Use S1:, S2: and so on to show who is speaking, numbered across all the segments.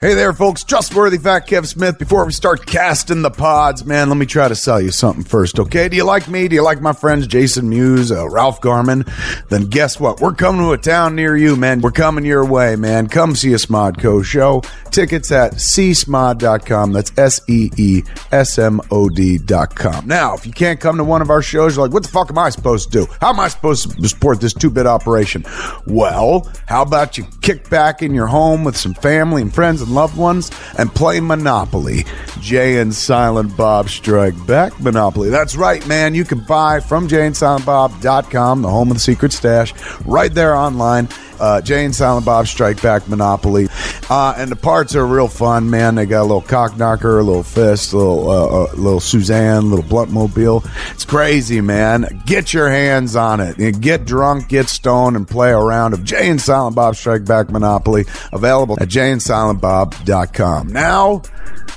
S1: Hey there, folks. Trustworthy Fact Kev Smith. Before we start casting the pods, man, let me try to sell you something first, okay? Do you like me? Do you like my friends Jason Mewes, uh, Ralph Garman? Then guess what? We're coming to a town near you, man. We're coming your way, man. Come see us, Modco Show. Tickets at csmod.com. That's S E E S M O D.com. Now, if you can't come to one of our shows, you're like, what the fuck am I supposed to do? How am I supposed to support this two bit operation? Well, how about you kick back in your home with some family and friends? and loved ones and play Monopoly. Jay and Silent Bob Strike Back Monopoly. That's right, man. You can buy from jayandsilentbob.com, the home of the secret stash, right there online. Uh, Jay and Silent Bob Strike Back Monopoly. Uh, and the parts are real fun, man. They got a little cock knocker, a little fist, a little, uh, uh, little Suzanne, a little blunt mobile. It's crazy, man. Get your hands on it. You Get drunk, get stoned, and play a round of Jay and Silent Bob Strike Back Monopoly. Available at jayandsilentbob.com. Now,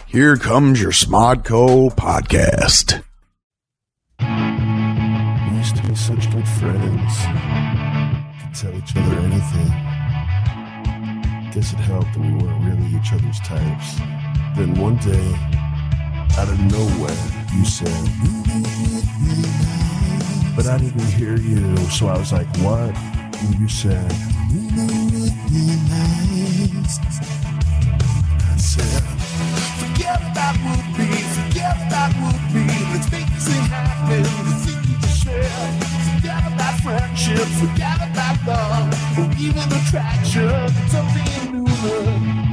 S1: here comes your Smodco podcast.
S2: We used to be such good friends. Could tell each other anything. Guess it helped that we weren't really each other's types. Then one day, out of nowhere, you said, But I didn't hear you, so I was like, What? And you said, I said, Forget about would be, forget about would be. Let's make this thing happen. Let's think you just share. Forget about friendship, forget about love, or even attraction. It's only a new love. And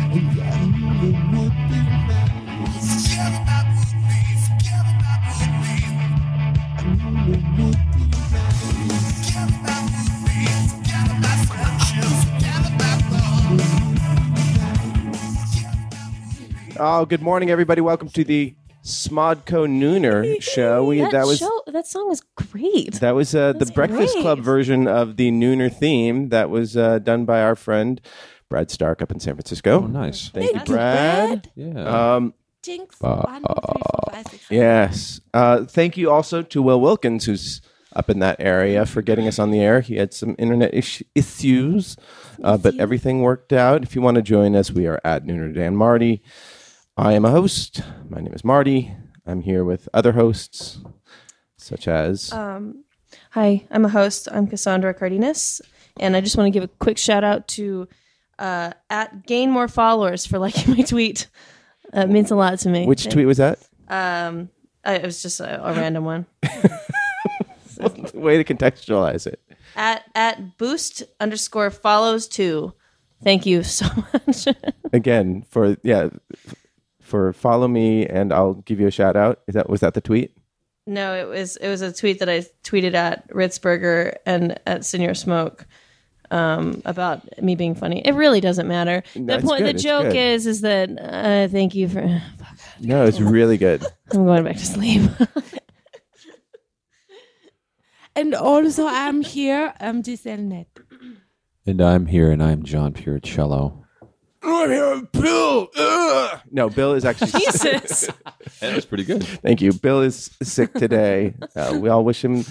S2: Oh, yeah, I knew it would be nice. Forget about would be, forget about would be. I knew it would be nice. Forget about would be, forget about friendship, forget about love.
S3: Oh, good morning, everybody. Welcome to the Smodco Nooner show. We
S4: that,
S3: that was
S4: show, that song was great.
S3: that was uh, the
S4: That's
S3: Breakfast
S4: great.
S3: Club version of the Nooner theme that was uh, done by our friend Brad Stark up in San Francisco.
S5: Oh, nice.
S3: Thank, you, Brad.
S5: Yeah. uh,
S3: Um,
S4: Jinx. One, two, three, four, five, six, seven.
S3: yes. Uh, thank you also to Will Wilkins, who's up in that area, for getting us on the air. He had some internet ish- issues, uh, but everything worked out. If you want to join us, we are at Nooner Dan Marty. I am a host. My name is Marty. I'm here with other hosts, such as.
S6: Hi, I'm a host. I'm Cassandra Cardenas, and I just want to give a quick shout out to uh, at gain more followers for liking my tweet. Uh, it means a lot to me.
S3: Which tweet was that?
S6: I, it was just a, a random one.
S3: Way to contextualize it.
S6: At at boost underscore follows two. Thank you so much.
S3: Again, for yeah, for follow me and I'll give you a shout out. Is that was that the tweet?
S6: no, it was it was a tweet that I tweeted at Ritzberger and at Senior Smoke um, about me being funny. It really doesn't matter. the
S3: it's
S6: point,
S3: good,
S6: the
S3: it's
S6: joke
S3: good.
S6: is, is that uh, thank you for.
S3: No, it's really good.
S6: I'm going back to sleep.
S7: And also, I'm here. um, I'm Giselle Net.
S5: and I'm here, and I'm John Puricello.
S3: No, Bill is actually
S6: Jesus.
S5: That was pretty good.
S3: thank you. Bill is sick today. Uh, we all wish him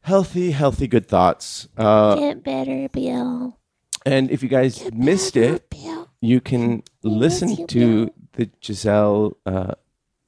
S3: healthy, healthy, good thoughts. Uh,
S4: Get better, Bill.
S3: and if you guys missed it,
S4: Bill.
S3: you can
S4: miss
S3: listen
S4: you,
S3: to the Giselle uh,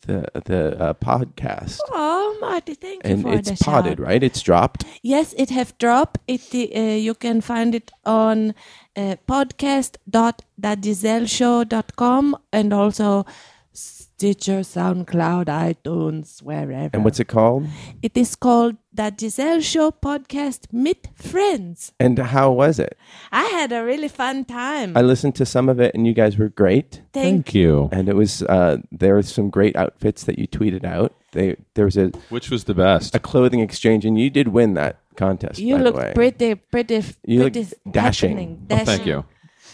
S3: the the uh, podcast,
S7: Oh, Marty, thank you
S3: and
S7: for
S3: it's
S7: the
S3: podded,
S7: shout.
S3: right? It's dropped.
S7: Yes, it have dropped. It uh, you can find it on uh, podcast.thegiselleshow.com and also Stitcher, SoundCloud, iTunes, wherever.
S3: And what's it called?
S7: It is called the Giselle Show podcast with friends.
S3: And how was it?
S7: I had a really fun time.
S3: I listened to some of it, and you guys were great.
S5: Thank you.
S3: And it was uh, there were some great outfits that you tweeted out. They there was a,
S5: Which was the best?
S3: a clothing exchange, and you did win that contest.
S7: you
S3: by
S7: look
S3: the way.
S7: pretty, pretty,
S3: You look
S7: pretty
S3: dashing.
S7: happening,
S5: Oh, thank
S7: dashing.
S5: you.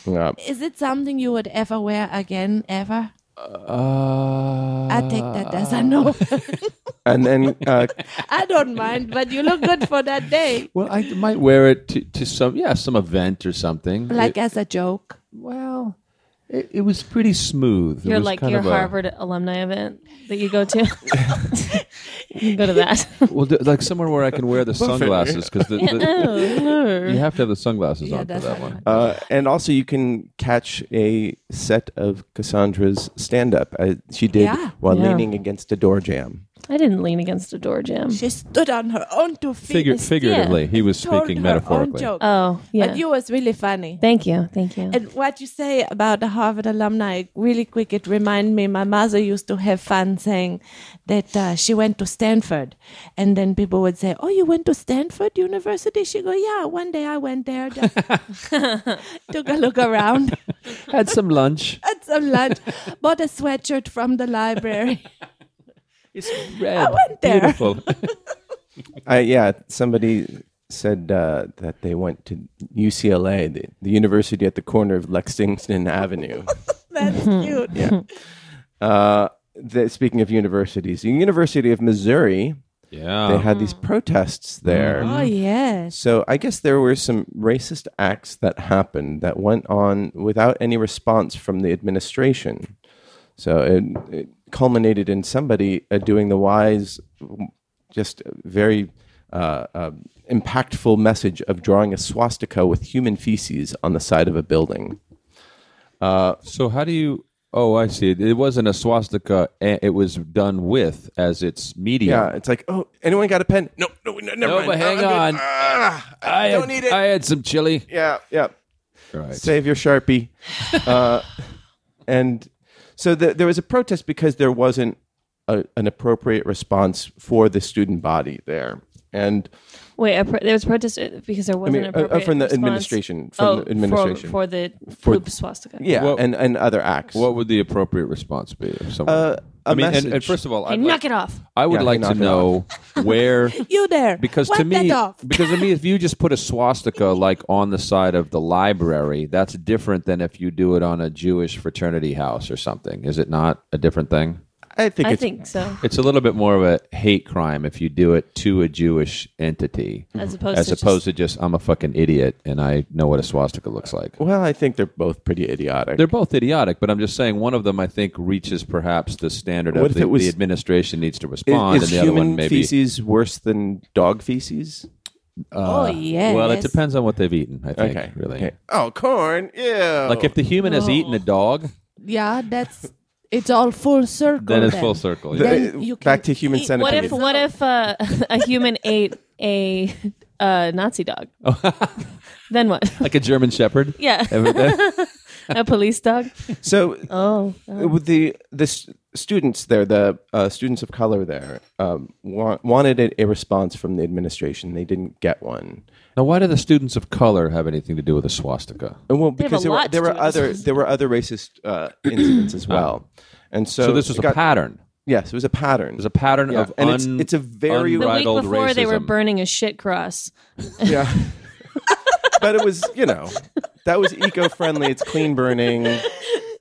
S3: Yeah.
S7: Is it something you would ever wear again, ever?
S5: Uh,
S7: I take that as a no.
S3: And then uh,
S7: I don't mind, but you look good for that day.
S5: well, I might wear it to, to some yeah some event or something.
S7: Like
S5: It-
S7: as a joke.
S5: well, It, it was pretty smooth. It
S6: You're
S5: was
S6: like
S5: kind
S6: your
S5: of a-
S6: Harvard alumni event that you go to. you can go to that.
S5: well, d- like somewhere where I can wear the sunglasses because the, the,
S6: oh,
S5: you
S6: no.
S5: have to have the sunglasses on for that
S7: definitely.
S5: one.
S3: Uh, and also, you can catch a set of Cassandra's stand up. She did
S7: Yeah.
S3: while
S6: Yeah.
S3: leaning against a door jam.
S6: I didn't lean against a door jam.
S7: She stood on her own two feet.
S5: Figure,
S7: and
S5: figuratively, he was
S7: told her
S5: speaking
S7: Own
S5: metaphorically.
S7: joke.
S6: Oh, yeah.
S7: But you was really funny.
S6: Thank you. Thank you.
S7: And what you say about the Harvard alumni, really quick, it reminded me. My mother used to have fun saying that uh, she went to Stanford, and then people would say, "Oh, you went to Stanford University?" She go, "Yeah, one day I went there, just took a look around,
S5: Had some lunch.
S7: had some lunch, bought a sweatshirt from the library."
S5: It's red.
S7: went there.
S5: Beautiful.
S3: I, yeah, somebody said uh, that they went to UCLA, the, the university at the corner of Lexington Avenue.
S7: That's cute.
S3: Uh, the, speaking of universities, the University of Missouri, they
S5: yeah.
S3: had these protests there.
S7: Oh yes.
S3: So I guess there were some racist acts that happened that went on without any response from the administration. So it, it culminated in somebody uh, doing the wise, just very uh, uh, impactful message of drawing a swastika with human feces on the side of a building.
S5: So how do you? Oh, I see. It wasn't a swastika. eh, It was done with as its
S3: Yeah,
S5: medium.
S3: it's like, oh, anyone got a pen? No, no, no never mind. Ah, I'm good. Ah, I, don't need it.
S5: had some chili.
S3: yeah, yeah.
S5: Right.
S3: Save your sharpie. uh, and so the, there was a protest because there wasn't a, an appropriate response for the student body there, and
S6: Wait, a pro- there was protest uh, because there wasn't
S3: mean, uh,
S6: an appropriate
S3: uh, from the
S6: response.
S3: administration, from
S6: oh,
S3: the administration.
S6: for, for the poop swastika.
S3: yeah,
S5: What-
S3: and, and other acts.
S5: What would the appropriate response be? If someone,
S3: Uh, a
S5: I mean, and,
S3: message.
S5: and first of all,
S6: Hey,
S5: I'd
S6: knock
S5: like,
S6: it off.
S5: I would
S3: Yeah,
S5: like
S3: knock
S5: to
S3: it
S5: know where.
S7: You there?
S5: Because
S7: Wipe
S5: to me, uh,
S7: that off.
S5: because to me, if you just put a swastika like on the side of the library, that's different than if you do it on a Jewish fraternity house or something. Is it not a different thing?
S3: I think
S6: I
S3: it's,
S6: think so.
S5: It's a little bit more of a hate crime if you do it to a Jewish entity,
S6: As opposed
S5: as
S6: to
S5: opposed to just I'm a fucking idiot and I know what a swastika looks like.
S3: well, I think they're both pretty idiotic.
S5: They're both idiotic, but I'm just saying one of them I think reaches perhaps the standard
S3: What
S5: of
S3: if
S5: the,
S3: it was-
S5: the administration needs to respond,
S3: is, is
S5: and the other one
S3: human
S5: maybe.
S3: feces worse than dog feces?
S7: oh yes.
S5: Well, it depends on what they've eaten. I think
S3: Okay,
S5: really.
S3: okay. Oh, corn. Yeah.
S5: Like if the human
S6: Oh.
S5: has eaten a dog,
S7: Yeah, that's. It's all full circle.
S5: then it's full Uh, circle. yeah.
S7: Then you can
S3: back to human
S7: eat-
S6: What if
S3: centipede.
S6: what if uh, a human ate a uh, Nazi dog?
S5: Oh.
S6: then what?
S5: like a German Shepherd.
S6: yeah, a police dog.
S3: so
S6: Oh,
S3: Uh, with the the s- students there, the uh, students of color there, um, wa- wanted a, a response from the administration. They didn't get one.
S5: Now, why do the students of color have anything to do with a swastika?
S3: And well,
S6: have
S3: because
S6: a
S3: there were
S6: lot to
S3: there were
S6: do with
S3: other there were other racist uh, incidents as well. And so,
S5: Oh. So, this was
S3: it
S5: a
S3: got-
S5: pattern.
S3: Yes, it was a pattern.
S5: There's a pattern
S3: Yeah,
S5: of
S3: and it's-
S5: un-
S3: it's a very-
S6: the
S3: Right
S6: week
S5: unbridled
S6: before they were
S5: racism.
S6: burning a shit cross.
S3: yeah. but it was you know that was eco friendly. It's clean burning.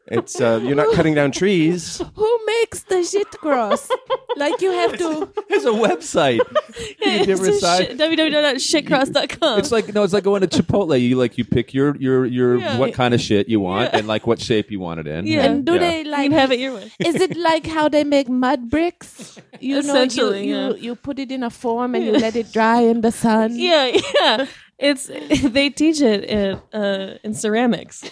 S3: It's uh, you're not cutting down trees.
S7: Who makes the shit cross? like you have to.
S5: There's a website. You
S6: It's
S5: different
S6: just
S5: side.
S6: shit- www.shitcross.com.
S5: It's like no, it's like going to Chipotle. You like you pick your your your
S6: Yeah.
S5: what kind of shit you want and like what shape you want it in.
S6: Yeah.
S7: And do
S5: Yeah.
S7: they
S6: you
S7: like
S6: can have it your way.
S7: Is it like how they make mud bricks? You know, you,
S6: Essentially,
S7: you,
S6: yeah.
S7: you put it in a form and you let it dry in the sun.
S6: Yeah, yeah. It's they teach it in, uh, in ceramics.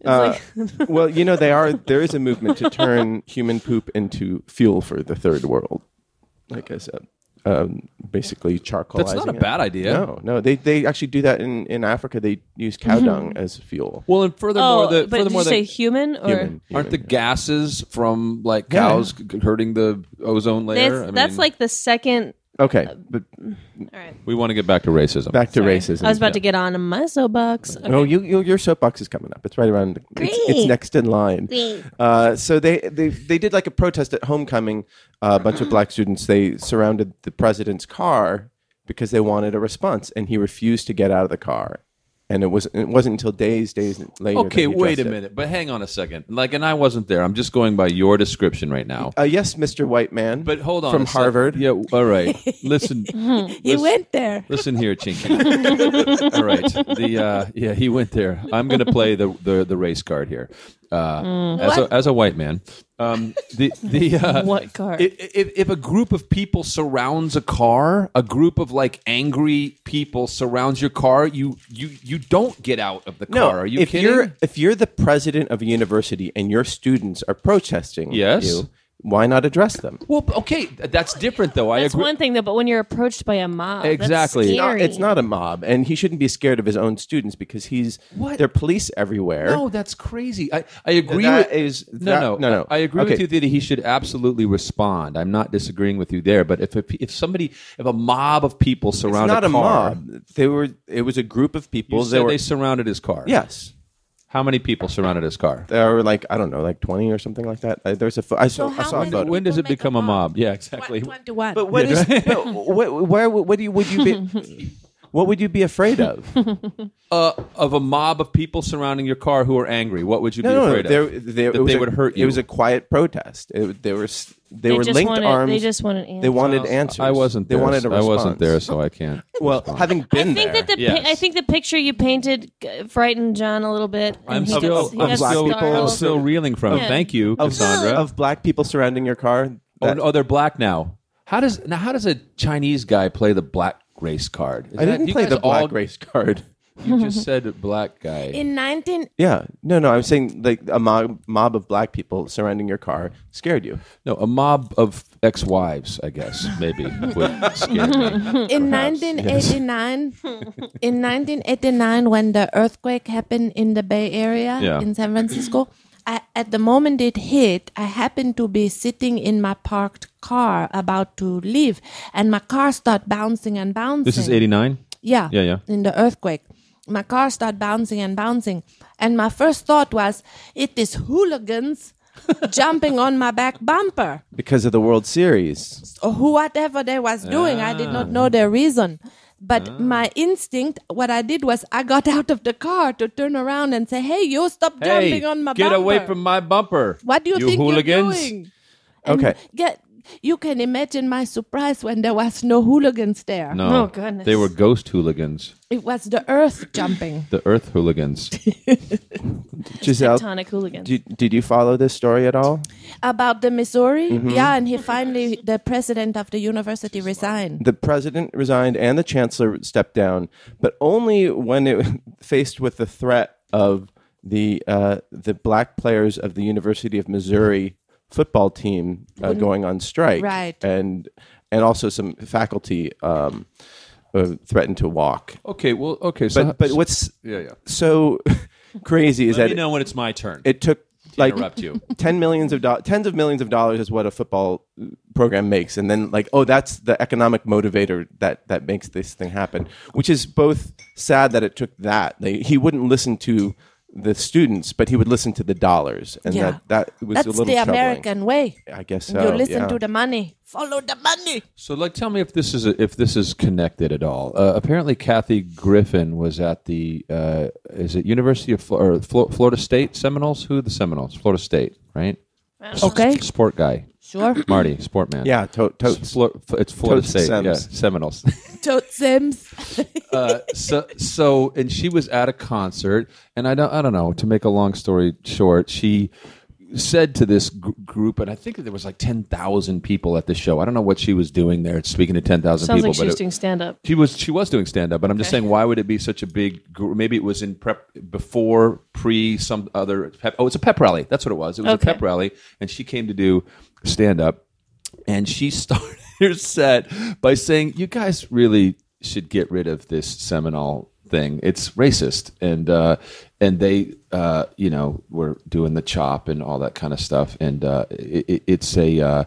S6: It's like
S3: Uh, Well, you know they are. There is a movement to turn human poop into fuel for the third world. Like I said, um, basically charcoal.
S5: That's not a bad idea.
S3: No, no, they they actually do that in in Africa. They use cow
S6: Mm-hmm.
S3: dung as fuel.
S5: Well, and furthermore,
S6: oh,
S5: the
S6: but did
S5: furthermore
S6: you say
S5: the,
S6: human or
S3: Human, human.
S5: aren't the gases from like cows c- hurting the ozone layer?
S6: that's, that's like the second.
S3: okay? But
S6: All right,
S5: we want to get back to racism.
S3: back to
S6: Uh, sorry.
S3: racism.
S6: I was about to get on my soapbox.
S3: No, Oh, you, you your soapbox is coming up. It's right around. The, it's, it's
S4: Great.
S3: next in line.
S4: Great.
S3: Uh, so they, they they did like a protest at homecoming. Uh, a bunch of black students they surrounded the president's car because they wanted a response, and he refused to get out of the car. And it was it wasn't until days days later. that
S5: Okay,
S3: he
S5: wait a
S3: addressed it.
S5: minute, but hang on a second. Like, and I wasn't there. I'm just going by your description right now.
S3: Uh, yes, Mr. White Man.
S5: But hold on,
S3: from
S5: a sec-
S3: Harvard.
S5: Yeah, all right. Listen,
S6: Hmm.
S7: He went there.
S5: listen here, Chinky. all right, the uh, yeah, he went there. I'm going to play the, the the race card here. uh,
S6: Mm.
S5: as, a, as a white man. Um, the the uh,
S6: What car?
S5: i- i- If, if a group of people surrounds a car, a group of like angry people surrounds your car, you you you don't get out of the car. Are you
S3: if
S5: kidding?
S3: you're if you're the president of a university and your students are protesting
S5: Yes.
S3: you, why not address them?
S5: well, okay, that's different though. I
S6: That's
S5: agree.
S6: one thing, though. But when you're approached by a mob, that's
S5: Exactly.
S3: No,
S6: scary.
S3: it's not a mob, and he shouldn't be scared of his own students because he's
S5: What?
S3: there are police everywhere.
S5: No, that's crazy. I, I agree
S3: That
S5: with
S3: is-
S5: no,
S3: that-
S5: no,
S3: no, no.
S5: I agree with
S3: Okay.
S5: you that he should absolutely respond. I'm not disagreeing with you there. But if a, if somebody if a mob of people
S3: it's
S5: surround
S3: not
S5: a,
S3: a,
S5: car,
S3: mob. They were. It was a group of
S5: you
S3: people.
S5: said
S3: they were.
S5: they surrounded his car.
S3: yes,
S5: How many people surrounded his car?
S3: there were like I don't know, like twenty or something like that. Uh, There's a. Fo- I saw. I
S4: how
S3: saw a
S4: many-
S3: photo.
S5: When does it
S4: People make
S5: become
S4: a
S5: a mob?
S4: mob.
S5: Yeah, exactly.
S7: One to one.
S3: But what is? but what, where, what do you? Would you be? What would you be afraid of?
S5: Uh, of a mob of people surrounding your car who are angry, what would you be afraid
S3: there-
S5: of?
S3: there-
S5: that
S3: it was
S5: they
S3: a-
S5: would hurt you.
S3: It was a quiet protest. It, they were s- they,
S6: They
S3: were
S6: just
S3: linked
S6: wanted-
S3: arms.
S6: they just wanted
S3: They
S6: answers.
S3: wanted answers.
S5: I wasn't.
S3: They
S5: there.
S3: wanted a response.
S5: I wasn't there, so I can't.
S3: Well, having
S6: I
S3: been
S6: think
S3: there,
S6: that the
S5: Yes.
S6: pi- I think the picture you painted g- frightened John a little bit. and
S5: I'm
S6: he
S5: still,
S6: gets- he
S5: I'm
S6: gets
S5: still, I'm
S6: startled.
S5: still reeling from it.
S6: Yeah.
S5: Thank you,
S3: of,
S5: Cassandra.
S3: of black people surrounding your car.
S5: Oh,
S3: that-
S5: no, they're black now. How does now? How does a Chinese guy play the black race card? Is
S3: I
S5: that-
S3: didn't
S5: you
S3: play
S5: guys
S3: the black
S5: all-
S3: race card.
S5: You just said black guy.
S7: in 19
S3: Yeah, no, no. I'm saying like a mob, mob of black people surrounding your car scared you.
S5: No, a mob of ex-wives, I guess. Maybe would scare me.
S7: in
S5: perhaps.
S7: 1989 in 1989 when the earthquake happened in the bay area
S5: Yeah.
S7: in san francisco I, at the moment it hit i happened to be sitting in my parked car about to leave and my car started bouncing and bouncing
S5: This is '89.
S7: yeah.
S5: Yeah, yeah.
S7: In the earthquake. My car started bouncing and bouncing. And my first thought was, it is hooligans jumping on my back bumper
S3: Because of the World Series,
S7: or who- whatever they was doing. I did not
S3: Ah.
S7: know their reason. But my instinct, what I did was I got out of the car to turn around and say, hey, you stop
S5: Hey,
S7: jumping on my
S5: get
S7: bumper.
S5: away from my bumper!
S7: What do you, think
S5: hooligans?
S7: you're doing? And
S3: Okay.
S7: Get, you can imagine my surprise when there was no hooligans there.
S5: No,
S6: Oh, goodness.
S5: They were ghost hooligans,
S7: It was the earth jumping.
S5: the Earth hooligans.
S3: Giselle.
S6: Tonic hooligans.
S3: Did, did you follow this story at all?
S7: about the Missouri.
S3: Mm-hmm.
S7: Yeah, and he finally, the president of the university resigned.
S3: the president resigned and the chancellor stepped down, but only when it faced with the threat of the uh, the black players of the University of Missouri football team uh, going on strike,
S7: Right.
S3: And and also some faculty um, uh, threatened to walk.
S5: Okay, well, okay. So,
S3: But but what's
S5: Yeah, yeah.
S3: so crazy is
S5: Let
S3: that
S5: me know when it's my turn.
S3: it took like
S5: interrupt you.
S3: ten millions of dollars, tens of millions of dollars is what a football program makes, and then like, oh, that's the economic motivator that that makes this thing happen, which is both sad that it took that. They, he wouldn't listen to the students, but he would listen to the dollars, and
S7: Yeah.
S3: that that was
S7: That's
S3: a little
S7: the
S3: troubling.
S7: American way.
S3: I guess so.
S7: you listen
S3: yeah.
S7: to the money, follow the money.
S5: So, like, tell me if this is if this is connected at all. Uh, apparently, Kathy Griffin was at the uh, is it University of Flo- or Flo- Florida State Seminoles? Who are the Seminoles? Florida State, right?
S7: Okay,
S5: Sport guy,
S7: sure.
S5: Marty, sport man.
S3: yeah, to-
S5: It's,
S3: totes.
S5: Flor- f- it's Florida
S3: Totes
S5: State,
S3: Sems.
S5: yeah, Seminoles.
S7: Tote Sims.
S5: Uh, so, so, and she was at a concert, and I don't, I don't know. To make a long story short, she said to this gr- group, and I think there was like ten thousand people at the show. I don't know what she was doing there, speaking to ten thousand
S6: Sounds
S5: people.
S6: like she
S5: but
S6: was
S5: it-
S6: doing stand up.
S5: She was she was doing stand up, but I'm just saying, why would it be such a big? gr- Maybe it was in prep before pre some other. Pep, oh, it's a pep rally. That's what it was. It was
S6: Okay.
S5: a pep rally, and she came to do stand up, and she started her set by saying, "You guys really should get rid of this Seminole thing. It's racist," and uh, and they uh, you know were doing the chop and all that kind of stuff, and uh, it, it- it's a. Uh,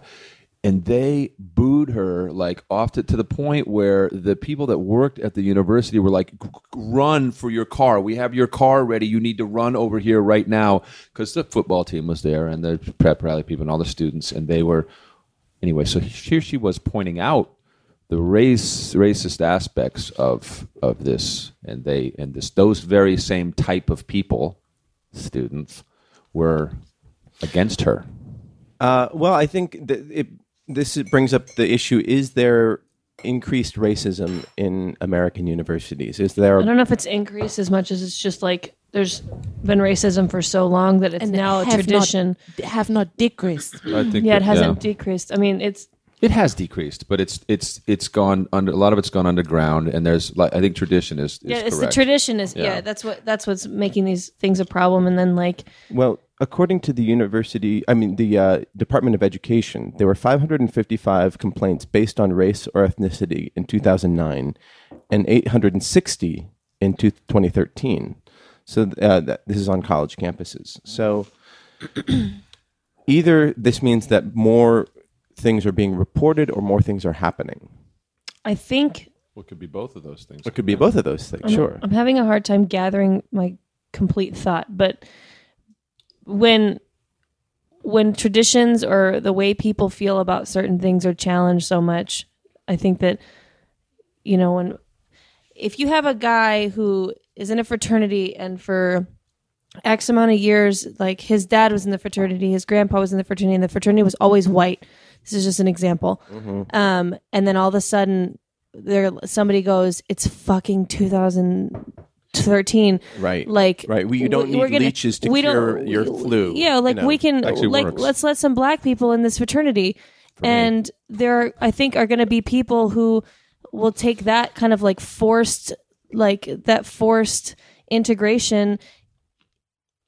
S5: and they booed her like off to, to the point where the people that worked at the university were like "G- g- run for your car we have your car ready you need to run over here right now because the football team was there and the prep rally people and all the students and they were anyway so here she was pointing out the race racist aspects of of this and they and this those very same type of people students were against her
S3: Uh, well, I think that it, this is- brings up the issue: is there increased racism in American universities? Is there
S6: I don't know if it's increased as much as it's just like there's been racism for so long that it's
S7: And
S6: now a
S7: have not-
S6: tradition.
S7: have not decreased.
S5: I think
S6: yeah, it
S5: that-
S6: hasn't decreased. I mean, it's
S5: It has decreased, but it's it's it's gone under. A lot of it's gone underground, and there's like I think tradition is, is
S6: yeah, it's
S5: correct.
S6: the tradition is yeah.
S5: Yeah.
S6: That's what that's what's making these things a problem. And then like
S3: Well, according to the university, I mean, the uh, Department of Education, there were 555 complaints based on race or ethnicity in 2009 and 860 in two- 2013. So uh, that, this is on college campuses. So either this means that more things are being reported or more things are happening.
S6: I think
S5: What could be both of those things?
S3: It could be both of those things, sure.
S6: I'm having a hard time gathering my complete thought, but when when traditions or the way people feel about certain things are challenged so much, I think that you know when if you have a guy who is in a fraternity and for X amount of years, like his dad was in the fraternity, his grandpa was in the fraternity, and the fraternity was always white. This is just an example.
S3: Mm-hmm.
S6: Um, and then all of a sudden, there somebody goes, "It's fucking 2013."
S3: Right.
S6: Like
S3: Right, we- you don't
S6: we're
S3: need leeches to cure your flu,
S6: Yeah, like
S3: you know.
S6: we can
S5: Actually
S6: like
S5: works.
S6: let's let some black people in this fraternity, and there are, I think are going to be people who will take that kind of like forced like that forced integration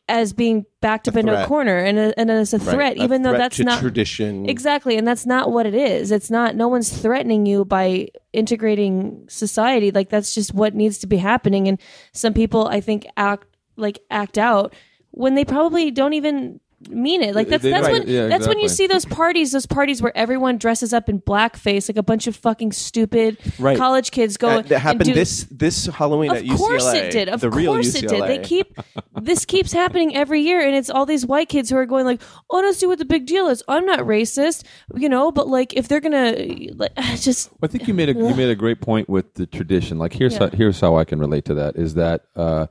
S6: as being backed up into a
S3: threat.
S6: corner and, a, and as a
S3: Right.
S6: threat
S3: A
S6: even though
S3: threat
S6: that's
S3: to
S6: not
S3: tradition.
S6: exactly and that's not what it is it's not no one's threatening you by integrating society like that's just what needs to be happening and some people i think act like act out when they probably don't even mean it like that's
S5: They-
S6: that's
S5: right.
S6: when
S5: Yeah,
S6: that's when you
S5: exactly.
S6: see those parties those parties where everyone dresses up in blackface like a bunch of fucking stupid
S3: Right.
S6: college kids go
S3: Uh, that
S6: and
S3: happened
S6: do-
S3: this this Halloween at
S6: of
S3: UCLA.
S6: course it did. Of
S3: the real
S6: course
S3: UCLA.
S6: it did. They keep this keeps happening every year, and it's all these white kids who are going like, "Oh, let's see what the big deal is. I'm not racist, you know." But like, if they're gonna like, just
S5: I think you made a you made a great point with the tradition. Like here's how, here's how I can relate to that is that uh,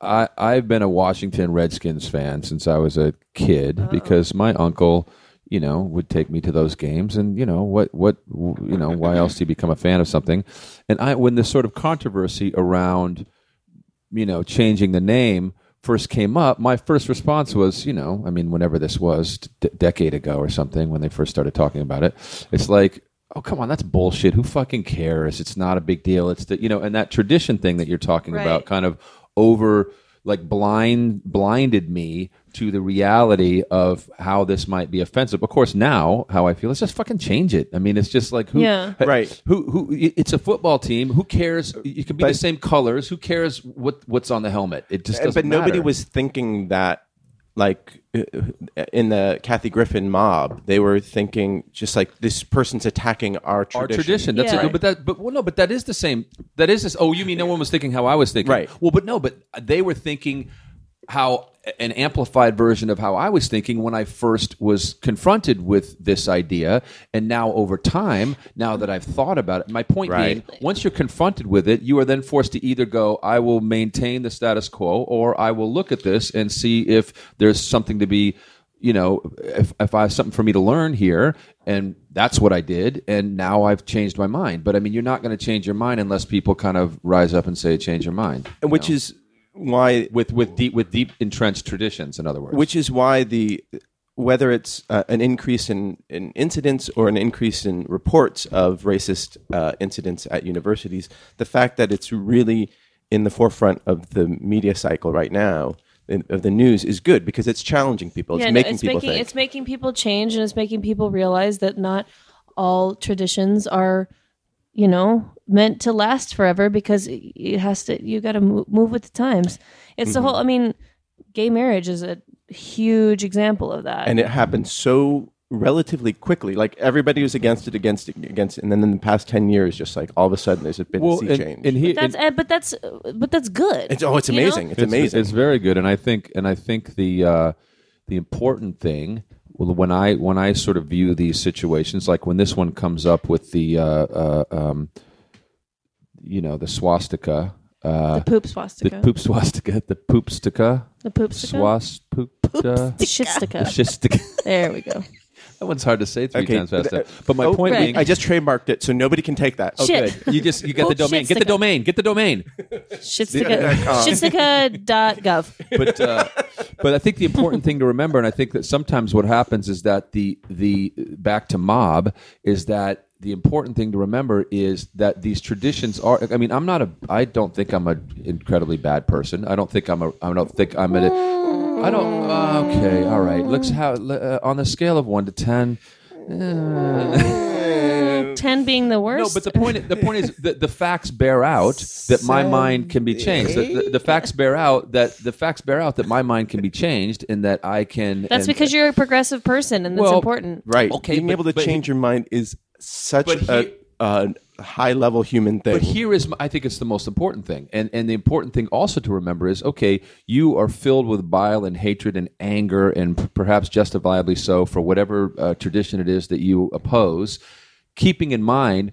S5: I I've been a Washington Redskins fan since I was a kid
S6: Oh.
S5: because my uncle you know would take me to those games and you know what what you know why else do you become a fan of something and I when this sort of controversy around you know, changing the name first came up, my first response was, you know, I mean, whenever this was, d- decade ago or something, when they first started talking about it, it's like, oh, come on, that's bullshit. Who fucking cares? It's not a big deal. It's the, you know, and that tradition thing that you're talking about kind of over, like blind blinded me to the reality of how this might be offensive. Of course, now how I feel, let's just fucking change it. I mean, it's just like who,
S6: Yeah.
S3: Right. Uh,
S5: Who, who? It's a football team. Who cares? You can be the same colors. Who cares what what's on the helmet? It just doesn't
S3: but nobody
S5: matter.
S3: was thinking that like uh, in the Kathy Griffin mob, they were thinking just like this person's attacking our
S5: our
S3: tradition.
S5: tradition. That's
S6: Yeah.
S5: a good, but that, but well, no, but that is the same. That is this. Oh, you mean no one was thinking how I was thinking?
S3: Right.
S5: Well, but no, but they were thinking how an amplified version of how I was thinking when I first was confronted with this idea, and now over time, now that I've thought about it, my point
S3: Right.
S5: being, once you're confronted with it, you are then forced to either go, I will maintain the status quo, or I will look at this and see if there's something to be, you know, if, if I have something for me to learn here. And that's what I did. And now I've changed my mind. But I mean, you're not going to change your mind unless people kind of rise up and say, change your mind.
S3: And Which is why
S5: With, with deep with deep entrenched traditions, in other words,
S3: which is why the whether it's uh, an increase in, in incidents or an increase in reports of racist uh, incidents at universities, the fact that it's really in the forefront of the media cycle right now in, of the news is good because it's challenging people. It's
S6: yeah, no,
S3: making
S6: it's
S3: people
S6: making
S3: think.
S6: it's making people change, and it's making people realize that not all traditions are, you know, meant to last forever because it it has to. You got to move, move with the times. It's
S3: Mm-hmm.
S6: the whole. I mean, gay marriage is a huge example of that.
S3: and it happened so relatively quickly. Like everybody was against it, against it, against it, and then in the past ten years, just like all of a sudden, there's been a sea
S5: and,
S3: change.
S5: and he-
S6: That's uh, but that's uh, but that's good.
S3: it's, oh, it's
S6: You know?
S3: amazing! It's amazing.
S5: It's very good, and I think and I think the uh, the important thing well, when I when I sort of view these situations, like when this one comes up with the uh, uh, um, you know the swastika, uh,
S6: The poop
S5: the,
S6: swastika.
S5: poop swastika, the poopstica,
S6: The poop
S5: swastika,
S6: Shitstica.
S5: shistica.
S6: There we go.
S5: That one's hard to say three
S3: Okay,
S5: times fast.
S3: but, uh,
S5: enough. But my
S3: oh,
S5: point
S6: right.
S5: being,
S3: I just trademarked it, so nobody can take that.
S5: oh,
S6: Shit.
S5: good. You just you got the
S6: Bullshit
S5: domain. Get the
S6: sticker.
S5: domain. Get the domain.
S6: Shitstica, shitstica.gov.
S5: but uh, but I think the important thing to remember, and I think that sometimes what happens is that the the back to mob is that the important thing to remember is that these traditions are. I mean, I'm not a. I don't think I'm an incredibly bad person. I don't think I'm a. I don't think I'm a. I don't. uh, Okay, all right. Let's have uh, on the scale of one to ten.
S6: 10 being the worst.
S5: No, but the point the point is the, the facts bear out that my mind can be changed. The, the, the facts bear out that the facts bear out that my mind can be changed and that I can.
S6: that's
S5: and-
S6: because you're a progressive person and that's
S5: Well,
S6: important.
S3: Right.
S5: Okay,
S3: Being
S5: but-
S3: able to
S5: but-
S3: change your mind is such
S5: But
S3: a, a high level human thing.
S5: But here is, I think it's the most important thing. And, and the important thing also to remember is okay, you are filled with bile and hatred and anger, and p- perhaps justifiably so, for whatever uh, tradition it is that you oppose, keeping in mind.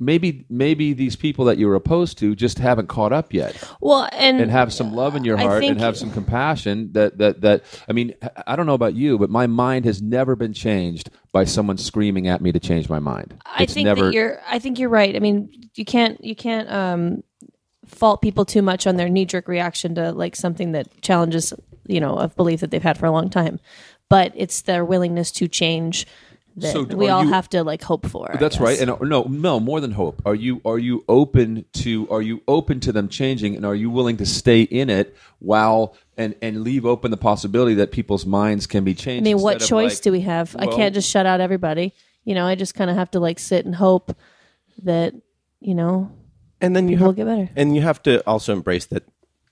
S5: Maybe, maybe these people that you're opposed to just haven't caught up yet,
S6: Well, and,
S5: and have some love in your
S6: I
S5: heart,
S6: think-
S5: and have some compassion. That that that. I mean, I- I don't know about you, but my mind has never been changed by someone screaming at me to change my mind.
S6: I think that you're I think you're right. I mean, you can't you can't um fault people too much on their knee jerk reaction to like something that challenges, you know, a belief that they've had for a long time. But it's their willingness to change that
S5: So
S6: we
S5: are
S6: all
S5: you-
S6: have to like hope for. I
S5: That's
S6: guess.
S5: right. And uh, no, no, more than hope. Are you are you open to are you open to them changing and are you willing to stay in it while and and leave open the possibility that people's minds can be changed?
S6: I mean, what choice do
S5: we?
S6: we have? I
S5: well-
S6: can't just shut out everybody. You know, I just kind of have to like sit and hope that, you know,
S3: and then you
S6: people
S3: have,
S6: will get better.
S3: And you have to also embrace that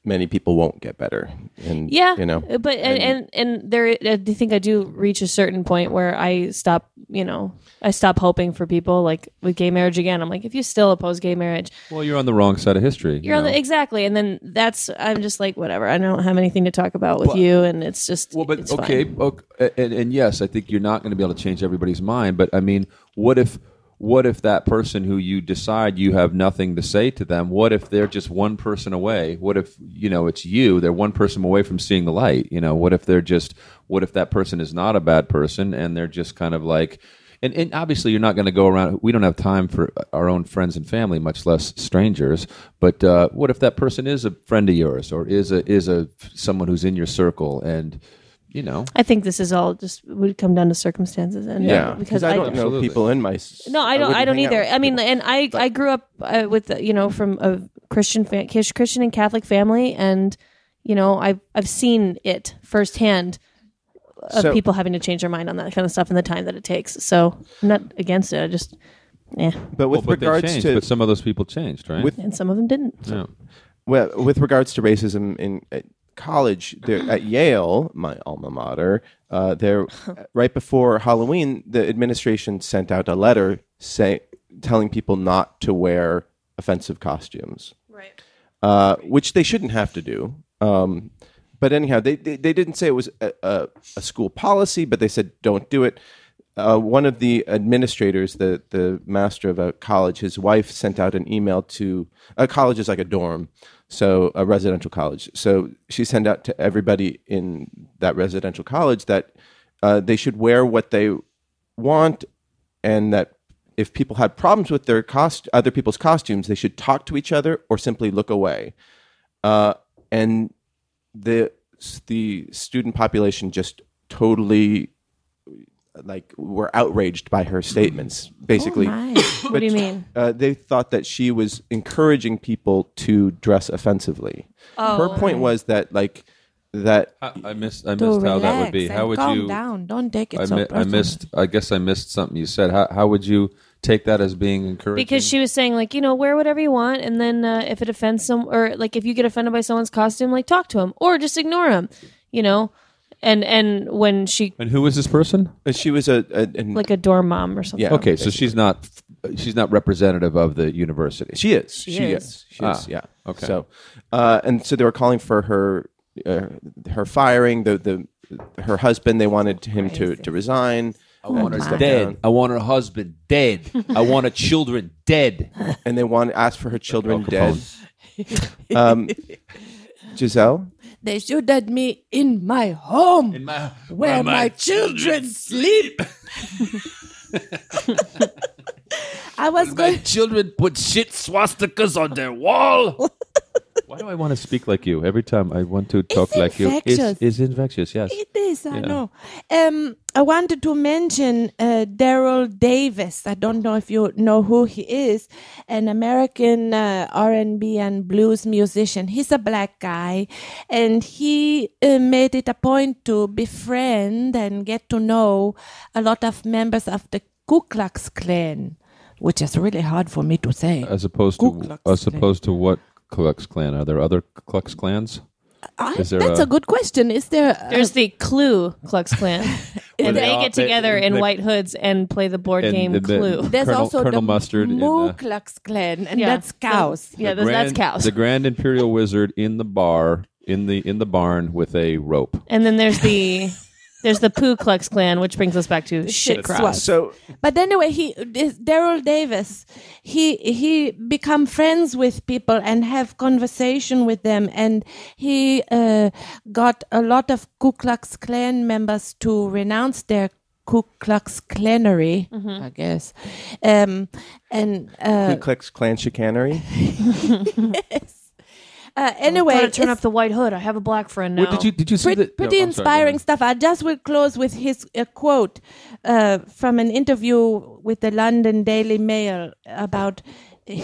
S3: many people won't get better. And
S6: Yeah,
S3: you know,
S6: but and and, and there, I do think I do reach a certain point where I stop, you know, I stop hoping for people. Like with gay marriage again, I'm like, if you still oppose gay marriage,
S5: Well, you're on the wrong side of history. you
S6: you're on
S5: know.
S6: the exactly. And then that's I'm just like, whatever. I don't have anything to talk about with you, and it's just
S5: well, but
S6: it's
S5: okay,
S6: fine.
S5: okay and, and yes, I think you're not going to be able to change everybody's mind. But I mean, what if, what if that person who you decide you have nothing to say to them? What if they're just one person away? What if you know it's you? They're one person away from seeing the light. You know, what if they're just? What if that person is not a bad person and they're just kind of like. And, and obviously, you're not going to go around. We don't have time for our own friends and family, much less strangers. But uh, what if that person is a friend of yours, or is a is a someone who's in your circle, and you know,
S6: I think this is all just would come down to circumstances, and
S3: yeah,
S6: because
S3: I don't
S6: know.
S3: know
S5: Absolutely.
S3: people in my s-
S6: No, I don't. I,
S3: wouldn't
S6: don't
S3: hang out
S6: either.
S3: with
S6: I mean,
S3: people.
S6: and I I grew up uh, with you know from a Christian fa- Kish- Christian and Catholic family, and you know I've I've seen it firsthand of
S3: So-
S6: people having to change their mind on that kind of stuff and the time that it takes. So I'm not against it. I just yeah,
S3: but with
S5: Well, but they
S3: regards
S5: changed,
S3: to
S5: but some of those people changed, right?
S3: With-
S6: and some of them didn't.
S5: yeah.
S3: well, with regards to racism in at college there, at Yale, my alma mater, uh, there right before Halloween, the administration sent out a letter say, telling people not to wear offensive costumes, right? Uh, which they shouldn't have to do. Um, but anyhow, they, they they didn't say it was a, a, a school policy, but they said don't do it. Uh, one of the administrators, the the master of a college, his wife sent out an email to a college is like a dorm, so a residential college. So she sent out to everybody in that residential college that uh, they should wear what they want, and that if people had problems with their cost other people's costumes, they should talk to each other or simply look away. Uh, and the the student population just totally like were outraged by her statements basically
S6: Oh what do you mean?
S3: uh, they thought that she was encouraging people to dress offensively
S6: Oh.
S3: her point was that like that
S5: I, I missed. I missed
S7: To
S5: how
S7: relax
S5: that would be.
S7: and
S5: How would
S7: calm
S5: you?
S7: down? Don't take it
S5: I,
S7: so
S5: mi- I
S7: personally.
S5: missed. I guess I missed something you said. How, how would you take that as being encouraging?
S6: because she was saying like you know wear whatever you want and then uh, if it offends some or like if you get offended by someone's costume like talk to him or just ignore him you know and and when she
S5: and who is this person?
S3: she was a, a an,
S6: like a dorm mom or something
S3: Yeah.
S5: Okay, so she's not. She's not representative of the university.
S3: She is. She,
S6: is.
S3: is. She
S5: Ah,
S3: is. Yeah.
S5: okay.
S3: So, uh, and so they were calling for her, uh, her firing. The the her husband. They wanted him to to resign. I
S5: want her dead. I want her husband dead. I want her children dead.
S3: And they want asked for her children dead. um, Giselle.
S7: They shoot at me in my home
S5: In my-
S7: where my,
S5: my
S7: children sleep. I was
S5: My
S7: going.
S5: children put shit swastikas on their wall. Why do I want to speak like you every time I want to talk like you?
S7: infectious.
S5: It's, it's infectious, yes.
S7: It is, I know. Um, I wanted to mention uh, Daryl Davis. I don't know if you know who he is, an American uh, R&B and blues musician. He's a black guy, and he uh, made it a point to befriend and get to know a lot of members of the Ku Klux Klan, which is really hard for me to say.
S5: As opposed
S7: Ku
S5: to
S7: Klux
S5: as
S7: Klan.
S5: opposed to what Klux Klan? Are there other Klux Klans?
S7: I-
S5: is there
S7: that's
S5: a-
S7: a good question. Is there? uh, a-
S6: There's the Clue Klux Klan.
S5: Where
S6: and
S5: they
S6: they
S5: all-
S6: get
S5: they-
S6: together in
S5: they-
S6: white hoods and play the board
S5: And
S6: game
S5: the- the-
S6: Clue.
S7: there's
S5: Colonel-
S7: also
S5: Colonel
S7: the
S5: Mustard in
S7: Ku
S5: the-
S7: Klux Klan, and
S6: Yeah.
S7: that's cows.
S6: yeah,
S5: The
S6: those, that's
S5: grand-
S6: cows.
S5: The Grand Imperial Wizard in the bar in the in the barn with a rope.
S6: and then there's the there's the Poo Klux Klan, which brings us back to shit cross.
S3: So
S7: But anyway, he this Daryl Davis, he he become friends with people and have conversation with them, and he uh, got a lot of Ku Klux Klan members to renounce their Ku Klux Klanery, I guess, um, and uh,
S3: Mm-hmm. Ku Klux Klan chicanery.
S7: uh, anyway,
S6: Gotta turn
S7: it's-
S6: up the white hood. I have a black friend now.
S5: What did you did you see
S7: pretty,
S5: that?
S7: pretty
S5: No, I'm sorry, go
S7: inspiring
S5: ahead.
S7: stuff. I just will close with his uh, quote uh, from an interview with the London Daily Mail about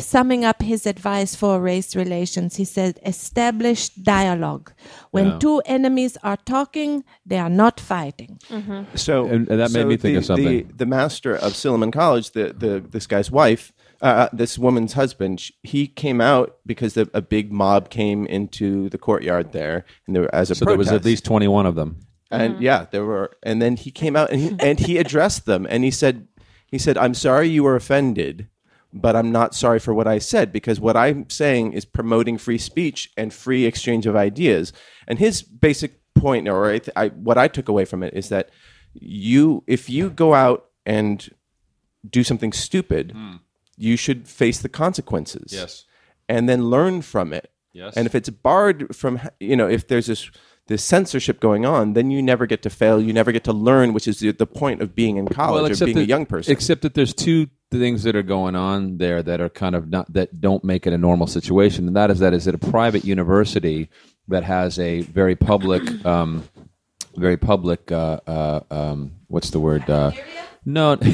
S7: summing up his advice for race relations. He said, "Establish dialogue. When two enemies are talking, they are not fighting."
S3: So
S5: And- and that made
S3: so
S5: me think
S3: the,
S5: of something.
S3: The, the master of Silliman College, the, the this guy's wife, uh, this woman's husband, sh- he came out because the, a big mob came into the courtyard there, and there as a
S5: So there was at
S3: protest.
S5: least twenty one of them.
S3: and yeah, there were, and then he came out and he, and he addressed them, and he said, he said, I'm sorry you were offended. But I'm not sorry for what I said because what I'm saying is promoting free speech and free exchange of ideas. And his basic point, or I th- I, what I took away from it, is that you, if you go out and do something stupid, you should face the consequences.
S5: Hmm. Yes.
S3: And then learn from it.
S5: Yes.
S3: And if it's barred from, h- you know, if there's this this censorship going on, then you never get to fail. You never get to learn, which is the, the point of being in college or being a
S5: that-
S3: young person.
S5: Except that there's two things that are going on there that are kind of not that don't make it a normal situation, and that is that is at a private university that has a very public, um, very public. Uh, uh, um, what's the word? Uh, no.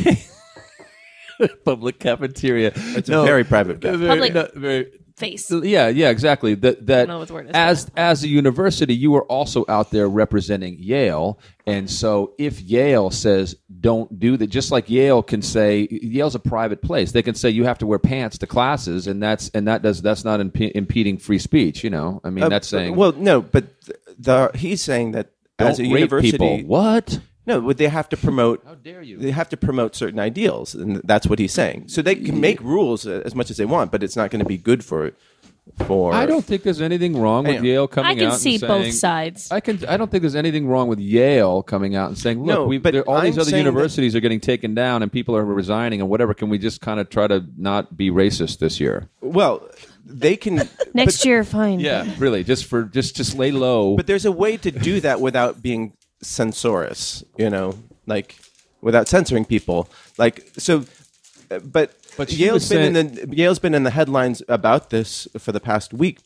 S5: public cafeteria. It's
S3: a very private caf-
S6: Public-
S5: very,
S6: Face.
S5: so, yeah, yeah, exactly. That that
S6: know what the word is for
S5: as as a university, you are also out there representing Yale, and so if Yale says don't do that, just like Yale can say Yale's a private place, they can say you have to wear pants to classes, and that's and that does that's not imp- impeding free speech. You know, I mean,
S3: Uh,
S5: that's saying
S3: Well, no, but th- the, he's saying that
S5: don't
S3: as a
S5: rape
S3: university,
S5: people. What?
S3: No, but they have to promote. How
S5: dare you.
S3: They have to promote certain ideals, and that's what he's saying. So they can make rules uh, as much as they want, but it's not going to be good for for.
S5: I don't think there's anything wrong with
S3: Hang on.
S5: Yale coming
S6: I can
S5: out
S6: see
S5: and saying,
S6: both sides.
S5: I can. I don't think there's anything wrong with Yale coming out and saying, "Look,
S3: No,
S5: we've,
S3: but
S5: there, all these
S3: I'm
S5: other
S3: saying that-
S5: universities are getting taken down, and people are resigning, and whatever. Can we just kind of try to not be racist this year?
S3: Well, they can
S6: Next
S3: but-
S6: year, fine.
S5: really, just for just just lay low.
S3: But there's a way to do that without being censorious, you know, like without censoring people. Like so, uh, but
S5: But she
S3: Yale's
S5: was
S3: been in the Yale's been in the headlines about this for the past week.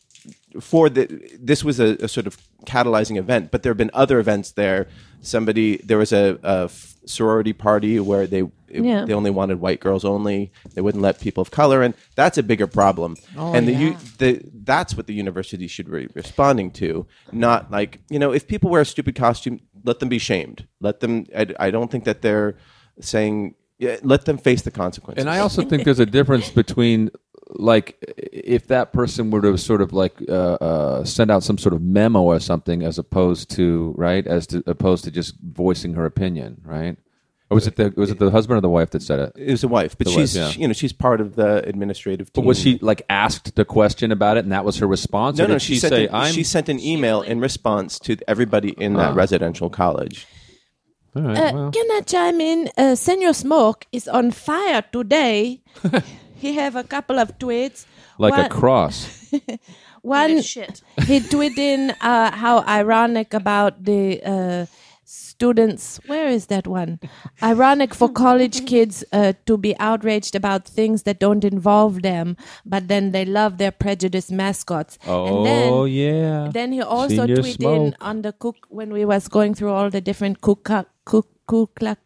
S3: For the this was a, a sort of catalyzing event, but there have been other events there. Somebody there was a, a f- sorority party where they it-
S6: Yeah.
S3: they only wanted white girls only. They wouldn't let people of color in. That's a bigger problem.
S5: Oh,
S3: and the, u- the that's what the university should be responding to, not like you know if people wear a stupid costume, let them be shamed. Let them. I, I don't think that they're saying. Yeah, let them face the consequences.
S5: And I also think there's a difference between like if that person were to sort of like uh, uh, send out some sort of memo or something, as opposed to right, as to opposed to just voicing her opinion, right? Or was it the was it the husband or the wife that said it?
S3: it was a wife, but
S5: The wife,
S3: she's
S5: yeah.
S3: you know she's part of the administrative team.
S5: But was she like asked the question about it, and that was her response?
S3: Mm. No,
S5: or did
S3: no.
S5: she,
S3: She, sent
S5: say,
S3: an,
S5: "I'm"?
S3: she sent an email in response to everybody in that residential college.
S5: All right,
S7: Uh,
S5: well.
S7: Can I chime in? Uh, Senor Smoke is on fire today. he have a couple of tweets.
S5: like a
S7: One-
S5: cross.
S7: One
S6: shit.
S7: he tweeted in uh, how ironic about the uh, students. Where is that one? Ironic for college kids uh, to be outraged about things that don't involve them, but then they love their prejudiced mascots. and
S5: Oh
S7: then,
S5: yeah.
S7: then he also
S5: Senior
S7: tweeted in
S5: smoke.
S7: on the cook when we was going through all the different cook cook cook
S5: Ku-
S7: clan.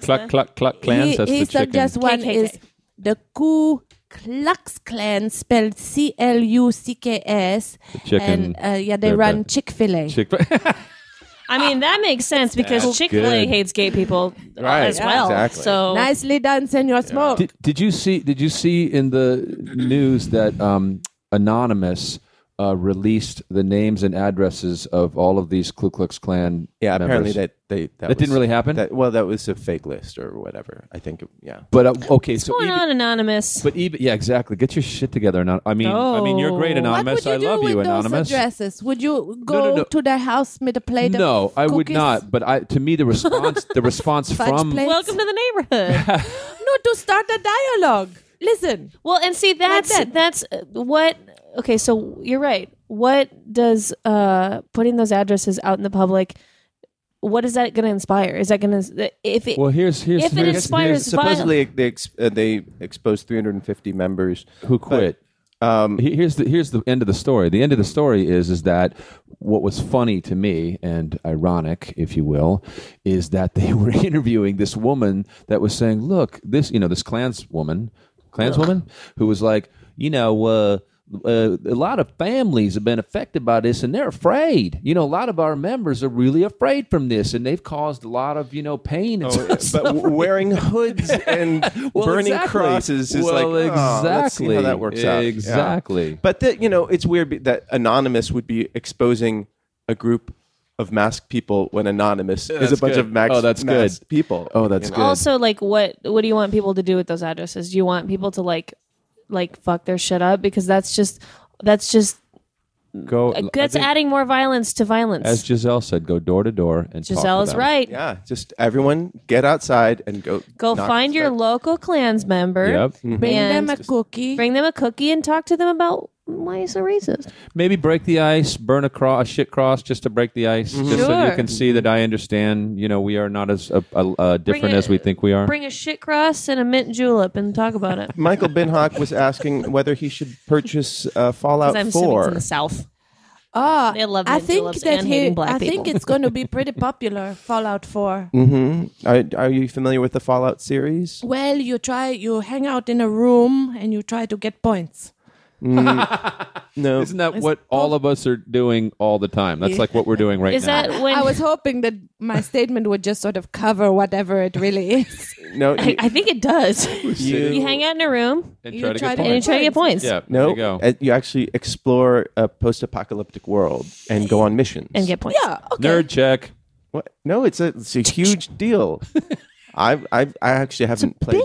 S5: cluck cluck cluck clans.
S7: He,
S5: That's
S7: he
S5: the chicken.
S7: suggests one
S6: KKK.
S7: is the Ku Klux Klan, spelled C L U C K S.
S5: chicken.
S7: And uh, yeah, they
S5: They're
S7: run
S5: bad.
S7: Chick Fil A.
S5: Chick-
S6: I mean, that makes sense because Chick Fil A
S5: good.
S6: hates gay people uh,
S5: Right,
S6: as well.
S3: exactly.
S6: So
S7: Nicely done, Senor Smoke.
S5: did, did you see? Did you see in the news that um, Anonymous uh, released the names and addresses of all of these Ku Klux Klan?
S3: Yeah,
S5: members?
S3: apparently that they that,
S5: That didn't
S3: was-
S5: really happen?
S3: That, well, that was a fake list or whatever. I think. Yeah,
S5: But uh, okay, so
S6: going
S5: even,
S6: on anonymous.
S5: but even yeah, exactly. Get your shit together, Anon- I mean, I mean, you're great,
S6: Oh. What
S7: What would
S5: anonymous.
S7: you
S5: I
S7: do
S5: love
S7: with
S5: you,
S7: those
S5: anonymous.
S7: addresses? Would you go
S5: no, no.
S7: to their house with a plate
S5: No,
S7: of
S5: I would
S7: cookies?
S5: not. But I, to me, the response, the response
S7: Fudge
S5: from
S7: plate?
S6: Welcome to the neighborhood.
S7: No, to start a dialogue. Listen,
S5: Mm-hmm.
S6: well, and see that's
S7: that.
S6: that's uh, what. Okay, so you're right. What does uh, putting those addresses out in the public? What is that going to inspire? Is that going to if it
S5: well, here's here's
S6: If it
S5: here's-
S6: inspires
S5: here's-
S3: supposedly they ex- uh, they exposed 350 members
S5: who quit.
S3: um,
S5: He- here's the here's the end of the story. The end of the story is is that what was funny to me and ironic, if you will, is that they were interviewing this woman that was saying, "Look, this you know this Klans woman, Klans woman, who was like, you know." Uh, uh, a lot of families have been affected by this and they're afraid you know a lot of our members are really afraid from this and they've caused a lot of you know pain and
S3: but w- wearing hoods and
S5: Well,
S3: Oh, burning
S5: exactly.
S3: crosses is
S5: Well,
S3: like "Oh, let's see
S5: exactly.
S3: how that works out Yeah.
S5: Exactly.
S3: But that you know, it's weird be- that anonymous would be exposing a group of masked people when anonymous is a
S5: that's
S3: bunch
S5: good.
S3: of max-
S5: Oh, that's good.
S3: masked people.
S5: Oh, that's
S3: You
S5: good.
S6: also like what what do you want people to do with those addresses do you want people to like like fuck their shit up because that's just that's just
S5: go I
S6: that's
S5: think-
S6: adding more violence to violence
S5: As Giselle said, go door to door and talk
S6: giselle
S5: to
S6: is
S5: them.
S6: right
S3: Yeah, just everyone get outside and go
S6: go
S3: knock-
S6: find your local clans member
S5: Yep.
S7: bring
S6: and
S7: them a cookie.
S6: bring them a cookie and talk to them about why you're so racist
S5: Maybe break the ice, burn a, cro- a shit cross just to break the ice, just so you
S6: Sure.
S5: can see that I understand. You know, we are not as uh, uh, uh, different
S6: it-
S5: as we think we are.
S6: bring a shit cross and a mint julep and talk about it
S3: Michael Binhock was asking whether he should purchase uh,
S6: 'Cause
S3: Fallout
S6: I'm assuming it's in
S3: Four.
S6: the south
S7: Ah,
S6: They love
S7: I
S6: mint
S7: think
S6: juleps
S7: that
S6: and
S7: he-
S6: hating black
S7: I think
S6: people.
S7: it's going to be pretty popular. Fallout Four.
S5: Mm.
S3: Are, Mm-hmm. are you familiar with the Fallout series?
S7: Well, you try. You hang out in a room and you try to get points.
S3: No,
S5: Isn't that what all of us are doing all the time? That's like what we're doing right
S6: is
S5: now.
S6: that when
S7: I was hoping that my statement would just sort of cover whatever it really is.
S3: no.
S6: I,
S3: you-
S6: I think it does
S3: You-
S6: you hang out in a room
S5: and
S7: You
S5: try to
S7: try
S5: get
S7: to-
S6: and you
S5: points.
S6: try to get points
S5: Yeah, there
S3: No,
S5: you go.
S3: uh, you actually explore a post-apocalyptic world and go on missions.
S6: and get points
S7: Yeah, Oh, okay.
S5: Nerd check.
S3: what? No, it's a it's a huge deal. I I I actually haven't played.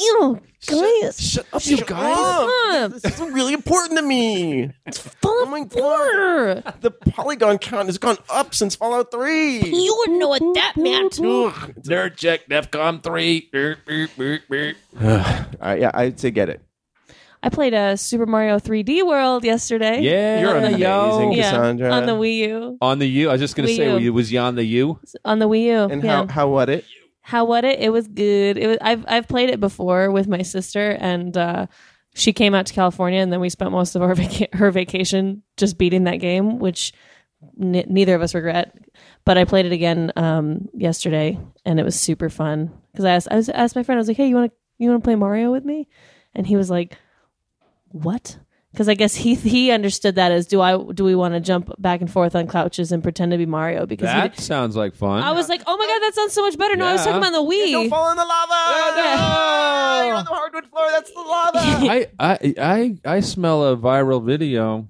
S6: Ew, guys.
S3: Shut up, you guys!
S6: up.
S3: This is really important to me.
S6: Fallout
S3: my God.
S6: 4.
S3: The polygon count has gone up since Fallout Three.
S6: You wouldn't know what that meant.
S5: Nerd check. DefCon three.
S3: Uh, yeah, I'd say get it.
S6: I played a Super Mario 3D World yesterday.
S5: Yeah,
S3: You're amazing,
S5: yo.
S6: Yeah,
S3: Cassandra.
S6: on the Wii U,
S5: On the U. I was just gonna
S6: Wii
S5: say,
S6: U.
S5: was you on the U?
S6: on the Wii U.
S3: And how
S6: yeah.
S3: how what it?
S6: How what it? It was good. It was. I've I've played it before with my sister, and uh, she came out to California, and then we spent most of our vaca- her vacation just beating that game, which n- neither of us regret. But I played it again um, yesterday, and it was super fun because I asked I, was, I asked my friend, I was like, "Hey, you want to you want to play Mario with me?" And he was like, "What?" Because I guess he he understood that as do I do we want to jump back and forth on couches and pretend to be Mario because he,
S5: That sounds like fun.
S6: I was like, oh my god, that sounds so much better. No, I was
S5: Yeah.
S6: talking about the
S3: Don't
S6: Wii.
S3: fall in the lava.
S5: Yeah, no.
S3: You're on the hardwood floor. That's the lava.
S5: I, I I I smell a viral video.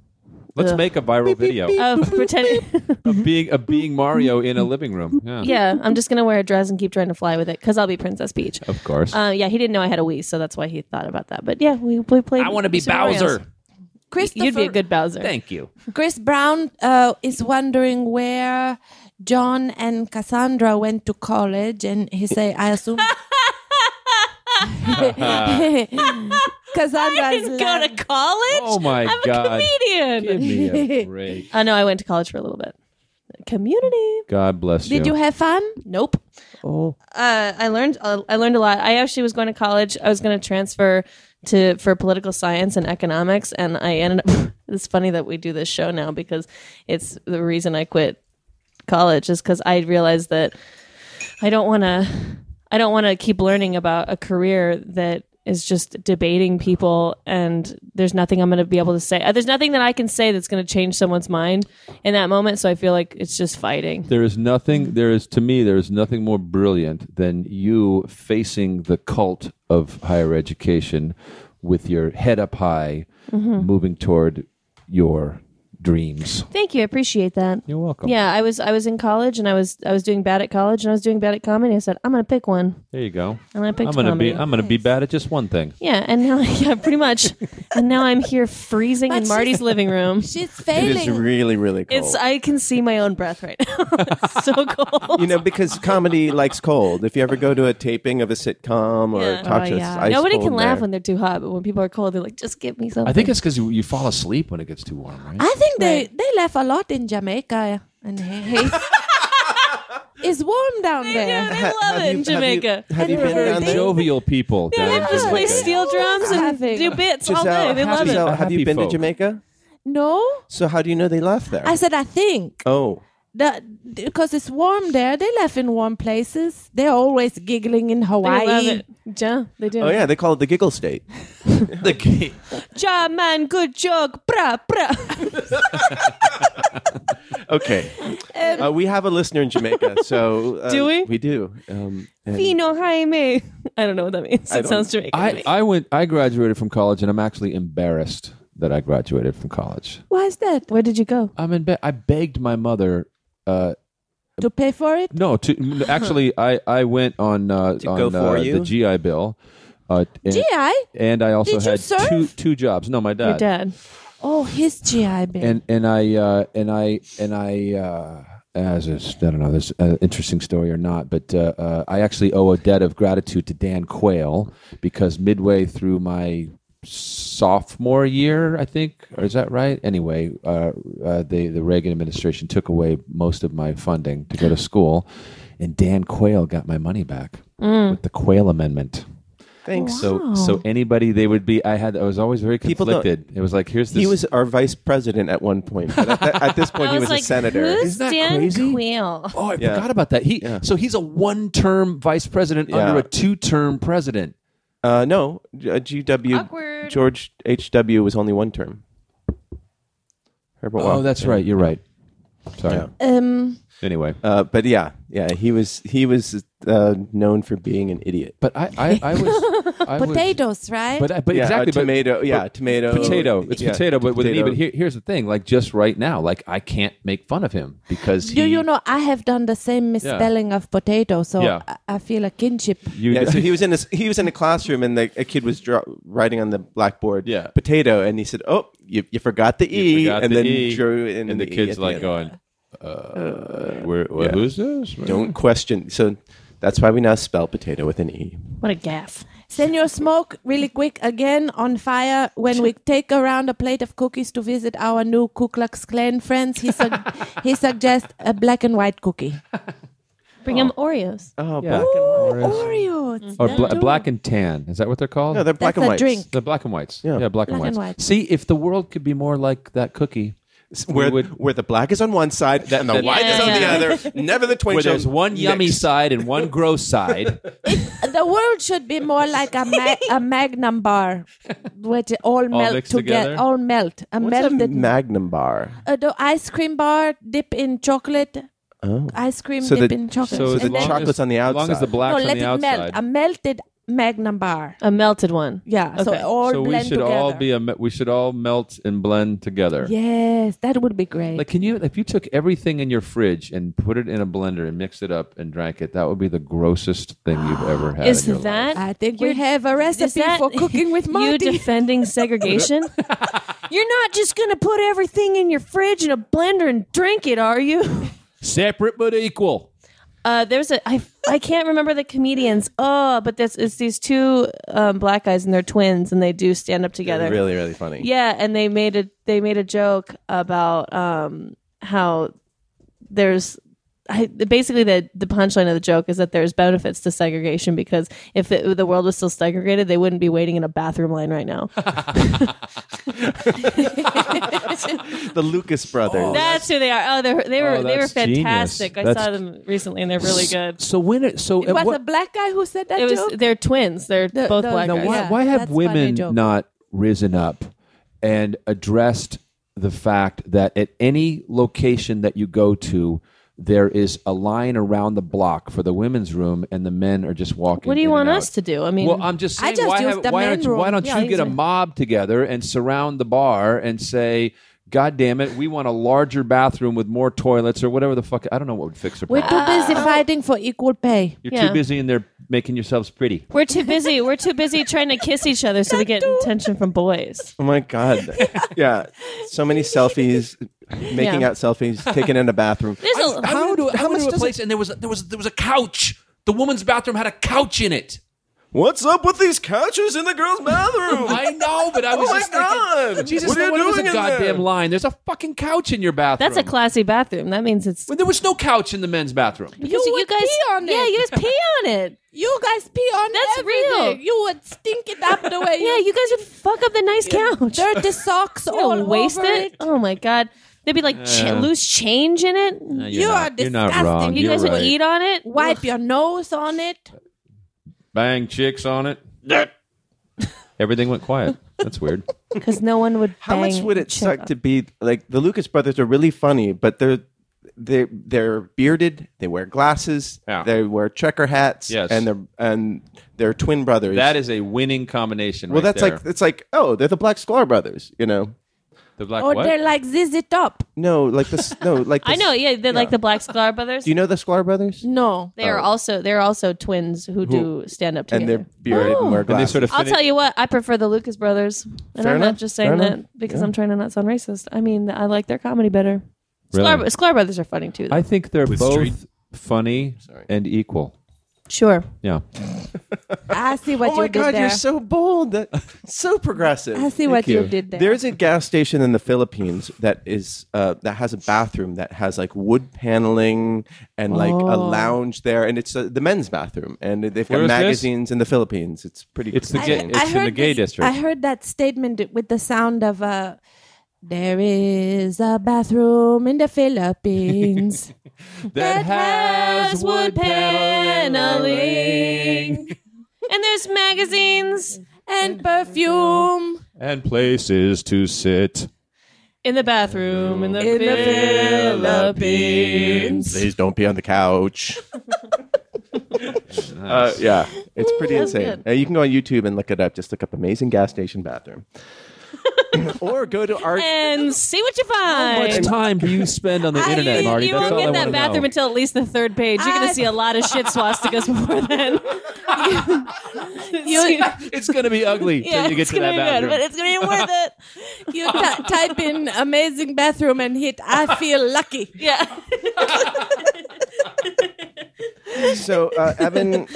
S5: Let's
S6: Ugh.
S5: make a viral video
S6: Of pretending,
S5: of being of being Mario in a living room. Yeah,
S6: yeah. I'm just gonna wear a dress and keep trying to fly with it because I'll be Princess Peach.
S5: of course.
S6: Uh, yeah, he didn't know I had a Wii, so that's why he thought about that. But yeah, we, we played.
S5: I want to be
S6: Super Mario.
S5: Bowser.
S7: Christopher,
S6: You'd be a good Bowser.
S5: Thank you.
S7: Chris Brown uh, is wondering where John and Cassandra went to college, and he say, "I assume." Cassandra's
S6: I didn't go
S7: lab.
S6: to college.
S5: Oh my
S6: I'm
S5: God.
S6: a
S5: Give
S6: comedian. Uh,
S5: me a break.
S6: I know I went to college for a little bit. Community.
S5: God bless you.
S7: Did you have fun?
S6: Nope.
S7: Oh,
S6: uh, I learned uh, I learned a lot. I actually was going to college. I was going to transfer to for political science and economics, and I ended up. it's funny that we do this show now because it's the reason I quit college is because I realized that I don't want to. I don't want to keep learning about a career that is just debating people, and there's nothing I'm going to be able to say. uh, There's nothing that I can say that's going to change someone's mind in that moment. So I feel like it's just fighting.
S5: There is nothing. There is to me. There is nothing more brilliant than you facing the cult of higher education with your head up high, moving toward your dreams.
S6: Thank you. I appreciate that.
S5: You're welcome.
S6: Yeah, I was I was in college and I was I was doing bad at college and I was doing bad at comedy. I said I'm gonna pick one
S5: There you go.
S6: and I picked
S5: I'm gonna
S6: comedy.
S5: be. I'm gonna be bad at just one thing.
S6: yeah, and now yeah, pretty much. and now I'm here freezing in
S7: But
S6: Marty's living room.
S7: she's
S3: It is
S7: failing.
S3: really, really cold.
S6: It's I can see my own breath right now. It's so cold.
S3: you know, because comedy likes cold. If you ever go to a taping of a sitcom or
S6: Yeah.
S3: a talk
S7: Oh,
S3: show, it's
S7: yeah.
S3: ice
S6: Nobody
S3: cold
S6: can laugh
S3: there.
S6: when they're too hot, but when people are cold, they're like, just give me something.
S5: I think it's because you, you fall asleep when it gets too warm, right?
S7: I think they, they laugh a lot in Jamaica and he- he- it's warm down there.
S6: I love it in
S3: have you-
S6: Jamaica.
S3: Have you,
S7: Anyway,
S3: been down
S7: they-
S3: there?
S5: Jovial people.
S6: yeah,
S5: down
S6: they
S5: in
S6: just play
S5: Jamaica.
S6: steel drums and
S7: Having-
S6: do bits all
S3: Giselle,
S6: day. They love
S3: Giselle,
S6: it.
S3: have you
S5: Happy
S3: been
S5: folk.
S3: to Jamaica?
S7: No,
S3: So how do you know they laugh there?
S7: I said I think
S3: oh,
S7: that because it's warm there. They laugh in warm places. They're always giggling in Hawaii.
S6: They love it. Yeah, they do.
S3: oh yeah, they call it the giggle state.
S5: The gate.
S6: Ja, man, good joke. Bruh, bruh.
S3: Okay, uh, we have a listener in Jamaica, so uh,
S6: Do we?
S3: We do. Um, and-
S6: Fino Jaime. I don't know what that means. It sounds Jamaican. to
S5: I,
S6: me.
S5: I went. I graduated from college, and I'm actually embarrassed that I graduated from college.
S7: Why is that?
S6: Where did you go?
S5: I'm in bed. I begged my mother. Uh,
S7: To pay for it?
S5: no, to n- actually, I, I went on uh,
S3: To
S5: on
S3: go for
S5: uh,
S3: you?
S5: the GI Bill, uh, and,
S7: GI?
S5: and I also
S7: Did you
S5: had
S7: serve?
S5: two two jobs. No, my dad.
S6: Your dad.
S7: Oh, his GI bill.
S5: And and I uh, and I and I uh, as is, I don't know, this an interesting story or not, but uh, uh, I actually owe a debt of gratitude to Dan Quayle because midway through my sophomore year, I think, or is that right? Anyway, uh, uh, the the Reagan administration took away most of my funding to go to school, and Dan Quayle got my money back with the Quayle Amendment.
S3: Thanks.
S5: So, so anybody they would be. I had. I was always very
S3: People don't-
S5: conflicted. It was like, here's this.
S3: He was our vice president at one point, but at, that- at this point, he was a senator.
S6: who's
S5: Isn't that
S6: Dan
S5: crazy?
S6: Quayle?
S5: Oh, I
S3: Yeah.
S5: forgot about that. He
S3: Yeah.
S5: so he's a one-term vice president under
S3: Yeah.
S5: a two-term president.
S3: Uh, no, G- uh, GW
S6: Awkward.
S3: George H.W. was only one term. Herbert
S5: Oh,
S3: Walker.
S5: that's right. You're right. Sorry.
S3: Yeah.
S7: um,
S5: Anyway,
S3: Uh, but yeah, yeah, he was he was uh, known for being an idiot.
S5: but I, I, I was I was-
S7: potatoes, right?
S5: but I, but
S3: yeah,
S5: exactly.
S3: a tomato.
S5: But,
S3: yeah,
S5: but
S3: tomato.
S5: Potato. It's
S3: yeah,
S5: potato, but with an E.
S3: potato.
S5: But here, here's the thing. Like just right now, like I can't make fun of him because
S7: Do
S5: he,
S7: you know I have done the same misspelling of potato, so
S5: Yeah.
S7: I, I feel a kinship.
S5: You,
S3: Yeah, so he was in a he was in a classroom and the, a kid was draw, writing on the blackboard
S5: Yeah.
S3: potato and he said oh you, you forgot the e
S5: forgot
S3: and
S5: the
S3: then
S5: E,
S3: drew in
S5: and the
S3: E at
S5: kids
S3: the
S5: like
S3: end.
S5: going, uh, where, where- who's this?
S3: don't question so that's why we now spell potato with an e
S6: What a gaff.
S7: Senor Smoke, really quick, again on fire when we take around a plate of cookies to visit our new Ku Klux Klan friends. He, sug- he suggests a black and white cookie.
S6: Bring him Oreos.
S3: oh
S5: Yeah.
S3: black and
S7: Ooh,
S3: white
S7: Oreos.
S5: Or bla- black and tan. Is that what they're called?
S3: no they're black
S7: That's
S3: and
S7: a
S3: white
S7: drink.
S5: The black and whites.
S3: Yeah.
S5: black, and,
S7: Black and
S5: whites.
S7: white.
S5: See, if the world could be more like that cookie,
S3: where,
S5: We would-
S3: where the black is on one side and the
S5: that-
S3: white is on
S6: Yeah.
S3: the other never the twin
S5: where there's
S3: shows
S5: one yummy
S3: mixed.
S5: side and one gross side.
S7: The world should be more like a, ma- a magnum bar, which all, melt
S5: mixed
S7: together.
S5: together?
S7: All melt. A
S3: What's a
S7: melted
S3: magnum bar
S7: uh, the ice cream bar dip in chocolate. Ice cream
S3: Oh. So
S7: dip
S3: the-
S7: in chocolate.
S5: so
S7: And
S5: the
S3: the
S7: then-
S5: long
S3: chocolate's
S5: as-
S3: on the
S5: as
S3: outside
S5: long as the black's
S7: no,
S5: on
S7: let
S5: the
S7: it
S5: outside.
S7: melt. A melted magnum bar.
S6: A melted one.
S7: Yeah. So
S6: Okay.
S7: it all
S5: so we
S7: blend
S5: should
S7: together.
S5: all be a, me- we should all melt and blend together.
S7: Yes, that would be great.
S5: Like, can you if you took everything in your fridge and put it in a blender and mixed it up and drank it, that would be the grossest thing you've ever had.
S6: Is
S5: in your life.
S6: that
S7: I think we
S6: You're-
S7: have a
S6: is
S7: recipe
S6: that
S7: for cooking with
S6: you
S7: Marty.
S6: defending segregation? You're not just going to put everything in your fridge in a blender and drink it, are you?
S5: separate but equal?
S6: Uh, there's a I I can't remember the comedians. Oh, but this it's these two um, black guys and they're twins and they do stand up
S5: Oh,
S6: together.
S3: Really, really funny.
S6: Yeah, and they made a they made a joke about um, how there's I, basically the the punchline of the joke is that there's benefits to segregation because if it, the world was still segregated, they wouldn't be waiting in a bathroom line right now.
S5: Oh,
S3: The Lucas brothers.
S6: that's, who they are. Oh, they're, they were
S5: Oh,
S6: they were
S5: that's genius.
S6: fantastic. I
S5: That's-
S6: saw them recently and they're really good.
S5: So when it, so
S7: It was a black guy who said that
S6: It was
S7: joke.
S6: they're twins. They're
S7: The-
S6: both
S7: the-
S6: black
S7: No,
S5: Now,
S6: guys.
S5: why,
S7: Yeah,
S5: why have
S7: that's funny
S5: women
S7: joke.
S5: not risen up and addressed the fact that at any location that you go to, there is a line around the block for the women's room, and the men are just walking.
S6: What do you
S5: in
S6: want
S5: and
S6: us
S5: out.
S6: to do? I mean,
S5: Well, I'm just
S7: I
S5: saying,
S7: just
S5: why,
S7: use
S5: have-
S7: the
S5: why
S7: men
S5: aren't, you- why
S7: room.
S5: don't
S7: Yeah,
S5: you get a
S7: exactly.
S5: mob together and surround the bar and say, God damn it, we want a larger bathroom with more toilets or whatever the fuck. I don't know what would fix a
S7: We're
S5: problem.
S7: too busy fighting for equal pay.
S5: You're
S6: Yeah.
S5: too busy in there making yourselves pretty.
S6: we're too busy. We're too busy trying to kiss each other so we get attention from boys.
S3: Oh my god. yeah. So many selfies, making
S6: Yeah.
S3: out selfies, taken in a bathroom.
S6: There's a,
S8: how do how much a place and there was there was there was a couch. The woman's bathroom had a couch in it.
S3: What's up with these couches in the girls' bathroom?
S8: I know, but I was just thinking, Jesus,
S3: What are
S8: no
S3: you
S8: wonder
S3: doing
S8: there's
S3: in
S8: a goddamn
S3: there?
S8: line. There's a fucking couch in your bathroom.
S6: that's a classy bathroom. That means it's
S8: When there was no couch in the men's bathroom.
S6: because you,
S7: would
S6: guys.
S7: pee on
S6: yeah,
S7: it.
S6: you just pee on it.
S7: You guys pee on
S6: That's
S7: everything.
S6: real.
S7: You would stink it up the way.
S6: Yeah, you guys would fuck up the nice couch.
S7: dirty socks
S6: You
S7: all
S6: don't waste
S7: over
S6: it. Oh my god. There'd be like ch- loose change in it.
S7: You are disgusting.
S5: you're not wrong.
S6: you
S5: You're
S6: guys
S5: right.
S6: would eat on it.
S7: Wipe your nose on it.
S5: bang chicks on it. Everything went quiet. That's weird.
S6: because no one would.
S3: How much
S6: bang
S3: would it
S6: chick
S3: suck
S6: up.
S3: to be like the Lucas brothers are really funny, but they're they they're bearded, they wear glasses,
S5: Yeah.
S3: they wear checker hats,
S5: Yes.
S3: and they're and they're twin brothers.
S5: That is a winning combination.
S3: well,
S5: right
S3: that's
S5: there.
S3: like it's like oh, they're the Black Sklar brothers, you know?
S5: the black
S7: Or
S5: what?
S7: they're like ZZ Top.
S3: No, like this. no, like the
S6: I know.
S3: s-
S6: Yeah, they're like the Black Sklar brothers.
S3: Do you know the Sklar brothers?
S7: No.
S6: they are also they're also twins who, do stand up
S3: And
S6: together.
S3: they're bearded and
S7: Oh.
S3: wear
S5: and
S3: glasses.
S5: they sort of
S6: I'll
S5: fini-
S6: tell you what, I prefer the Lucas brothers. And
S3: Fair
S6: I'm
S3: enough,
S6: not just
S3: fair
S6: saying
S3: enough.
S6: that because I'm trying to not sound racist. I mean, I like their comedy better. Sklar,
S5: Really?
S6: Sklar brothers are funny too. Though.
S5: I think they're both
S8: street-
S5: funny and equal.
S6: sure.
S5: Yeah.
S7: I see what
S3: Oh
S7: you
S3: my
S7: did
S3: God,
S7: there.
S3: you're so bold, That- so progressive.
S7: I see what you.
S5: you.
S7: did there.
S3: There's a gas station in the Philippines that is uh, that has a bathroom that has like wood paneling and like a lounge there, and it's uh, the men's bathroom, and they've
S5: Where
S3: got
S5: is this?
S3: magazines in the Philippines. It's pretty.
S5: It's the
S3: cool.
S5: gay, it's in the gay
S7: this-
S5: district.
S7: I heard that statement with the sound of uh, there is a bathroom in the Philippines.
S5: that
S6: has wood paneling. And there's magazines
S7: and perfume
S5: and places to sit.
S6: in the bathroom in the
S7: in the Philippines.
S3: Please don't be on the couch. Uh, yeah, it's pretty insane. Uh, you can go on YouTube and look it up. Just look up "amazing gas station bathroom," or go to our.
S6: And see what you
S5: How much
S6: find.
S5: time do you spend on the
S7: I-
S5: internet,
S7: you-
S5: Marty?
S6: you
S5: That's
S6: won't
S5: all
S6: get
S5: I want to
S6: that bathroom
S5: know.
S6: until at least the third page. You're going
S7: I-
S6: to see a lot of shit swastikas before then.
S7: You,
S5: It's going to be ugly
S6: Yeah,
S5: till you get
S6: it's
S5: to
S6: gonna be
S5: that
S6: good,
S5: bathroom.
S6: but it's gonna be worth it.
S7: you ty- type in amazing bathroom and hit I feel lucky.
S6: Yeah,
S3: So uh, Evan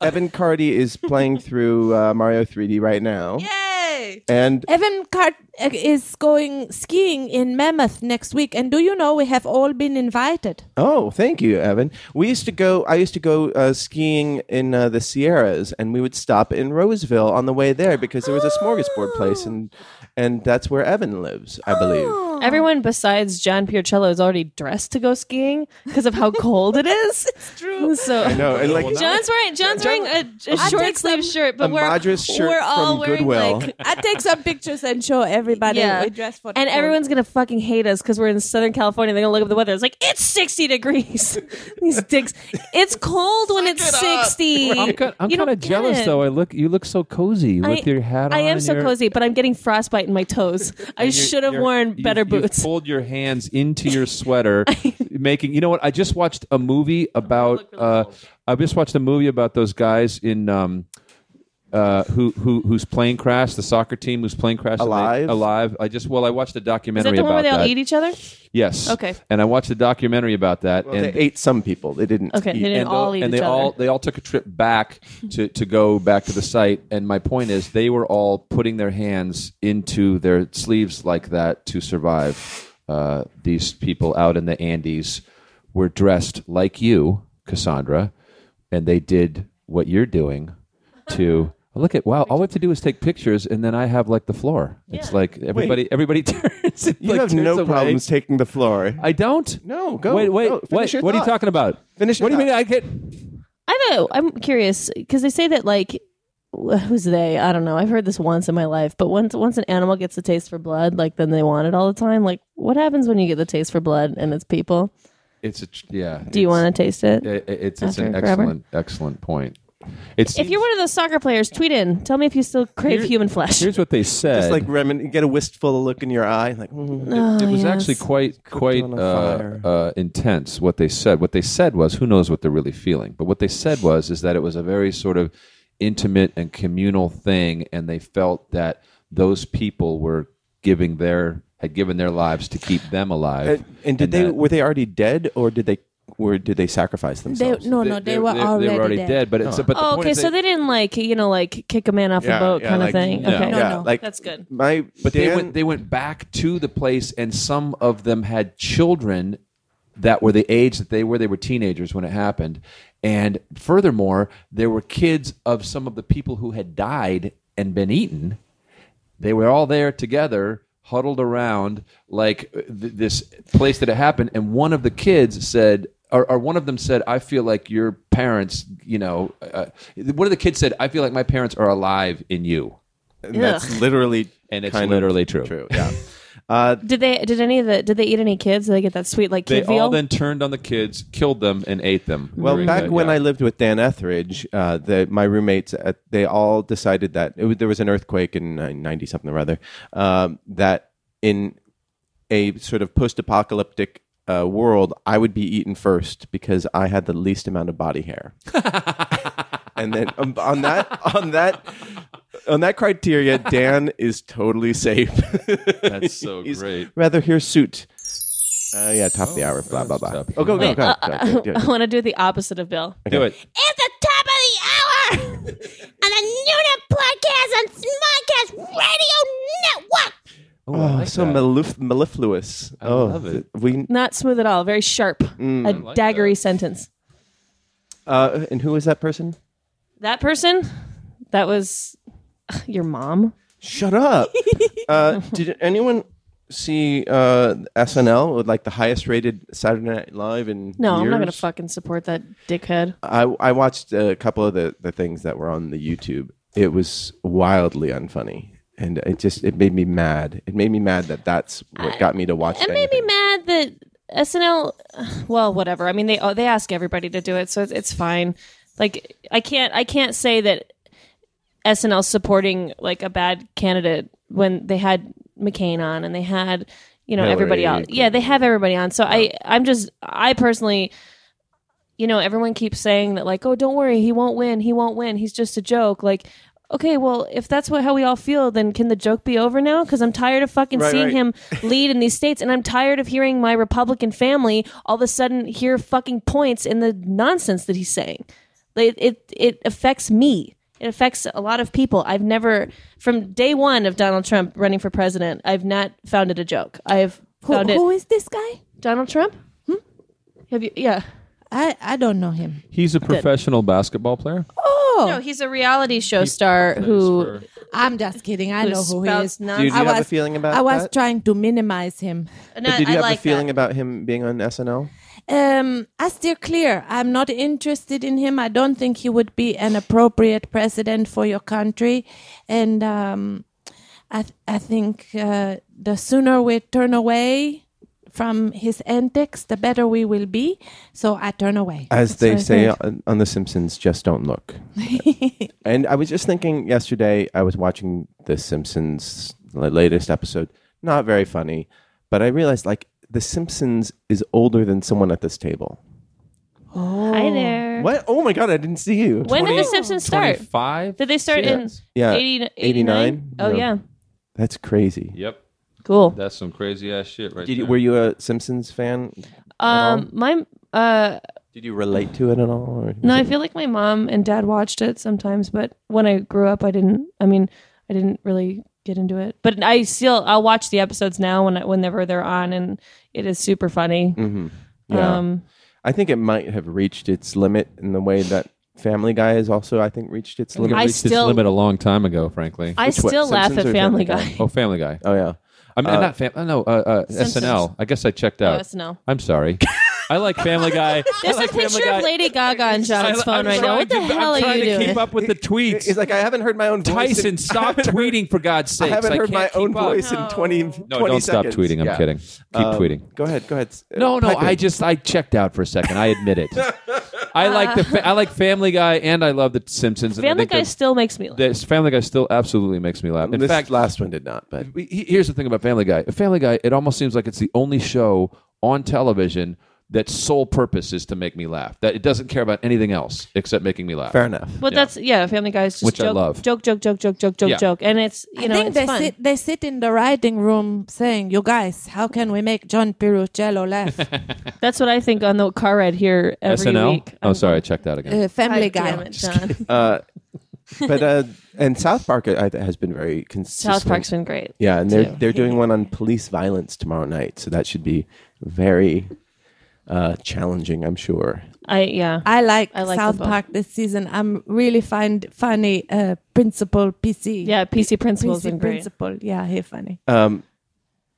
S3: Evan Cardi is playing through uh, Mario 3D right now,
S7: Yay!
S3: and
S7: Evan Cart uh, is going skiing in Mammoth next week, and do you know we have all been invited?
S3: Oh, thank you, Evan. We used to go. I used to go uh, skiing in uh, the Sierras, and we would stop in Roseville on the way there because there was a smorgasbord place, and and that's where Evan lives, I believe.
S6: everyone besides John Piercello is already dressed to go skiing because of how cold it is. It's true. So
S3: No, and like
S6: John's wearing John's wearing a, a
S7: I
S6: short
S7: take some-
S6: sleeve shirt, but
S3: A
S6: we're
S3: Madras shirt
S6: we're all
S3: from
S6: wearing
S3: Goodwill.
S6: like
S7: I take some pictures and show everybody
S6: yeah,
S7: we dress for. the
S6: and
S7: cold.
S6: everyone's gonna fucking hate us because we're in Southern California. They're gonna look up the weather. It's like it's sixty degrees. These dicks. It's cold when it's sixty.
S5: I'm, kind, I'm
S6: You
S5: kind of
S6: don't get
S5: jealous,
S6: it.
S5: though. I look, you look so cozy with your hat on.
S6: I am
S5: and
S6: so
S5: your-
S6: cozy, but I'm getting frostbite in my toes. I
S5: You're-
S6: should have
S5: you're-
S6: worn
S5: you've-
S6: better
S5: you've
S6: boots.
S5: Fold your hands into your sweater, making. You know what? I just watched
S6: Oh,
S5: a movie about. Uh, I just watched a movie about those guys in. Um, uh, who who whose plane crashed? The soccer team whose plane crashed? and they-
S3: Alive?
S5: alive. I just well, I watched a
S6: Is that
S5: documentary
S6: the one
S5: about
S6: where they all
S5: that.
S6: eat each other?
S5: Yes.
S6: Okay.
S5: And I watched a documentary about that. and
S3: they ate some people. They didn't.
S6: Okay,
S3: eat.
S6: they didn't
S5: and
S6: all
S5: the-
S6: eat
S5: and
S6: each
S5: they
S6: other.
S5: all they all took a trip back to to go back to the site. And my point is, they were all putting their hands into their sleeves like that to survive. Uh, these people out in the Andes were dressed like you, Cassandra, and they did what you're doing. To look at wow, all we have to do is take pictures, and then I have like the floor. It's like everybody everybody turns.
S3: You have no problems taking the floor.
S5: I don't.
S3: No, go.
S5: Wait, wait.
S3: Go.
S5: what? What
S3: Finish your
S5: are you
S3: thought.
S5: talking about?
S3: Finish
S5: What
S3: your
S5: do you mean?
S3: thought.
S5: I get.
S6: I know. I'm curious because they say that like who's they? I don't know. I've heard this once in my life, but once once an animal gets a taste for blood, like then they want it all the time. Like what happens when you get the taste for blood and it's people?
S5: It's a tr- yeah.
S6: Do you want to taste it?
S5: It's it's, it's an
S6: After forever?
S5: excellent excellent point. It's
S6: If you're one of those soccer players, tweet in. Tell me if you still crave human flesh.
S5: here's what they said.
S3: Just like remin- you get a wistful look in your eye, like
S6: Mm-hmm.
S5: it, it was actually
S6: Oh, yes.
S5: quite quite
S3: on a
S5: uh,
S3: fire.
S5: uh, intense what they said. What they said was, who knows what they're really feeling? But what they said was, is that it was a very sort of intimate and communal thing, and they felt that those people were giving their had given their lives to keep them alive.
S3: And, and did they
S5: that-
S3: were they already dead, or did they were did they sacrifice
S7: They,
S3: themselves?
S7: no, no, they, were already, dead.
S5: But it's but the
S6: oh,
S5: point
S6: okay.
S5: is
S6: So they didn't like you know like kick a man off the boat kind of
S3: like-
S6: thing.
S3: yeah,
S6: okay.
S7: No,
S3: yeah,
S7: no.
S3: like
S6: That's good.
S3: My,
S5: But they
S3: Dan-
S5: went they went back to the place and some of them had children that were the age that they were they were teenagers when it happened. And furthermore, there were kids of some of the people who had died and been eaten. They were all there together huddled around like uh, th- this place that it happened and one of the kids said or, or one of them said i feel like your parents you know uh, one of the kids said i feel like my parents are alive in you
S3: and that's literally
S5: and it's
S3: kind of
S5: literally true
S3: true. Yeah.
S6: Did they? Did any of the? Did they eat any kids? Did they get that sweet like
S5: They
S6: kid
S5: all
S6: veal?
S5: then turned on the kids, killed them, and ate them.
S3: Well,
S5: During
S3: back
S5: the-
S3: when
S5: yeah.
S3: I lived with Dan Etheridge, uh, the, my roommates, uh, they all decided that it was, there was an earthquake in ninety something or other. Um, that in a sort of post-apocalyptic uh, world, I would be eaten first because I had the least amount of body hair. and then um, on that, on that, on that criteria, Dan is totally safe.
S5: that's so
S3: He's
S5: great.
S3: rather here suit. Uh, yeah, top of the hour. Blah blah blah.
S5: Top.
S3: Oh, go go
S6: Wait,
S3: go.
S6: uh,
S3: go, go, go,
S6: I
S3: go.
S6: want to do the opposite of Bill.
S5: Do it.
S2: It's the top of the hour on the Noonan Podcast on Smodcast Radio Network.
S3: Oh, so mellif- mellifluous. oh,
S5: love it.
S3: th- we
S6: Not smooth at all. Very sharp. a daggery sentence.
S3: uh, and who is that person?
S6: That person, that was your mom.
S3: Shut up. uh, did anyone see uh, SNL with like the highest rated Saturday Night Live in
S6: No, I'm not gonna
S3: years?
S6: fucking support that dickhead.
S3: I I watched a couple of the the things that were on the YouTube. It was wildly unfunny. And it just it made me mad. It made me mad that that's what got me to watch.
S6: It made me
S3: anything.
S6: mad that SNL. Well, whatever. I mean, they oh, they ask everybody to do it, so it's, it's fine. Like I can't I can't say that SNL supporting like a bad candidate when they had McCain on and they had you know everybody
S3: Hillary
S6: on. Yeah, they have everybody on. So I I'm just I personally. You know, everyone keeps saying that, like, oh, don't worry, he won't win, he won't win, he's just a joke. Like, okay, well, if that's what how we all feel, then can the joke be over now? Because I'm tired of fucking
S3: Right,
S6: seeing
S3: right.
S6: him lead in these states and i'm tired of hearing my republican family all of a sudden hear fucking points in the nonsense that he's saying Like, it, it, it affects me it affects a lot of people i've never from day one of donald trump running for president i've not found it a joke i've
S7: Who,
S6: found
S7: who
S6: it
S7: is this guy?
S6: donald trump Hmm? have you yeah
S7: I, I don't know him.
S5: He's a professional basketball player.
S6: no he's a reality show star who
S7: I'm just kidding. I
S6: Who
S7: know who he
S6: spouts
S7: is.
S6: nonsense. Do you- do
S7: I
S3: you have a feeling about
S7: I was
S3: that?
S7: trying to minimize him.
S6: and I,
S3: Did you
S6: I
S3: have
S6: like
S3: a feeling
S6: that.
S3: about him being on SNL?
S7: Um, I steer clear. I'm not interested in him. I don't think he would be an appropriate president for your country, and um, I th- I think uh, the sooner we turn away from his antics, the better we will be. So I turn away.
S3: as
S7: That's what
S3: they
S7: I
S3: say
S7: think.
S3: on, on The Simpsons, just don't look. and I was just thinking yesterday, I was watching The Simpsons, the latest episode, not very funny, but I realized like The Simpsons is older than someone at this table.
S6: Hi there.
S3: What? Oh my God, I didn't see you.
S6: When did The Simpsons start?
S5: Five.
S6: Did they start in
S3: Yeah.
S6: 80,
S3: 89?
S6: 89? Oh,
S3: Yeah.
S6: yeah.
S3: That's crazy.
S5: Yep,
S6: Cool.
S5: that's some crazy ass shit right
S3: Did you,
S5: there.
S3: were you a Simpsons fan?
S6: Um, my uh,
S3: Did you relate to it at all? Or
S6: no, I feel like my mom and dad watched it sometimes, but when I grew up, I didn't. I mean, I didn't really get into it, but I still I'll watch the episodes now when I, whenever they're on, and it is super funny.
S3: hmm
S5: Mm-hmm.
S3: Yeah.
S6: Um,
S3: I think it might have reached its limit in the way that Family Guy has also, I think, reached its limit.
S6: I
S5: reached its
S6: still-
S5: limit a long time ago, frankly.
S6: I
S3: Which what,
S6: still laugh
S3: Simpsons
S6: at
S3: or
S6: Family
S3: Family
S6: Guy.
S5: oh, Family Guy.
S3: oh yeah.
S5: I mean, not Family. No, uh, uh,
S6: Simpsons. Oh,
S5: SNL. I guess I checked out.
S6: SNL.
S5: I'm sorry. I like Family Guy.
S6: There's
S5: I like
S6: a picture of Lady Gaga on John's
S5: I-
S6: phone
S5: I'm
S6: right now.
S5: trying
S6: What the
S5: to-
S6: hell
S5: I'm
S6: are
S5: trying
S6: you
S5: to
S6: doing?
S5: keep up with the tweets.
S3: It's like I haven't heard my own voice.
S5: Tyson,
S3: in-
S5: stop tweeting for God's
S3: I
S5: sake.
S3: haven't heard my own voice in
S6: No.
S3: 20,
S5: No,
S3: 20
S5: don't stop
S3: seconds.
S5: tweeting. I'm
S3: Yeah.
S5: kidding. Keep
S3: Um,
S5: tweeting.
S3: Go ahead. Go ahead. S- uh,
S5: No, no,
S3: pipe
S5: I
S3: in.
S5: just I checked out for a second. I admit it. I like the fa- I like Family Guy and I love the Simpsons. and I
S6: Family
S5: think
S6: Guy
S5: they're-
S6: still makes me laugh.
S5: this Family Guy still absolutely makes me laugh. In
S3: this
S5: fact,
S3: last one did not, but
S5: we- he- here's the thing about Family Guy. Family Guy, it almost seems like it's the only show on television that sole purpose is to make me laugh. That it doesn't care about anything else except making me laugh.
S3: fair enough.
S6: But that's yeah, Family Guy is just
S5: Which I
S6: joke,
S5: love.
S6: joke, joke, joke, joke, joke, joke,
S5: Yeah.
S6: joke, and it's you know
S7: I think
S6: it's
S7: they
S6: fun.
S7: sit they sit in the writing room saying, "You guys, how can we make John Pirucello laugh?"
S6: That's what I think on the car ride here every
S5: SNL.
S6: week.
S5: Oh, sorry, I checked that again.
S7: Uh, family
S6: God
S7: Guy.
S6: damn it, John.
S3: Uh, but uh, and South Park uh, I th- has been very consistent.
S6: South Park's been great.
S3: yeah, and they're
S6: too.
S3: they're doing one on police violence tomorrow night, so that should be very uh, challenging, I'm sure.
S6: I yeah.
S7: I like,
S6: I like
S7: South
S6: them both.
S7: Park this season. I'm really find funny uh, principal PC.
S6: yeah, PC Principal's
S7: PC
S6: been great.
S7: principal. Yeah, he funny.
S3: Um,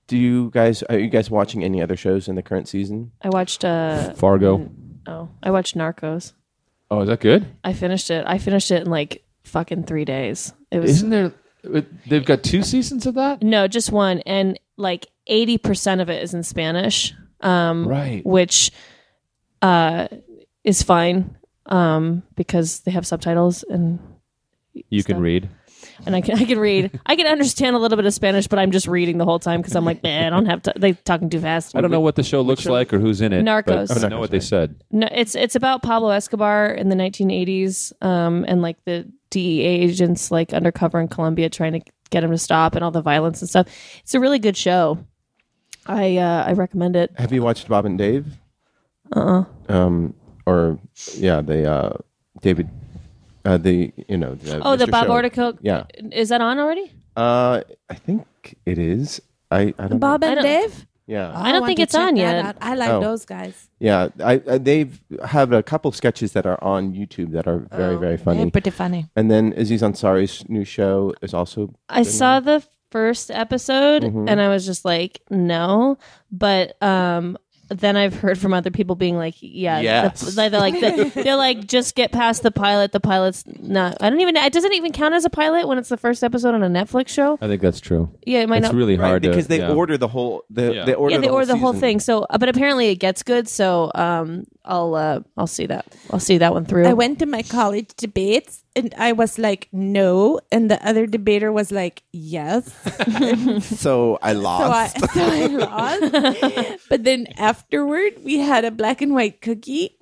S3: do you guys are you guys watching any other shows in the current season?
S6: I watched uh
S5: Fargo.
S6: oh, I watched Narcos.
S5: Oh, is that good?
S6: I finished it. I finished it in like fucking 3 days. It was
S5: Isn't there? They've got two seasons of that.
S6: No, just one and like 80% of it is in Spanish. Um
S5: Right.
S6: which uh is fine um because they have subtitles and
S5: You can read.
S6: and I can I can read. I can understand a little bit of Spanish, but I'm just reading the whole time because I'm like, man, I don't have to. They talking too fast.
S5: I don't know what the show looks like or who's in it. but
S6: Narcos.
S5: I know what they said.
S6: No, it's it's about Pablo Escobar in the 1980s, um, and like the DEA agents like undercover in Colombia trying to get him to stop and all the violence and stuff. It's a really good show. I uh, I recommend it.
S3: Have you watched Bob and Dave?
S6: Uh-uh.
S3: Uh. uh Um. Or yeah, the uh, David, uh, the you know the
S6: Oh, the
S3: Mr.
S6: Bob
S3: show.
S6: Ortico.
S3: Yeah.
S6: is that on already?
S3: Uh, I think it is. I I don't
S7: Bob
S3: know.
S7: and
S6: don't-
S7: Dave.
S3: Yeah,
S6: I don't
S7: want
S6: think
S7: to
S6: it's
S7: check
S6: on
S7: that
S6: yet.
S7: out. I like
S3: Oh.
S7: those guys.
S3: yeah. I, I they've have a couple sketches that are on YouTube that are very
S6: Oh,
S3: very funny.
S7: They're pretty funny.
S3: and then Aziz Ansari's new show is also.
S6: I saw the first episode and I was just like, no. But um then I've heard from other people being like, yeah,
S3: Yes.
S6: the- they're like, the, they're like, just get past the pilot. The pilot's not. I don't even. It doesn't even count as a pilot when it's the first episode on a Netflix show.
S5: I think that's true.
S6: Yeah, it might
S5: It's
S6: not.
S5: really hard to-
S3: because they
S5: yeah.
S3: order the whole the
S5: Yeah.
S3: they order
S6: yeah, they
S3: the
S6: order the whole
S3: season.
S6: thing. So, uh, but apparently it gets good. So, um, I'll uh, I'll see that. I'll see that one through.
S7: I went to my college debates and I was like, no. And the other debater was like, yes.
S3: So I
S7: So I,
S3: lost.
S7: so I lost. but then afterward, we had a black and white cookie.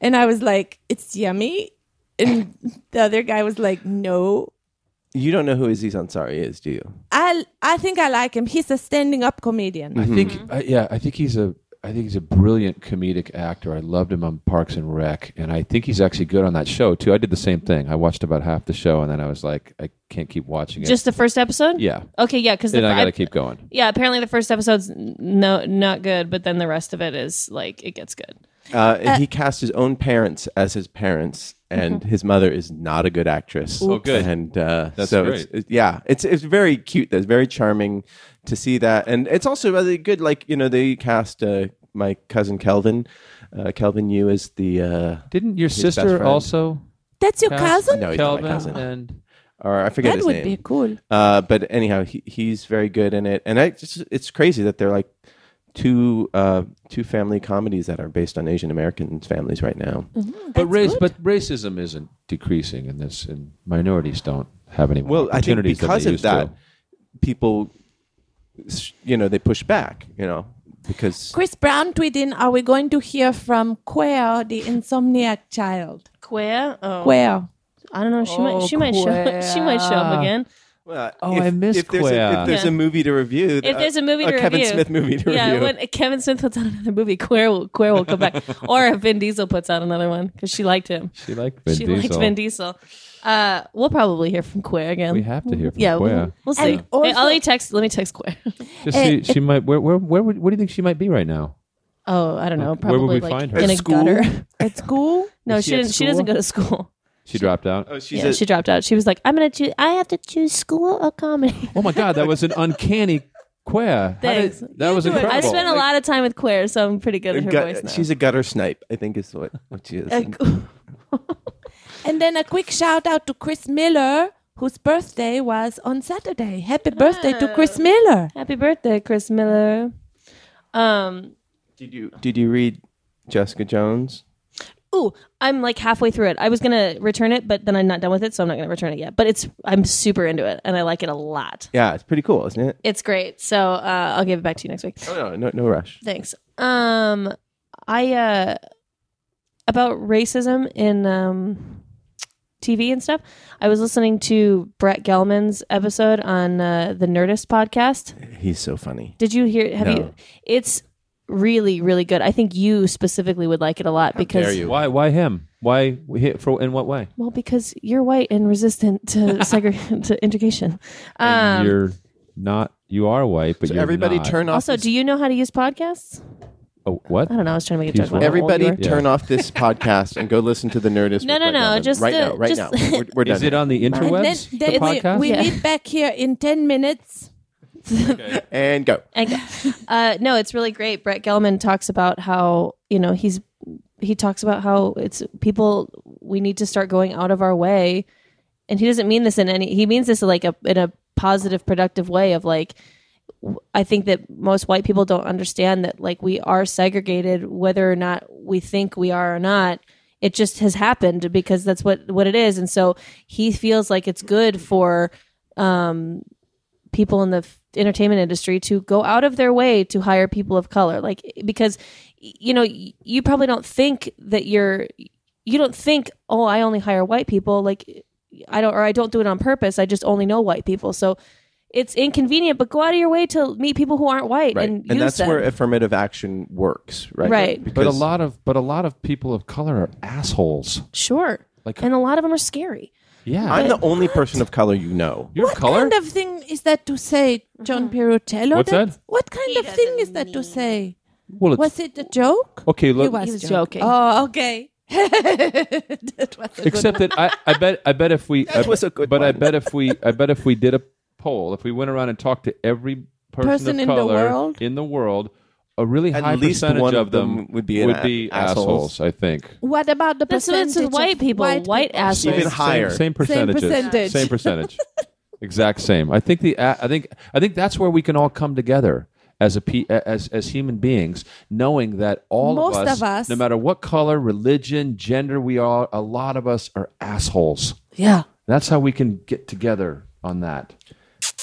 S7: And I was like, it's yummy. And the other guy was like, no.
S3: you don't know who Aziz Ansari is, do you?
S7: I, I think I like him. He's a standing up comedian.
S5: I think,
S6: Mm-hmm.
S5: I yeah, I think he's a, I think he's a brilliant comedic actor. I loved him on Parks and Rec, and I think he's actually good on that show too. I did the same thing. I watched about half the show, and then I was like, I can't keep watching it.
S6: just the first episode.
S5: yeah,
S6: Okay. Yeah. Because
S5: and I got to keep going.
S6: Yeah, apparently the first episode's n- no not good, but then the rest of it is like it gets good.
S3: Uh, and he cast his own parents as his parents, and
S7: Mm-hmm.
S3: his mother is not a good actress. Oh,
S5: good.
S3: And uh,
S5: That's
S3: so,
S5: great.
S3: It's, it- yeah, it's it's very cute. That's very charming to see that, and it's also really good. Like you know, they cast uh, my cousin Kelvin, uh, Kelvin Yu is the uh,
S5: Didn't your
S3: best
S5: sister
S3: friend.
S5: also
S7: That's your
S5: cast
S7: cousin?
S3: No, he's not my
S5: Kelvin
S3: cousin.
S5: and
S3: or I forget
S7: That
S3: his
S7: would
S3: name.
S7: be cool.
S3: Uh, but anyhow, he, he's very good in it, and I just, it's crazy that they're like two uh, two family comedies that are based on Asian American families right now.
S6: Oh,
S5: but race, but racism isn't decreasing in this, and minorities don't have any more
S3: Well, I think
S5: opportunities
S3: because
S5: than
S3: of
S5: they used
S3: that,
S5: to.
S3: people, s- you know, they push back. You know, because
S7: Chris Brown tweeting, are we going to hear from Quail, the insomniac child?
S6: Queer? Oh,
S7: Quail.
S6: I don't know. She might. She might show. She might show up again.
S3: well,
S5: Oh, I miss
S3: if there's, a,
S5: Queer.
S3: if there's
S6: Yeah.
S3: a movie to review. uh,
S6: If there's a movie to
S3: Kevin
S6: review,
S3: Smith movie to
S6: yeah,
S3: review.
S6: when Kevin Smith puts out another movie, Queer will Queer will come back, or if Vin Diesel puts out another one because she liked him.
S5: She liked Vin
S6: she
S5: Diesel.
S6: liked Vin Diesel. Uh, we'll probably hear from Queer again.
S5: We have to hear from
S6: yeah,
S5: Queer.
S6: We'll, we'll see.
S7: And also-
S6: Hey, I'll text. Let me text Queer.
S5: Just see, she might. Where, where, where, would, where do you think she might be right now?
S6: oh, I don't know.
S5: Where
S6: Probably
S5: would we
S6: like
S5: find her?
S6: in
S5: At
S6: a
S5: school?
S6: gutter.
S7: At school?
S6: No,
S5: Is
S6: she
S5: she at
S6: didn't. She doesn't
S5: school?
S6: go to school.
S5: She dropped out.
S3: oh, she's
S6: yeah,
S3: a,
S6: she dropped out. She was like, "I'm gonna choose. I have to choose school or comedy."
S5: Oh my God, that was an uncanny Queer. How did-
S6: Thanks.
S5: that was incredible.
S6: I spent a lot of time with Queer, so I'm pretty good
S3: a
S6: at her
S3: gut-
S6: voice now.
S3: she's a gutter snipe. I think is what, what she is. And-
S7: And then a quick shout out to Chris Miller, whose birthday was on Saturday. Happy birthday to Chris Miller.
S6: Happy birthday, Chris Miller. Um,
S3: did you did you read Jessica Jones?
S6: ooh, I'm like halfway through it. I was gonna return it, but then I'm not done with it, so I'm not gonna return it yet. But it's I'm super into it, and I like it a lot.
S3: Yeah, it's pretty cool, isn't it?
S6: It's great. So uh, I'll give it back to you next week.
S3: Oh no, no, no rush.
S6: Thanks. Um, I uh, about racism in um, TV and stuff. I was listening to Brett Gelman's episode on uh, the Nerdist podcast.
S3: He's so funny.
S6: Did you hear? Have
S3: No.
S6: you? It's really, really good. I think you specifically would like it a lot because
S3: dare you.
S5: Why? Why him? Why? hi- For in what way?
S6: well, because you're white and resistant to segre- to integration.
S5: And
S6: Um,
S5: you're not. You are white, but
S3: So
S5: you're
S3: everybody
S5: not.
S3: turn off.
S6: also,
S3: this-
S6: do you know how to use podcasts?
S5: Oh, what?
S6: I don't know. I was trying to make a joke.
S5: Use
S6: about how old
S3: everybody
S6: you are.
S5: Yeah.
S3: turn off this podcast and go listen to the Nerdist.
S6: No,
S3: with
S6: no,
S3: Brett
S6: no,
S3: Gelman.
S6: just
S3: right
S6: the-
S3: now, right
S6: just-
S3: now. We're, we're done.
S5: Is it on the interwebs?
S7: And
S5: the
S7: then, then
S5: podcast.
S7: we, we
S6: Yeah.
S7: meet back here in 10 minutes.
S3: and go.
S6: And- uh, no, it's really great. Brett Gelman talks about how you know he's he talks about how it's people we need to start going out of our way, and he doesn't mean this in any. He means this like a in a positive, productive way of like. w- I think that most white people don't understand that like we are segregated, whether or not we think we are or not. It just has happened because that's what what it is, and so he feels like it's good for um, people in the f- entertainment industry to go out of their way to hire people of color like because y- you know y- you probably don't think that you're you don't think oh i only hire white people like i don't or i don't do it on purpose i just only know white people so it's inconvenient but go out of your way to meet people who aren't white
S3: Right.
S6: and,
S3: and
S6: use
S3: that's
S6: them.
S3: where affirmative action works, right?
S6: Right.
S5: But
S3: Because
S5: a lot of but a lot of people of color are assholes.
S6: sure
S5: Like-
S6: and a lot of them are scary
S5: Yeah,
S3: I'm the only person of color you know.
S5: You're
S7: What
S5: color.
S7: kind of thing is that to say, John Pirutello?
S5: What's
S7: That's-
S5: that?
S7: What kind of thing is that to say?
S5: well, it's,
S7: Was it a joke?
S5: okay. Oh, Look,
S7: It was
S6: He was
S7: joke.
S6: joking.
S7: Oh, okay. that was a good
S5: except that I, I bet I bet if we that I,
S3: was a good
S5: but I
S3: one.
S5: bet if we I bet if we did a poll, if we went around and talked to every person,
S7: Person
S5: of
S7: in the
S5: color
S7: world?
S5: in the world, a really
S3: At
S5: high
S3: least
S5: percentage
S3: one
S5: of
S3: of
S5: them,
S3: them would be an a- assholes.
S5: assholes. I think
S7: What about the
S6: that's what
S7: percentage
S6: it's with white
S7: of
S6: people white,
S7: people?
S6: assholes
S3: Even higher.
S5: Same, same percentages.
S7: percentage.
S5: Same percentage. exact same. I think the I think I think that's where we can all come together as a pe- as as human beings, knowing that all
S7: Most
S5: of, us,
S7: of us-
S5: no matter what color, religion, gender we are, a lot of us are assholes.
S7: Yeah.
S5: That's how we can get together on that.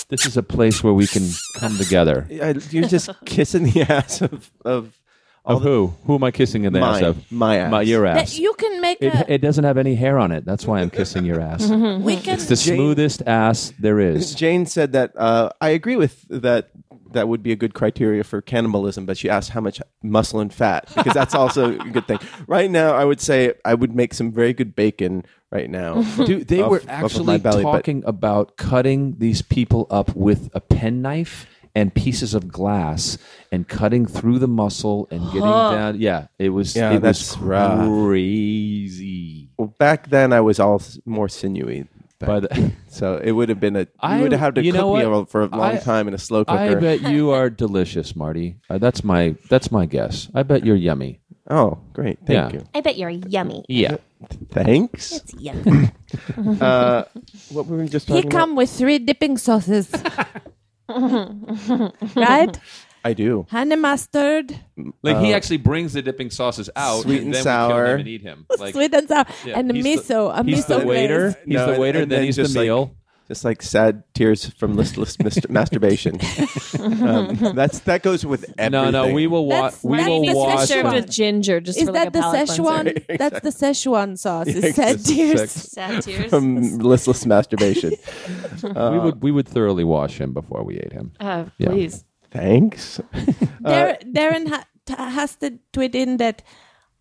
S5: This is a place where we can come together. Oh,
S3: I- You're just kissing the ass of of
S5: Of who? Who am I kissing in the ass
S3: Mine.
S5: of?
S3: My ass.
S5: My your
S7: That
S5: ass.
S7: you can make
S5: it,
S7: a, Mhm.
S5: it doesn't have any hair on it. That's why I'm kissing your ass.
S7: we can
S5: It's the smoothest ass there is.
S3: Jane said that uh, I agree with that. That would be a good criteria for cannibalism, but she asked how much muscle and fat because that's also a good thing. Right now, I would say I would make some very good bacon right now.
S5: Dude, they
S3: off-
S5: were
S3: off of my
S5: actually
S3: belly, but-
S5: talking about cutting these people up with a penknife and pieces of glass and cutting through the muscle and getting down. Yeah, it was.
S3: Yeah,
S5: it
S3: that's
S5: was
S3: rough.
S5: crazy.
S3: Well, back then I was all s- more sinewy. back
S5: By the-
S3: so it would have been a
S5: I-
S3: you would have had to
S5: you
S3: cook
S5: know
S3: me
S5: what?
S3: over for a long
S5: I-
S3: time in a slow
S5: I
S3: cooker.
S5: bet you are delicious, Marty. Uh, that's my that's my guess. I bet you're yummy.
S3: oh, great! Thank
S5: Yeah.
S3: you.
S4: I bet you're yummy.
S5: Yeah.
S3: Thanks.
S4: It's yummy.
S3: Uh, what were we just
S7: he
S3: talking about?
S7: come with three dipping sauces. right?
S3: I do.
S7: Honey mustard,
S5: Like he actually brings the dipping sauces out,
S3: Oh. Sweet and
S5: and then We
S3: sour.
S5: kill them and eat him. Like,
S7: sweet and sour,
S5: yeah,
S7: and
S5: he's the-
S7: miso. a
S5: he's
S7: miso
S5: the waiter.
S7: glaze.
S5: He's
S3: No,
S5: the
S3: and-
S5: waiter.
S3: and
S5: then,
S3: then
S5: he's the
S3: just, like,
S5: meal.
S3: just like sad tears from listless mis- masturbation. Um, that's that goes with everything.
S5: No, no, we will watch.
S7: That's-
S5: We
S7: that's
S5: will
S7: the
S5: watch.
S7: Szechuan.
S6: served with ginger. Just
S7: Is
S6: for,
S7: that
S6: like, a
S7: the
S6: palate cleanser.
S7: Szechuan? That's the Szechuan sauce.
S3: Yeah,
S7: It's sad
S3: it's
S7: tears.
S3: sex.
S6: Sad tears.
S3: from listless masturbation.
S5: we
S3: Uh.
S5: would. We would thoroughly wash him before we ate him.
S6: Uh,
S5: Yeah.
S6: Please.
S3: Thanks.
S5: Uh,
S7: Dar- Darren ha- t- has to tweet in that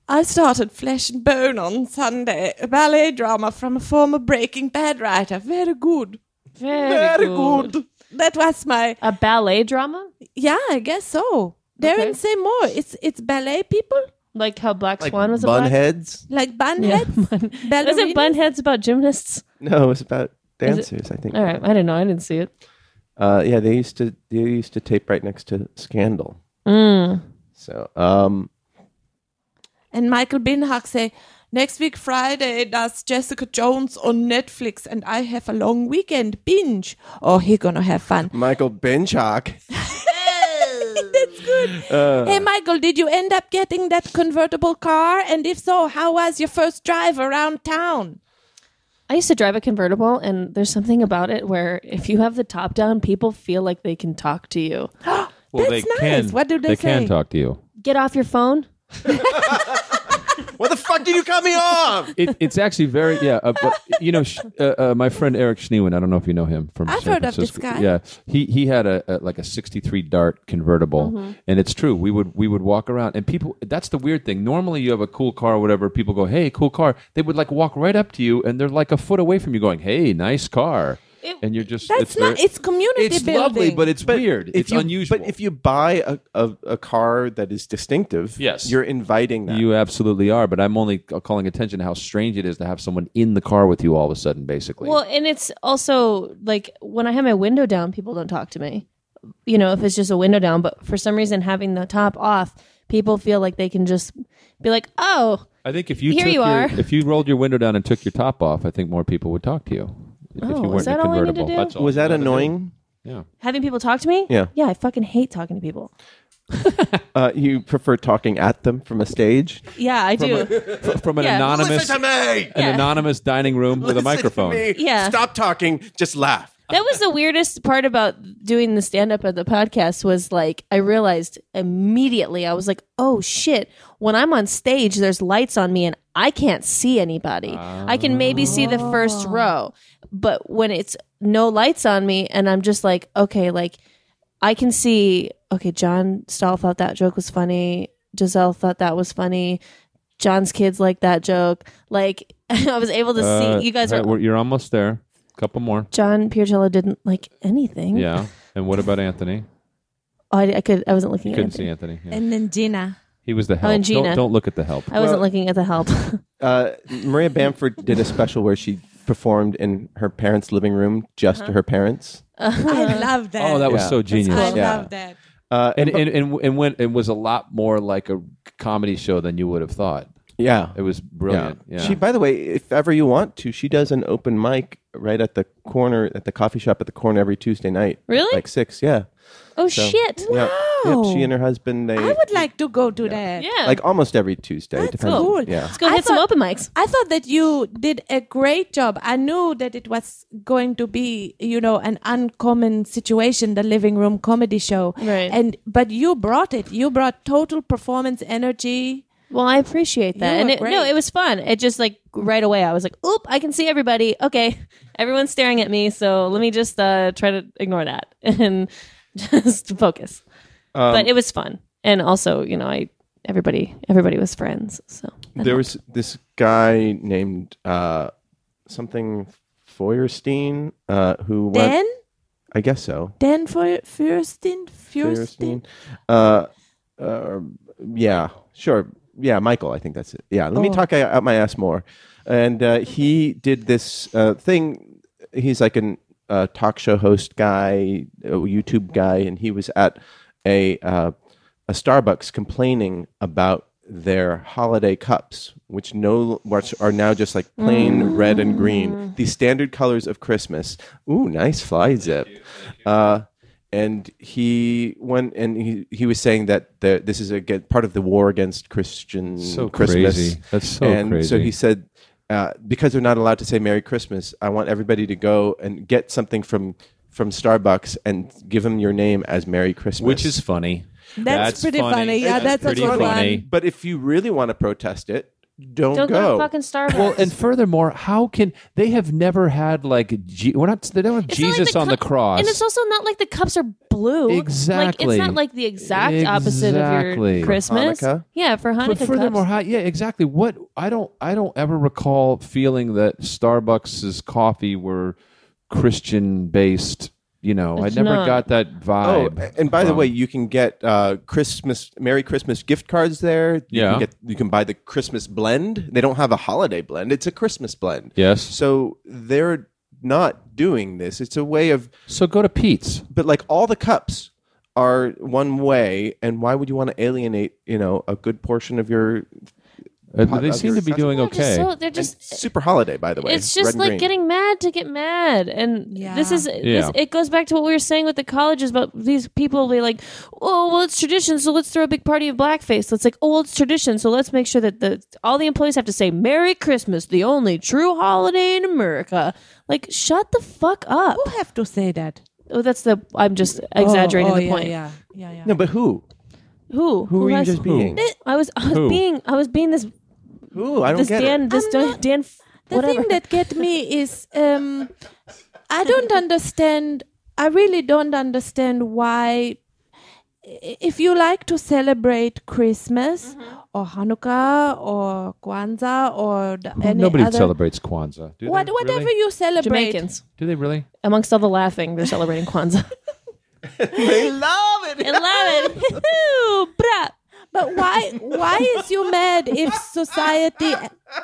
S7: I started Flesh and Bone on Sunday, a ballet drama from a former Breaking Bad writer. Very good.
S6: Very, good.
S7: That was my
S6: A ballet drama,
S7: yeah. I guess so. Darren,
S6: Okay.
S7: say more. It's it's ballet people
S6: like how Black Swan was a black.
S3: Bunheads?
S7: like bunheads.
S6: Isn't bunheads about gymnasts?
S3: No, it's about
S6: Is it-
S3: dancers. I think.
S6: All right, I don't know. I didn't see it.
S3: Uh, yeah, they used to they used to tape right next to Scandal. So, um,
S7: And Michael Binhack say, next week Friday does Jessica Jones on Netflix, and I have a long weekend binge. Oh, he gonna have fun.
S3: Michael Benchock.
S7: That's good.
S5: Uh.
S7: hey, Michael, did you end up getting that convertible car? And if so, how was your first drive around town?
S6: I used to drive a convertible, and there's something about it where if you have the top down, people feel like they can talk to you.
S5: Well,
S7: That's nice. What do they
S5: They can
S7: say?
S5: talk to you.
S6: Get off your phone.
S3: what the fuck did you cut me off?
S5: It, it's actually very yeah. Uh, but, you know, sh- uh, uh, my friend Eric Schneewen. I don't know if you know him from.
S7: I've
S5: San
S7: heard of this
S5: Francisco.
S7: guy.
S5: Yeah, he he had a, a like a '63 Dart convertible,
S7: Mm-hmm.
S5: and it's true. We would we would walk around, and people. That's the weird thing. Normally, you have a cool car or whatever. People go, "Hey, cool car." They would like walk right up to you, and they're like a foot away from you, going, "Hey, nice car." and you're just
S7: That's
S5: it's
S7: not.
S5: very-
S7: it's community
S5: it's
S7: building.
S5: lovely, but it's weird. it's
S3: you,
S5: unusual.
S3: But if you buy a, a, a car that is distinctive,
S5: Yes.
S3: you're inviting that.
S5: You absolutely are, but I'm only calling attention to how strange it is to have someone in the car with you all of a sudden, basically.
S6: Well, and it's also like when I have my window down, people don't talk to me. You know, if it's just a window down, but for some reason, having the top off, people feel like they can just be like, "Oh,
S5: I think if you
S6: Here
S5: took
S6: you
S5: your,
S6: are.
S5: if you rolled your window down and took your top off, I think more people would talk to you. If
S6: Oh,
S5: you
S6: is
S5: weren't in
S6: that
S5: a
S6: all I need to
S5: convertible.
S6: do?
S5: That's all.
S3: was that annoying?
S6: having people talk to me."
S3: Yeah.
S6: yeah, I fucking hate talking to people.
S3: Uh, you prefer talking at them from a stage?
S6: Yeah, I do.
S5: F- From an
S6: Yeah.
S5: anonymous an
S3: me.
S5: anonymous dining room with a microphone.
S6: Yeah.
S3: Stop talking. Just laugh.
S6: that was the weirdest part about doing the stand up at the podcast was like I realized immediately I was like, "Oh shit, when I'm on stage there's lights on me and I can't see anybody. I can maybe see the first row, but when it's no lights on me and I'm just like, okay, like I can see okay, John Stahl thought that joke was funny. Giselle thought that was funny. John's kids like that joke. Like I was able to
S5: Uh,
S6: see you guys
S5: uh,
S6: are
S5: we're- You're almost there. couple more.
S6: John Piercello didn't like anything.
S5: Yeah. And what about Anthony?
S6: Oh, I, I could. I wasn't looking
S5: You
S6: at.
S5: couldn't
S6: Anthony. oh,
S5: see Anthony. Yeah.
S7: and then Gina.
S5: He was the help.
S6: and Gina. Uh,
S5: Don't, don't look at the help.
S6: I wasn't looking at the help.
S3: Uh, Maria Bamford did a special where she performed in her parents' living room just to her parents.
S7: I love that.
S5: Oh, that was
S3: Yeah.
S5: so genius.
S7: I
S5: Yeah.
S7: love that.
S3: Uh,
S5: And and and and when it was a lot more like a comedy show than you would have thought.
S3: yeah.
S5: It was brilliant. Yeah.
S3: She, by the way, if ever you want to, she does an open mic right at the corner, at the coffee shop at the corner every Tuesday night.
S6: Really?
S3: Like six, yeah.
S6: oh shit!
S3: Wow. Yep.
S7: Wow.
S3: She and her husband, they
S7: I would like to go to that.
S6: Yeah.
S3: like almost every Tuesday.
S7: That's
S3: depends-
S7: cool.
S3: Yeah.
S6: Let's go
S7: I
S6: hit some
S7: thought-
S6: open mics.
S7: I thought that you did a great job. I knew that it was going to be, you know, an uncommon situation, the living room comedy show.
S6: Right.
S7: And but you brought it. You brought total performance energy.
S6: Well, I appreciate that,
S7: You
S6: and
S7: were
S6: it, no,
S7: great.
S6: it was fun. It just like right away, I was like, "Oop, I can see everybody." Okay, everyone's staring at me, so let me just uh, try to ignore that and just focus.
S5: Um,
S6: but it was fun, and also, you know, I everybody everybody was friends, so that
S3: There was this guy named uh, something Feuerstein uh, who went.
S7: Dan?
S3: I guess so.
S7: Dan Feu-
S3: Feuerstein.
S7: Feuerstein? Feuerstein?
S3: Uh, uh, yeah, sure. Yeah, Michael, I think that's it. Yeah, let me talk out out my ass more. And uh, he did this uh, thing. He's like a uh, talk show host guy, a YouTube guy, and he was at a uh, a Starbucks complaining about their holiday cups, which no which are now just like plain red and green, the standard colors of Christmas. Ooh, nice fly zip. Uh, and he went and he, he was saying that the, this is a part of the war against Christian
S5: So
S3: Christmas.
S5: crazy. That's so
S3: and so
S5: crazy.
S3: he said uh, because they're not allowed to say Merry Christmas, I want everybody to go and get something from from Starbucks and give them your name as Merry Christmas,
S2: Which is funny.
S7: That's pretty funny. Yeah, that's a
S2: pretty
S7: good one.
S2: funny.
S3: But if you really want to protest it, don't,
S6: Don't go,
S3: go.
S6: to fucking Starbucks.
S5: Well, and furthermore, how can they have never had like Je- we're not they don't have
S6: It's not like
S5: Jesus on the
S6: cup-
S5: cross.
S6: And it's also not like the cups are blue. Like,
S5: Exactly.
S6: it's not like the exact opposite of
S5: Exactly.
S6: your
S5: For
S6: Christmas.
S3: Hanukkah.
S6: Yeah, for Hanukkah
S5: but furthermore,
S6: cups.
S5: how, yeah, exactly. What I don't I don't ever recall feeling that Starbucks's coffee were Christian based. You know,
S6: It's
S5: I never
S6: not.
S5: got that
S3: Oh,
S5: vibe. Um,
S3: and by the
S5: from-
S3: way, you can get uh, Christmas, Merry Christmas gift cards there. You
S5: Yeah.
S3: can get, you can buy the Christmas blend. They don't have a holiday blend; it's a Christmas blend.
S5: Yes.
S3: So they're not doing this. It's a way of,
S5: so go to Pete's.
S3: but like all the cups are one way, and why would you want to alienate, you know, a good portion of your
S5: Uh,
S3: Hot
S5: they
S3: dog
S5: seem
S3: or
S5: to be doing
S6: They're
S5: okay.
S6: just so- they're
S3: and
S6: just
S3: super holiday? By the way,
S6: it's
S3: red
S6: just
S3: and
S6: like
S3: green.
S6: getting mad to get mad and
S7: Yeah.
S6: this is
S5: Yeah.
S6: this, it goes back to what we were saying with the colleges but these people will be like oh well it's tradition so let's throw a big party of blackface So it's like oh well it's tradition so let's make sure that the all the employees have to say merry christmas the only true holiday in america like shut the fuck up
S7: Who have to say that?
S6: oh that's the i'm just exaggerating
S7: Oh, oh,
S6: the
S7: yeah,
S6: point
S7: Yeah, yeah, yeah.
S3: no, but who?
S6: who
S3: Who are you
S6: has-
S3: just being?
S6: i was i was
S5: Who?
S6: being i was being this
S3: Who? I don't
S6: this
S3: get
S6: dan
S3: it.
S6: this dan, dan
S7: the
S6: whatever
S7: thing that get me is um, I don't understand. I really don't understand why. i- If you like to celebrate Christmas
S6: Mm-hmm.
S7: or Hanukkah or Kwanzaa or the, any
S5: Nobody
S7: other,
S5: celebrates Kwanzaa. Do
S7: what,
S5: they
S7: whatever
S5: really?
S7: you celebrate,
S6: jamaicans
S5: Do they really?
S6: amongst all the laughing, they're celebrating Kwanzaa. they love it. They love it. Bruh.
S7: But why why is you mad if society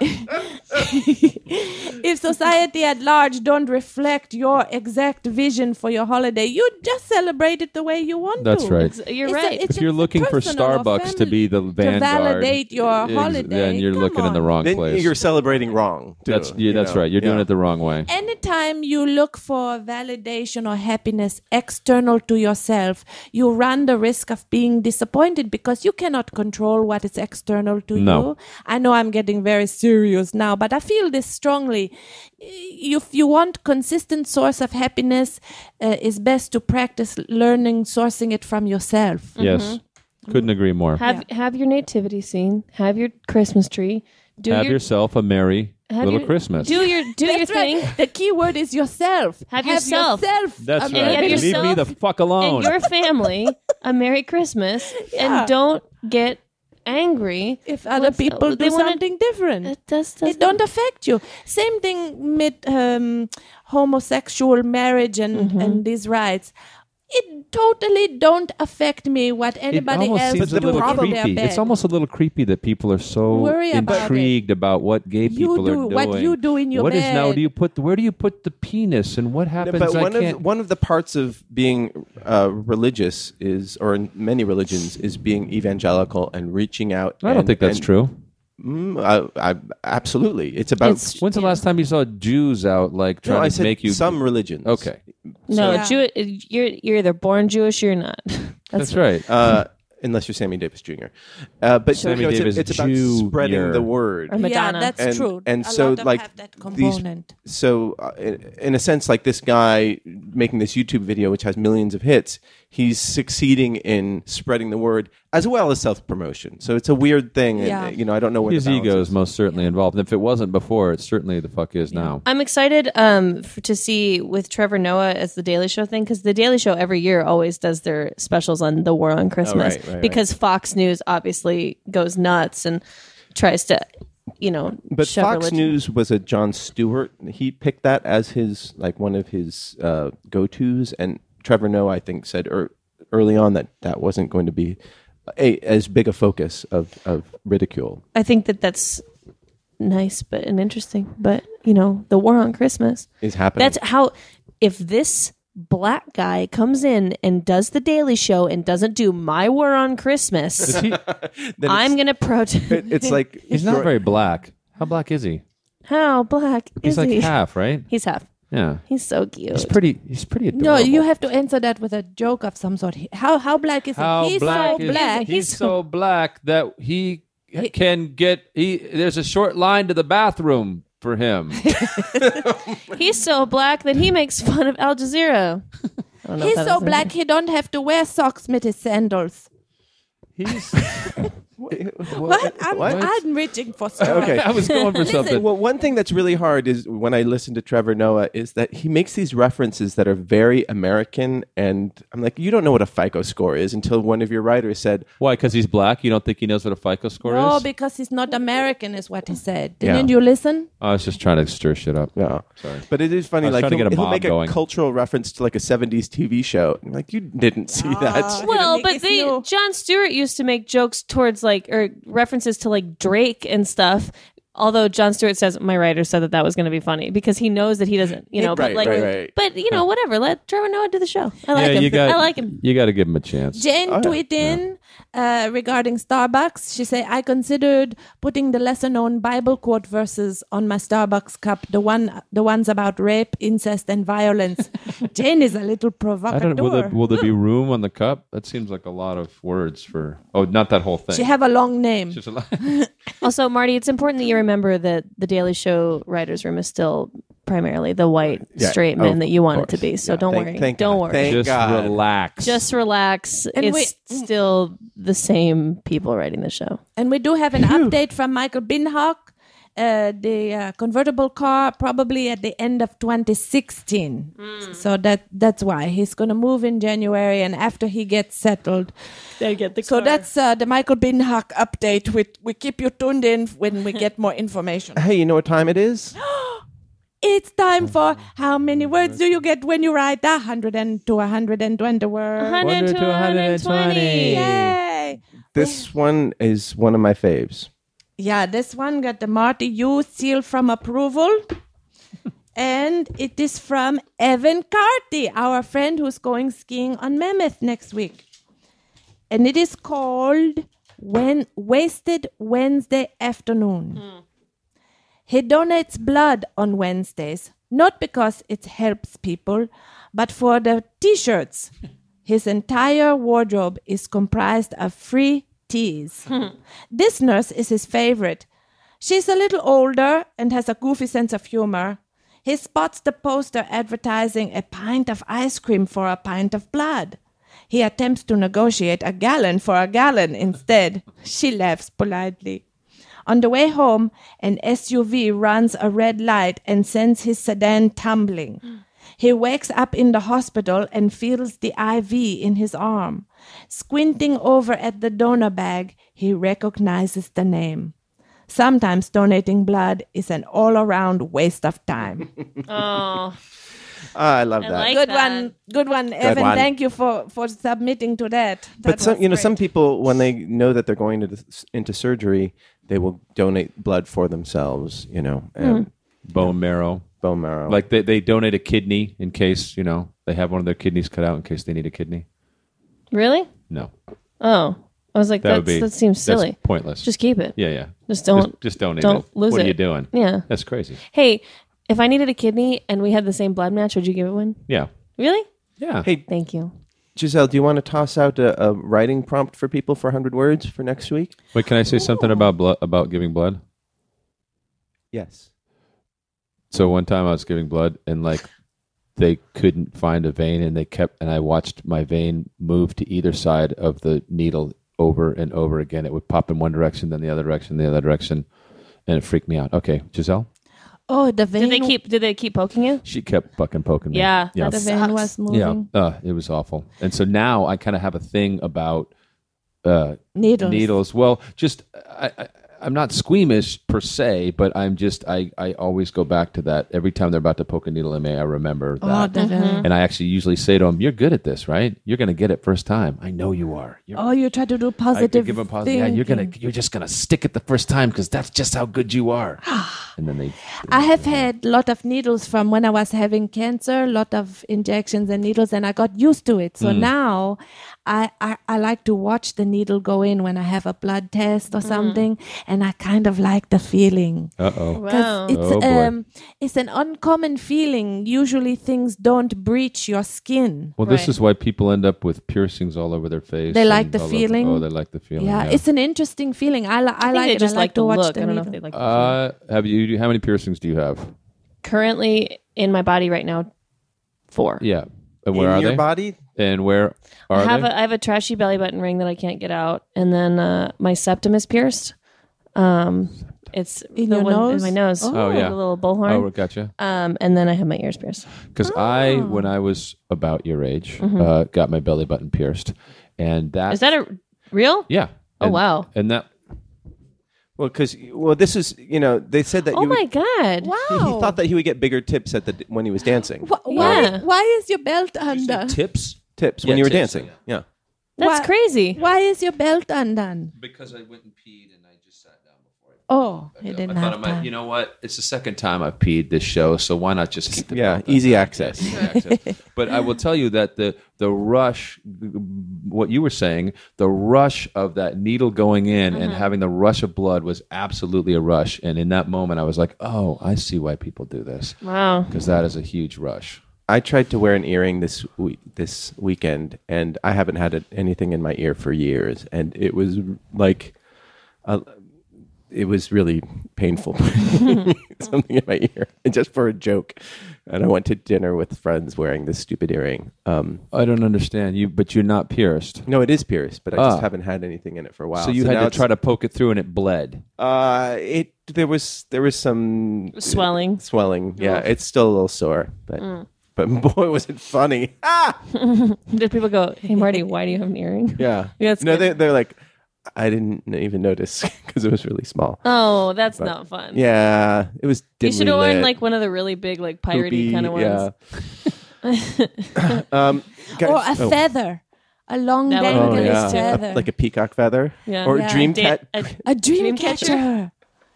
S7: if society at large don't reflect your exact vision for your holiday? You just celebrate it the way you want
S5: That's
S7: to.
S5: right.
S6: You're
S7: It's a-
S6: right.
S7: it's
S5: if you're
S7: just
S5: looking for
S7: personal or
S5: Starbucks to
S7: family-
S5: be the
S7: to
S5: vanguard,
S7: validate your
S5: ex-
S7: holiday,
S5: then you're
S7: come
S5: looking in the
S7: on.
S5: wrong
S3: Then
S5: place.
S3: you're celebrating wrong. too,
S5: that's yeah,
S3: you
S5: that's
S3: know?
S5: right. You're doing
S3: Yeah.
S5: it the wrong way.
S7: Anytime you look for validation or happiness external to yourself, you run the risk of being disappointed because you cannot control what is external to
S5: No.
S7: you. I know I'm getting very serious now, but I feel this strongly. If you want consistent source of happiness, uh, it's best to practice learning sourcing it from yourself.
S5: Yes,
S7: mm-hmm.
S5: couldn't agree more. Have,
S6: have have your nativity scene. Have your Christmas tree. Do your
S5: yourself a merry
S6: have
S5: little
S6: your-
S5: Christmas.
S6: Do your do your
S7: That's right.
S6: thing.
S7: The key word is yourself.
S6: Have yourself.
S7: yourself
S5: that's
S7: a
S5: right.
S7: merry
S6: have
S5: Leave me
S6: yourself
S5: the fuck
S6: And
S5: alone.
S6: your family a Merry Christmas,
S7: Yeah.
S6: and don't get angry
S7: if other
S6: What's-
S7: people
S6: uh,
S7: do
S6: they wanna- Uh,
S7: something different.
S6: It just
S7: it
S6: doesn't.
S7: don't affect you. Same thing with um, homosexual marriage and, and these rights. It totally don't affect me what
S5: it
S7: anybody
S5: almost
S7: else
S5: seems a
S7: do
S5: little
S7: in their
S5: creepy.
S7: bed.
S5: It's almost a little creepy that people are so
S7: Worry about it.
S5: intrigued about what gay people
S7: do-
S5: are doing.
S7: what you do in your
S5: What is now?
S7: bed.
S5: Do you put where do you put the penis and what
S3: No,
S5: happens?
S3: but
S5: I
S3: one
S5: can't.
S3: of one of the parts of being uh, religious is, or in many religions, is being evangelical and reaching out.
S5: I don't
S3: and-
S5: think that's
S3: and-
S5: true.
S3: Mm, I, I, absolutely, it's about.
S6: It's-
S5: When's the last time you saw Jews out like
S3: no,
S5: trying
S3: I
S5: to
S3: said
S5: make you
S3: some religions.
S5: Okay,
S6: no,
S7: Yeah.
S6: Jew, you're you're either born Jewish or you're not.
S5: that's right.
S3: Uh, unless you're Sammy Davis Jr. Uh, but
S5: Sammy
S3: you know, it's,
S5: Davis
S3: it's about
S5: Jr..
S3: spreading the word.
S6: Or Madonna.
S7: Yeah, that's
S3: and,
S7: true.
S3: And
S7: a
S3: so,
S7: lot of
S3: like
S7: have that
S3: these-
S7: component.
S3: so, uh, in, in a sense, like this guy making this YouTube video, which has millions of hits, he's succeeding in spreading the word as well as self promotion. So it's a weird thing. and,
S7: Yeah.
S3: uh, you know, I don't know what
S5: His
S3: the balance
S5: ego is
S3: is.
S5: most certainly involved. And if it wasn't before, it certainly the fuck is now.
S6: I'm excited um, f to see with Trevor Noah as the Daily Show thing because the Daily Show every year always does their specials on the war on Christmas
S3: Oh, right, right.
S6: because Fox News obviously goes nuts and tries to, you know,
S3: But
S6: shove
S3: Fox
S6: religion-
S3: News was a John Stewart. He picked that as his like one of his uh, go tos, and Trevor Noah, I think, said er, early on that that wasn't going to be a, as big a focus of, of ridicule.
S6: I think that that's nice, but and interesting. But you know, the war on Christmas
S3: Is happening.
S6: That's how. If this black guy comes in and does the Daily Show and doesn't do my war on Christmas, I'm gonna protest.
S3: It- it's like
S5: He's not very black. How black is he?
S6: How black
S5: He's
S6: is
S5: like
S6: he?
S5: half, right?
S6: He's half.
S5: Yeah.
S6: He's so cute.
S5: He's pretty. He's pretty adorable.
S7: No, you have to answer that with a joke of some sort. He- How how black is
S5: How
S7: he? He's
S5: black
S7: so
S5: is
S7: black.
S5: He's, so black that he can get. He there's a short line to the bathroom for him.
S6: He's so black that he makes fun of Al Jazeera. I don't know if
S7: He's
S6: that
S7: so
S6: was in
S7: black he don't have to wear socks with his sandals.
S5: He's
S7: What? I'm,
S3: what?
S7: I'm reaching for socks.
S3: Okay.
S5: I was going for something.
S3: Well, one thing that's really hard is when I listen to Trevor Noah is that he makes these references that are very American, and I'm like, you don't know what a FICO score is until one of your writers said,
S5: Why? Because he's black. You don't think he knows what a FICO score
S7: Oh,
S5: is?
S7: because he's not American, is what he said.
S3: Yeah.
S7: Didn't you listen?
S5: I was just trying to stir shit up.
S3: "No, sorry." But it is funny,
S5: was
S3: like
S5: trying to
S3: he'll,
S5: get a
S3: he'll
S5: mob
S3: make
S5: going.
S3: a cultural reference to like a '70s TV show. I'm like, you didn't see
S5: Ah.
S3: that.
S6: Well,
S7: Make
S6: but
S7: us
S6: they
S7: know.
S6: John Stewart used to make jokes towards like or references to like Drake and stuff. Although John Stewart says my writer said that that was going to be funny because he knows that he doesn't, you know.
S3: Right,
S6: but like,
S3: right, right.
S6: but you know, whatever. Let Trevor Noah do the show. I like
S5: yeah,
S6: him.
S5: you got.
S6: I like him.
S5: You got to give him a chance.
S7: Jane tweeted in uh, regarding Starbucks. She said, I considered putting the lesser known Bible quote verses on my Starbucks cup, the one the ones about rape, incest, and violence. Jane is a little
S5: I
S7: provocateur.
S5: don't. Will there, will there be room on the cup? That seems like a lot of words for. Oh, not that whole thing.
S7: she have a long name.
S5: Just a lot-
S6: Also, Marty, it's important that you remember that the Daily Show writers' room is still primarily the white
S3: Yeah,
S6: straight
S3: of
S6: men that you want it to
S3: course.
S6: be. So
S3: Yeah,
S6: don't
S3: thank-
S6: worry.
S3: thank
S6: don't
S3: God.
S6: worry.
S3: Thank
S5: just
S3: God.
S5: relax.
S6: Just relax.
S7: And
S6: it's
S7: wait-
S6: still the same people writing the show.
S7: And we do have an update from Michael Binhock, uh, the uh, convertible car, probably at the end of 2016.
S6: Hmm.
S7: So that that's why he's going to move in January, and after he gets settled.
S6: They get the
S7: So that's uh, the Michael Binhock update. We we keep you tuned in when we get more information.
S3: Hey, you know what time it is?
S7: It's time for
S6: Oh,
S7: how many words do you get when you write 100 to 120 words?
S6: 100 to 120.
S7: Yay!
S3: This one is one of my faves.
S7: Yeah, this one got the Marty U seal from approval. and it is from Evan Carty, our friend who's going skiing on Mammoth next week. And it is called When Wasted Wednesday Afternoon. He donates blood on Wednesdays, not because it helps people, but for the t shirts. His entire wardrobe is comprised of free teas. This nurse is his favorite. She's a little older and has a goofy sense of humor. He spots the poster advertising a pint of ice cream for a pint of blood. He attempts to negotiate a gallon for a gallon instead. She laughs politely. On the way home, an SUV runs a red light and sends his sedan tumbling. He wakes up in the hospital and feels the IV in his arm. Squinting over at the donor bag, he recognizes the name. Sometimes donating blood is an all around waste of time.
S6: Oh,
S3: Ah, I love
S6: I
S3: that.
S6: like
S7: good
S6: that.
S7: one, good one, Evan.
S3: one.
S7: Thank you for, for submitting to that.
S3: but
S7: That
S3: some,
S7: was
S3: you know, some
S7: great.
S3: people when they know that they're going into into surgery, they will donate blood for themselves. You know,
S5: Hmm.
S3: and
S5: bone marrow.
S3: bone marrow.
S5: Like they, they donate a kidney in case you know they have one of their kidneys cut out in case they need a kidney.
S6: Really?
S5: No,
S6: Oh, I was like,
S5: that would
S6: that's,
S5: be
S6: that seems
S5: that's
S6: silly.
S5: pointless.
S6: Just keep it.
S5: yeah, yeah.
S6: Just don't.
S5: just, just donate.
S6: don't
S5: it.
S6: lose
S5: What are
S6: it.
S5: you doing?
S6: Yeah.
S5: That's crazy.
S6: Hey, if I needed a kidney and we had the same blood match, would you give it one?
S5: Yeah.
S6: Really?
S5: Yeah.
S3: hey,
S6: Thank you.
S3: Giselle, do you want to toss out a, a writing prompt for people for 100 words for next week?
S5: Wait, can I say something about blood, about giving blood?
S3: Yes.
S5: So one time I was giving blood and like they couldn't find a vein and they kept and I watched my vein move to either side of the needle over and over again. It would pop in one direction, then the other direction, the other direction, and it freaked me out. Okay, Giselle,
S7: Oh, the vein.
S6: Did they keep? Did they keep poking you?
S5: she kept fucking poking me.
S6: Yeah,
S5: yeah,
S7: The
S6: that's-
S7: vein
S6: Sucks.
S7: was moving.
S5: yeah. Uh, it was awful. And so now I kind of have a thing about uh,
S7: Needles.
S5: needles. Well, just I, I, I'm not squeamish per se, but I'm just I, I always go back to that every time they're about to poke a needle in me. I remember
S7: Oh,
S5: that,
S3: Mm-hmm.
S7: the vein.
S5: and I actually usually say to them, "You're good at this, right? You're going to get it first time. I know you are. You're,
S7: Oh, you try to do
S5: I could
S7: positive.
S5: give 'em positive. Yeah, you're gonna
S7: thinking.
S5: you're just going to stick it the first time because that's just how good you are." and then they
S7: I have had lot of needles from when I was having cancer, lot of injections and needles, and I got used to it. So now I, I I like to watch the needle go in when I have a blood test or something, and and I kind of like the feeling.
S5: Uh oh.
S7: 'Cause It's
S5: Oh, boy.
S7: um, it's an uncommon feeling. Usually, things don't breach your skin.
S5: Well, this
S6: Right.
S5: is why people end up with piercings all over their face.
S7: They
S5: and
S7: like the
S5: all over-
S7: feeling.
S5: oh, they like the feeling.
S7: Yeah,
S5: Yeah.
S7: it's an interesting feeling. I, li- I,
S6: I think
S7: like
S6: they
S7: it.
S6: just
S7: I like,
S6: like
S7: to
S6: the
S7: watch
S6: look.
S7: the
S6: I don't know if
S7: needle.
S6: they like. the feeling.
S5: Uh, have you? How many piercings do you have?
S6: Currently in my body right now, four.
S5: Yeah. And where
S3: in
S5: are
S3: your
S5: they?
S3: body?
S5: And where are
S6: I have
S5: they?
S6: a I have a trashy belly button ring that I can't get out, and then uh, my septum is pierced. Um, it's
S7: In
S6: the
S7: your
S6: one in
S7: nose?
S6: my nose.
S5: Oh, yeah.
S6: the little
S5: oh,
S6: bullhorn.
S5: gotcha.
S6: um, and then I have my ears pierced.
S5: Because I, when I was about your age, uh, got my belly button pierced, and that
S6: Is that a real?
S5: yeah.
S6: Oh,
S5: And-
S6: wow.
S5: And that
S3: Well, because well, this is you know they said that.
S6: Oh
S3: you
S6: my
S3: would,
S6: god!
S7: Wow.
S3: He, he thought that he would get bigger tips at the when he was dancing.
S7: Wh- Why?
S6: Yeah.
S7: Why is your belt undone?
S8: Tips?
S3: Tips
S8: Yeah,
S3: when you were
S8: tips,
S3: dancing.
S8: yeah.
S3: Yeah.
S6: That's
S7: Why-
S6: crazy.
S7: Why is your belt undone?
S8: Because I went and peed and I just sat down before
S7: Oh, you didn't
S8: I thought I
S7: have
S8: might,
S7: time.
S8: you know what? It's the second time I've peed this show, so why not just keep the
S3: Yeah,
S8: belt
S3: easy
S8: on?
S3: access.
S8: Yeah, easy access. but I will tell you that the the rush, what you were saying, the rush of that needle going in
S6: Mm-hmm.
S8: and having the rush of blood was absolutely a rush. And in that moment, I was like, oh, I see why people do this
S6: Wow.
S8: because that is a huge rush.
S3: I tried to wear an earring this week, this weekend, and I haven't had it, anything in my ear for years, and it was like, uh, it was really painful. Something in my ear, and just for a joke, and I went to dinner with friends wearing this stupid earring. Um,
S5: I don't understand you, but you're not pierced,
S3: no, it is pierced, but I
S5: Ah.
S3: just haven't had anything in it for a while.
S5: so you
S3: now
S5: had to
S3: it's-
S5: try to poke it through, and it bled.
S3: Uh, it there was there was some
S6: Swelling.
S3: swelling. Yeah, it's still a little sore, but
S5: Mm.
S3: but boy, was it funny.
S6: Did people go, "Hey Marty, why do you have an earring?"
S3: Yeah.
S6: Yeah, it's
S3: no,
S6: good.
S3: they, they're like, I didn't n- even notice because it was really small.
S6: Oh, that's not fun.
S3: Yeah. It was
S6: You
S3: dimly
S6: should have worn
S3: lit,
S6: like one of the really big, like piratey
S3: poopy,
S6: kind of ones.
S3: Yeah. um, guys-
S7: Or a
S3: oh.
S7: feather, a long
S6: That one
S3: Oh,
S7: dangling
S3: yeah.
S7: feather,
S3: Like a peacock feather.
S6: Yeah. uh,
S3: Or
S6: Yeah.
S3: dream
S6: Da-
S3: cat.
S6: a-
S7: a dream
S6: dream catcher.
S7: catcher.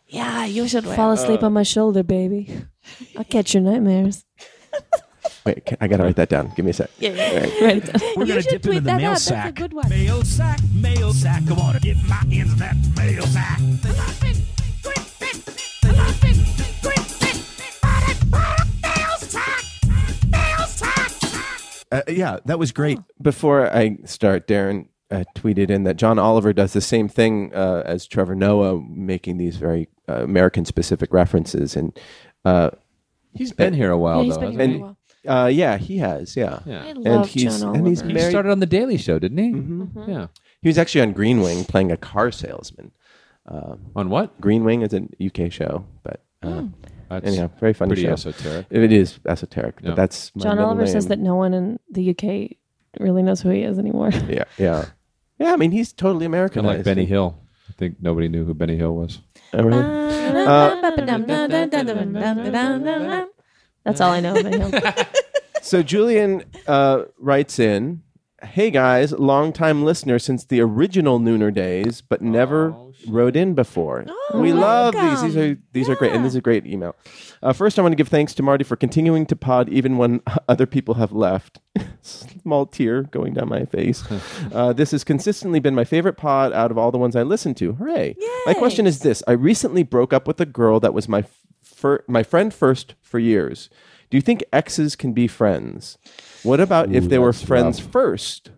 S7: Yeah, you should wear.
S6: Fall asleep on my shoulder, baby. I'll catch your nightmares.
S3: Wait, ca- I got to write that down. Give me a sec.
S6: Yeah, yeah, yeah. Right.
S2: We're
S7: You
S2: gonna
S7: should
S2: dip into
S7: tweet
S2: the
S7: that
S2: mail
S7: out. That's a
S2: sack.
S7: good one.
S2: Mail sack, mail sack. Come on, get my hands in that mail sack. Uh, yeah, that was great.
S3: Before I start, Darren uh, tweeted in that John Oliver does the same thing uh, as Trevor Noah, making these very uh, American specific references. And uh,
S5: He's been here a while
S6: Yeah, he's
S5: though.
S6: been
S5: hasn't
S6: here a
S5: he?
S6: while.
S3: uh, yeah, he has. Yeah.
S5: Yeah.
S6: I
S3: And
S6: love
S3: he's,
S6: John
S3: and he's
S6: Oliver.
S5: He
S3: married-
S5: started on the Daily Show, didn't he?
S3: Mm-hmm.
S7: Mm-hmm.
S5: Yeah.
S3: He was actually on Green Wing playing a car salesman.
S5: On what?
S3: Green Wing is an UK show, but uh,
S6: Hmm.
S5: That's
S3: anyhow, very funny
S5: pretty
S3: show.
S5: esoteric.
S3: It is esoteric,
S5: Yeah.
S3: but that's my
S6: John
S3: middle
S6: Oliver says that
S3: name.
S6: no one in the UK really knows who he is anymore.
S3: Yeah, yeah, yeah. I mean, he's totally American.
S5: Kind of like Benny Hill. I think nobody knew who Benny Hill was.
S3: Uh,
S6: That's all I know about him.
S3: So Julian uh, writes in, "Hey guys, longtime listener since the original Nooner days, but never
S5: Oh,
S3: wrote in before.
S6: Oh,
S3: we love these. These are these are great, and this is a great email. Uh, first, I want to give thanks to Marty for continuing to pod even when other people have left. Small tear going down my face. uh, this has consistently been my favorite pod out of all the ones I listen to. Hooray! My question is this: I recently broke up with a girl that was my f- fir- my friend first for years. Do you think exes can be friends? What about if they were friends first?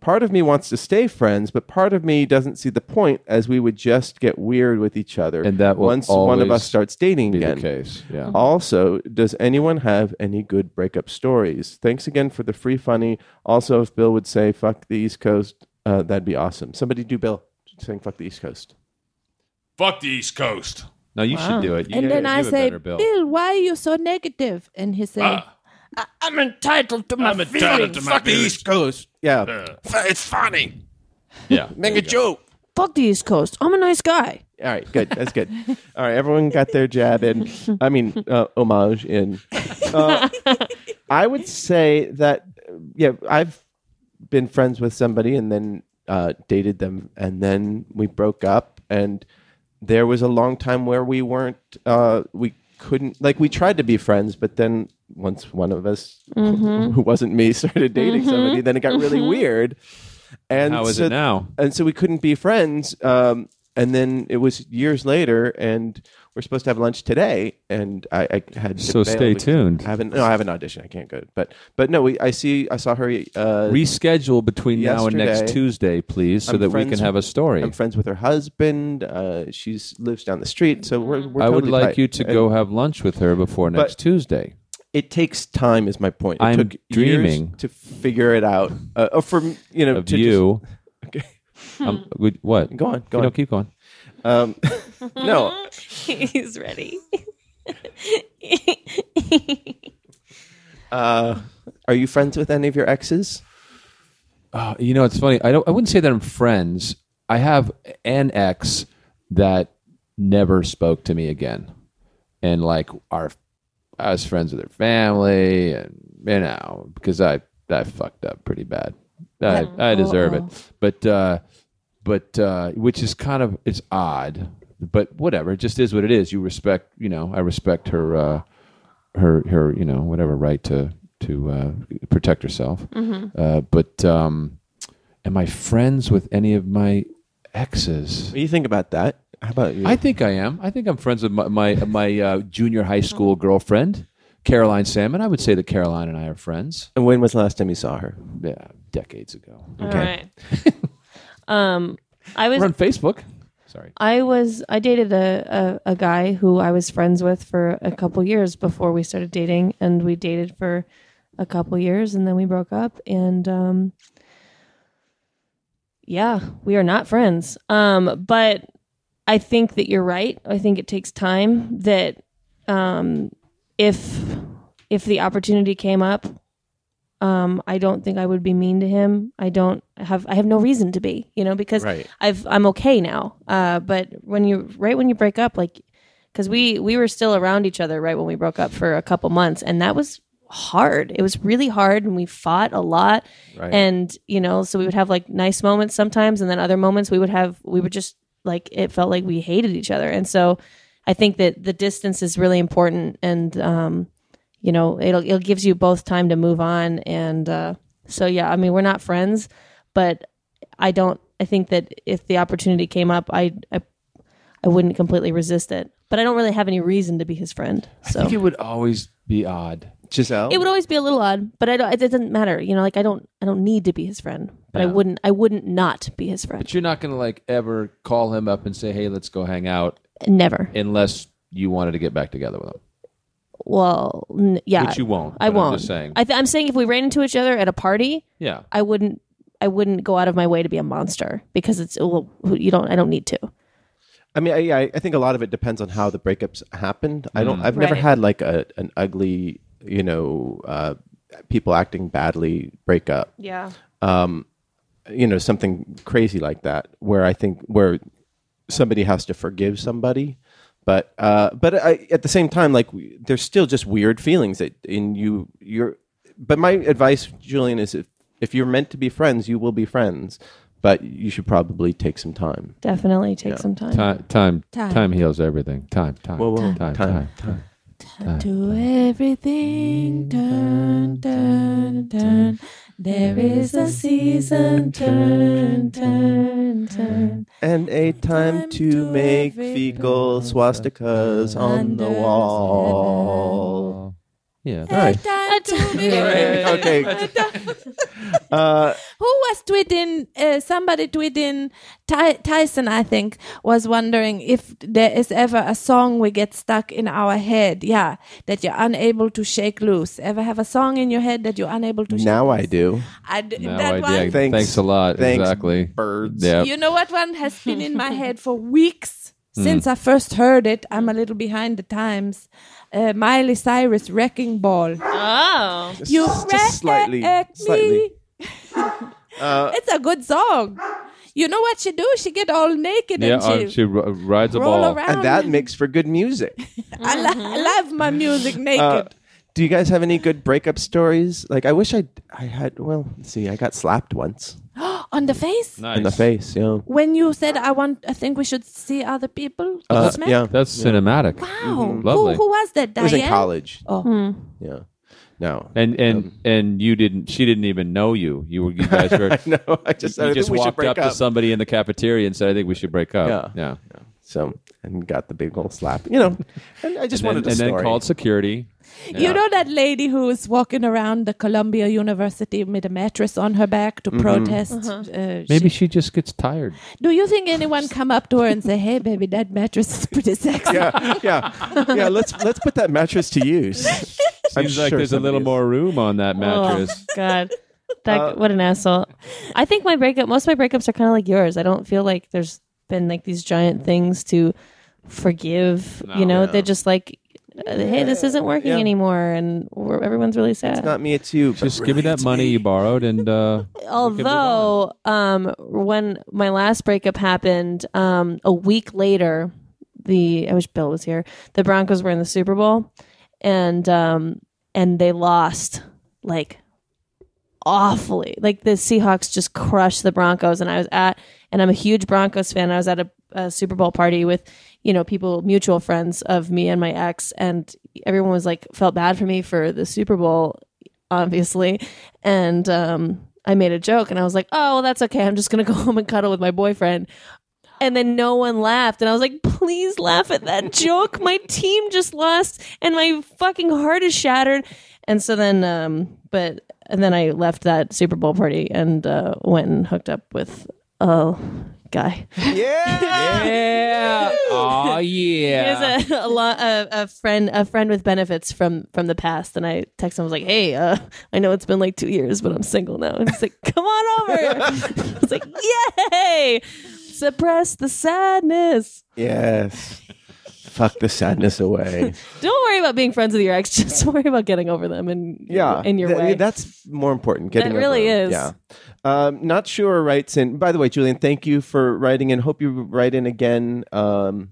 S3: Part of me wants to stay friends, but part of me doesn't see the point as we would just get weird with each other.
S5: And that will
S3: once one of
S5: always
S3: us starts dating
S5: Be
S3: again.
S5: the case. Yeah.
S7: Oh,
S3: Also, does anyone have any good breakup stories? Thanks again for the free funny. Also, if Bill would say "fuck the East Coast," uh, that'd be awesome. Somebody do Bill saying "fuck the East Coast."
S2: Fuck the East Coast.
S5: No, you should do it. You,
S7: And
S5: you-
S7: then
S5: you
S7: I
S5: have a
S7: say,
S5: better bill.
S7: Bill, why are you so negative? And he say,
S2: I'm entitled to my I'm entitled to my Fuck the East Coast.
S3: Yeah,
S2: It's funny.
S5: Yeah.
S2: Make a joke.
S7: "Fuck the East Coast. I'm a nice guy."
S3: All right, good. That's good. All right, everyone got their jab in. I mean, uh, homage in. Uh, I would say that, uh, yeah, I've been friends with somebody and then uh, dated them, and then we broke up, and there was a long time where we weren't, uh, we couldn't, like, we tried to be friends, but then once one of us who wasn't me started dating somebody, then it got really weird. And
S5: How is
S3: so-
S5: it now?
S3: and so we couldn't be friends. Um, and then it was years later, and we're supposed to have lunch today, and I, I had to bail
S5: So stay
S3: because
S5: tuned.
S3: I haven't. No, I have an audition. I can't go. But but no, we, I see. I saw her. Uh,
S5: Reschedule between now and next
S3: Yesterday-
S5: Tuesday, please, so
S3: I'm
S5: that we
S3: friends
S5: can have a
S3: with-
S5: story.
S3: I'm friends with her husband. Uh, she lives down the street, so we're. we're
S5: I would
S3: totally
S5: like
S3: tight.
S5: you to
S3: And
S5: go have lunch with her before next Tuesday.
S3: It takes time, is my point. It
S5: I'm
S3: took years
S5: dreaming
S3: to figure it out. Uh, uh, from you know,
S5: Of
S3: to
S5: you,
S3: just- okay,
S5: um, would- what?
S3: go on, go
S5: You know,
S3: on.
S5: keep going.
S3: Um, no,
S4: He's ready.
S3: Uh, are you friends with any of your exes?
S5: Uh, you know, it's funny. I don't. I wouldn't say that I'm friends. I have an ex that never spoke to me again, and like our, I was friends with her family, and you know, because I I fucked up pretty bad. I I deserve it, but uh, but uh, which is kind of it's odd, but whatever. It just is what it is. You respect, you know. I respect her. Uh, her her you know whatever right to to uh, protect herself.
S6: Mm-hmm.
S5: Uh, but um, am I friends with any of my exes?
S3: What do you think about that? How about you?
S5: I think I am. I think I'm friends with my my, my uh, junior high school girlfriend, Caroline Salmon. I would say that Caroline and I are friends.
S3: and when was the last time you saw her?
S5: Yeah, decades ago.
S6: All right. um, I was
S5: We're on Facebook. Sorry.
S6: I was I dated a, a a guy who I was friends with for a couple years before we started dating, and we dated for a couple years, and then we broke up, and um, yeah, we are not friends. Um, but I think that you're right. I think it takes time. That um, if if the opportunity came up, um, I don't think I would be mean to him. I don't have I have no reason to be, you know, because
S3: Right.
S6: I've I'm okay now. Uh, but when you right when you break up, like because we we were still around each other right when we broke up for a couple months, and that was hard. It was really hard, and we fought a lot. And you know, so we would have like nice moments sometimes, and then other moments we would have we would just like it felt like we hated each other, and so. I think that the distance is really important, and um, you know it'll it gives you both time to move on and uh, so yeah i mean we're not friends but i don't i think that if the opportunity came up i i, I wouldn't completely resist it but i don't really have any reason to be his friend
S5: I
S6: so
S5: think it would always be odd.
S3: Giselle?
S6: it would always be a little odd but i don't it doesn't matter you know like i don't i don't need to be his friend but i wouldn't i wouldn't not be his friend
S5: But you're not going to like ever call him up and say, "Hey, let's go hang out,"
S6: never
S5: unless you wanted to get back together with him.
S6: well n- yeah
S5: Which you won't.
S6: i
S5: but
S6: won't
S5: I'm just saying.
S6: I th- i'm saying if we ran into each other at a party
S5: yeah.
S6: I wouldn't I wouldn't go out of my way to be a monster because it's well, you don't I don't need to.
S3: I mean, I, I- I think a lot of it depends on how the breakups happened. I don't. I've never
S6: Right.
S3: had like a an ugly, you know, uh, people acting badly breakup.
S6: Yeah.
S3: You know, something crazy like that, where I think where somebody has to forgive somebody. But uh, but I, at the same time, like we, there's still just weird feelings that in you you're. But my advice, Julian, is if if you're meant to be friends, you will be friends. But you should probably take some time.
S6: Definitely take some time.
S5: Time, time, time,
S7: Time.
S5: heals everything. Time, time,
S3: Whoa, whoa,
S5: time, time,
S3: time,
S5: time,
S7: To everything, turn, turn, turn. There is a season, turn, turn, turn.
S3: And a time,
S7: Time
S3: to,
S7: to
S3: make
S7: every
S3: fecal swastikas on the
S7: under
S3: wall.
S5: Yeah.
S7: A time to be.
S3: okay. Uh,
S7: Who was tweeting? Uh, somebody tweeting. Ty- Tyson, I think, was wondering if there is ever a song we get stuck in our head. Yeah, that you're unable to shake loose. Ever have a song in your head that you're unable to? shake
S3: now I
S7: loose?
S3: do.
S7: I d-
S5: No
S7: that
S5: idea.
S7: one.
S3: Thanks.
S5: Thanks. a lot.
S3: Thanks,
S5: exactly.
S3: birds.
S5: Yeah.
S7: You know what one has been in my head for weeks since I first heard it. I'm a little behind the times. Uh, Miley Cyrus wrecking ball.
S6: Oh.
S7: You
S3: Just
S7: wreck
S3: slightly,
S7: me.
S3: slightly. Uh,
S7: It's a good song. You know what she do? She get all naked
S5: yeah.
S7: and
S5: um,
S7: she
S5: she r- rides a
S7: roll
S5: ball.
S7: around.
S3: and that makes for good music.
S7: I, lo- I
S3: Uh-huh.
S7: love my music naked.
S3: Uh, do you guys have any good breakup stories? Like, I wish I I had. Well, let's see, I got slapped once
S7: On the face?
S5: Nice.
S3: in the face. You know.
S7: When you said I want, I think we should see other people.
S3: Uh,
S7: Smack?
S3: yeah,
S5: That's cinematic.
S7: Wow. Who,
S5: Lovely.
S7: who was that?
S3: it was in
S7: Diane?
S3: college.
S7: Oh.
S3: Yeah. No.
S5: And and and you didn't. She didn't even know you. You were you guys were.
S3: no, I just, I
S5: you just
S3: think we should
S5: walked
S3: break
S5: up,
S3: up.
S5: to somebody in the cafeteria and said, "I think we should break up."
S3: Yeah.
S5: yeah.
S3: So and got the big old slap. You know, and I just
S5: And,
S3: wanted to
S5: and then called security.
S7: You know that lady who was walking around the Columbia University with a mattress on her back to protest?
S3: Uh-huh.
S7: Uh,
S5: Maybe
S7: she-
S5: she just gets tired.
S7: do you think anyone come up to her and say, "Hey, baby, that mattress is pretty sexy"?
S3: yeah, yeah, yeah. Let's let's put that mattress to use.
S5: Seems like there's a little more room on that mattress.
S6: Oh, Uh, God. That, what an asshole. I think my breakup, most of my breakups are kind of like yours. I don't feel like there's been like these giant things to forgive. you know, they're just like, uh, hey, this isn't working
S3: Yeah.
S6: anymore. And we're, everyone's really sad.
S3: It's not me, it's you.
S5: Just give me that money you borrowed, and uh,
S6: Although, um, when my last breakup happened, um, a week later, the I wish Bill was here. The Broncos were in the Super Bowl, and um, and they lost like awfully. Like the Seahawks just crushed the Broncos, and I was at, and I'm a huge Broncos fan. I was at a, a Super Bowl party with, you know, people, mutual friends of me and my ex, and everyone was like felt bad for me for the Super Bowl, obviously, and um, I made a joke, and I was like, oh, well, that's okay. I'm just gonna go home and cuddle with my boyfriend. And then no one laughed. And I was like, please laugh at that joke. My team just lost and my fucking heart is shattered. And so then, um, but and then I left that Super Bowl party and uh, went and hooked up with a guy.
S5: yeah, oh
S6: He
S5: yeah.
S6: was
S3: Um,
S6: a, a, lo- a, a friend, a friend with benefits from from the past. And I texted him, I was like, hey, uh, I know it's been like two years, but I'm single now. And he's like, come on over. I was like, yay! Suppress the sadness.
S3: Yes. Fuck the sadness away.
S6: Don't worry about being friends with your ex. Just worry about getting over them and
S3: Yeah.
S6: in your
S3: Th-
S6: way.
S3: That's more important. Getting
S6: That really
S3: over it.
S6: is.
S3: Yeah. Um, not sure writes in. By the way, Julian, thank you for writing in. Hope you write in again. Um,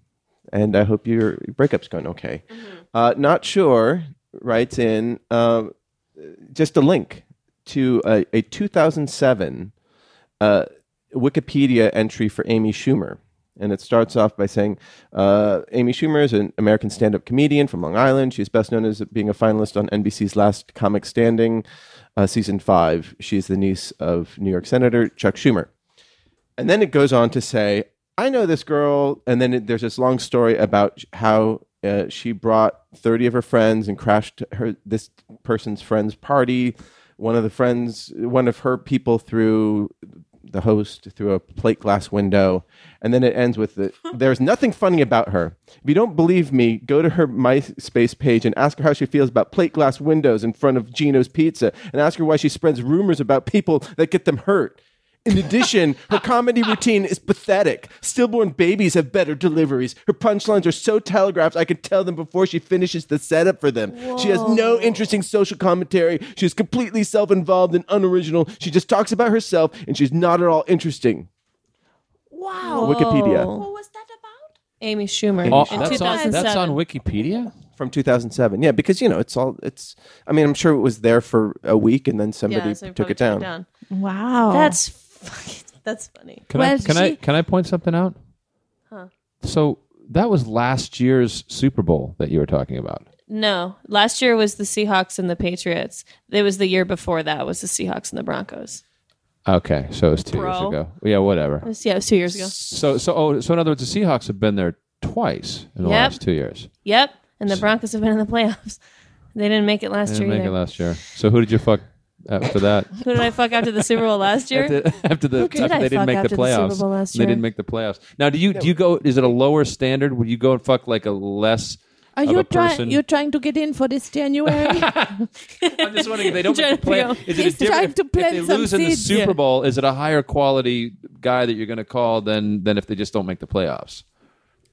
S3: and I hope your breakup's going okay.
S6: Mm-hmm.
S3: Uh, not sure writes in uh, just a link to a, a 2007 uh, Wikipedia entry for Amy Schumer. And it starts off by saying uh, Amy Schumer is an American stand up comedian from Long Island. She's best known as being a finalist on NBC's Last Comic Standing, uh, season five. She is the niece of New York Senator Chuck Schumer. And then it goes on to say, I know this girl. And then it, there's this long story about sh- how uh, she brought 30 of her friends and crashed her this person's friend's party. One of the friends, one of her people threw the host through a plate glass window. And then it ends with the, there's nothing funny about her. If you don't believe me, go to her MySpace page and ask her how she feels about plate glass windows in front of Gino's Pizza and ask her why she spreads rumors about people that get them hurt. In addition, her comedy routine is pathetic. Stillborn babies have better deliveries. Her punchlines are so telegraphed, I can tell them before she finishes the setup for them. She has no interesting social commentary. She is completely self involved and unoriginal. She just talks about herself, and she's not at all interesting.
S7: Wow.
S3: Wikipedia
S4: What was that about?
S6: Oh. Amy Schumer
S5: Oh,
S6: in
S5: that's, on,
S6: 2007.
S5: that's on Wikipedia.
S3: from 2007. Yeah, because, you know, it's all, it's, I mean, I'm sure it was there for a week and then
S6: Yeah,
S3: somebody
S6: so
S3: took
S6: probably
S3: it down.
S7: Wow.
S5: Oh.
S6: That's fucking, that's funny.
S5: Can I
S7: Well,
S5: can I
S7: she-
S5: can I point something out? So that was last year's Super Bowl that you were talking about.
S6: No, last year was the Seahawks and the Patriots. It was the year before that was the Seahawks and the Broncos.
S5: Okay, so it was two years
S6: Bro.
S5: ago. Yeah, whatever.
S6: It was- yeah, it was two years ago.
S5: So so oh, so in other words, the Seahawks have been there twice in the
S6: Yep.
S5: last two years.
S6: Yep, and the Broncos have been in the playoffs. They didn't make it last
S5: Didn't
S6: year
S5: make
S6: either.
S5: it last year. So who did you fuck after that?
S6: Who did I fuck after the Super Bowl last year?
S5: after, after the
S6: did
S5: after
S6: I
S5: they didn't
S6: fuck
S5: make the
S6: after the Super
S5: playoffs.
S6: Bowl last
S5: They
S6: year?
S5: didn't make the playoffs. Now, do you do you go? Is it a lower standard? Would you go and fuck like a less?
S7: Are
S5: of
S7: you
S5: a
S7: trying?
S5: person?
S7: You trying to get in for this January?
S5: I'm just wondering if they don't
S6: Trying
S5: make the play.
S6: to
S5: Is it a
S7: He's trying
S5: different,
S7: to
S5: if
S7: plant
S5: they
S7: some
S5: lose in the
S7: seeds.
S5: Super
S7: Yeah.
S5: Bowl, is it a higher quality guy that you're going to call than than if they just don't make the playoffs?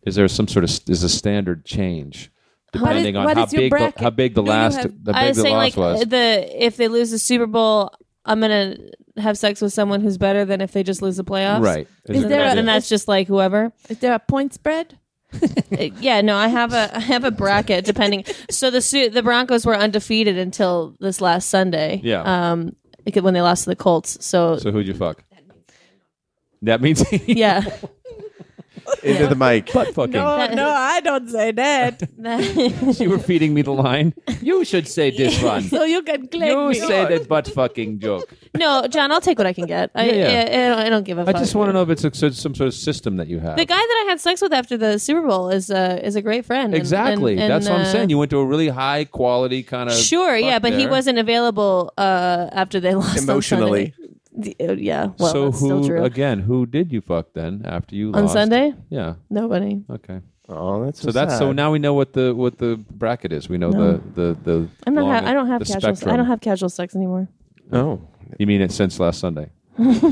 S5: Is there some sort of is a standard change
S7: is-
S5: depending on
S7: what
S5: how
S7: is your
S5: big the,
S7: bracket?
S5: how big the
S7: Do you
S5: last
S7: have-
S5: the
S6: I
S5: big
S6: was
S5: the
S6: saying like
S5: loss
S7: uh,
S5: was?
S6: the if they lose the Super Bowl, I'm gonna have sex with someone who's better than if they just lose the playoffs.
S5: Right.
S7: Is
S6: And,
S7: there
S6: that-
S7: a-
S6: and that's just like whoever.
S7: Is there a point spread?
S6: Uh, yeah, no, I have a I have a bracket depending. so the Su- the Broncos were undefeated until this last Sunday.
S5: Yeah.
S7: Uh,
S6: Um, like when they lost to the Colts. So,
S5: so who'd you fuck? That means
S6: yeah.
S3: into the mic.
S5: butt fucking.
S7: No, no, I don't say that.
S5: You were feeding me the line. You should say this one.
S7: So you can claim
S5: You
S7: me.
S5: say that butt fucking joke.
S6: no, John, I'll take what I can get. I,
S5: Yeah, yeah.
S6: I- I don't, I don't give a
S5: I
S6: fuck.
S5: just want to know if it's a, so- some sort of system that you have.
S6: The guy that I had sex with after the Super Bowl is uh, is a great friend. and-
S5: Exactly.
S6: and- and,
S5: That's what I'm
S6: uh,
S5: saying. You went to a really high quality kind of.
S6: Sure, yeah,
S5: fuck
S6: but he
S5: there.
S6: wasn't available uh, after they lost
S3: Emotionally.
S6: On Sunday. The- uh, yeah, well,
S5: so
S6: that's
S5: who
S6: still true.
S5: again? Who did you fuck then after you
S6: on
S5: lost?
S6: Sunday,
S5: Yeah.
S6: nobody.
S5: Okay.
S3: Oh, that's
S5: So that's so
S3: sad.
S5: now we know what the what the bracket is. We know the the the.
S6: I'm not.
S5: long-
S6: Ha- I don't have
S5: the
S6: casual.
S5: spectrum.
S6: I don't have casual sex anymore.
S3: Oh.
S5: You mean it since last Sunday?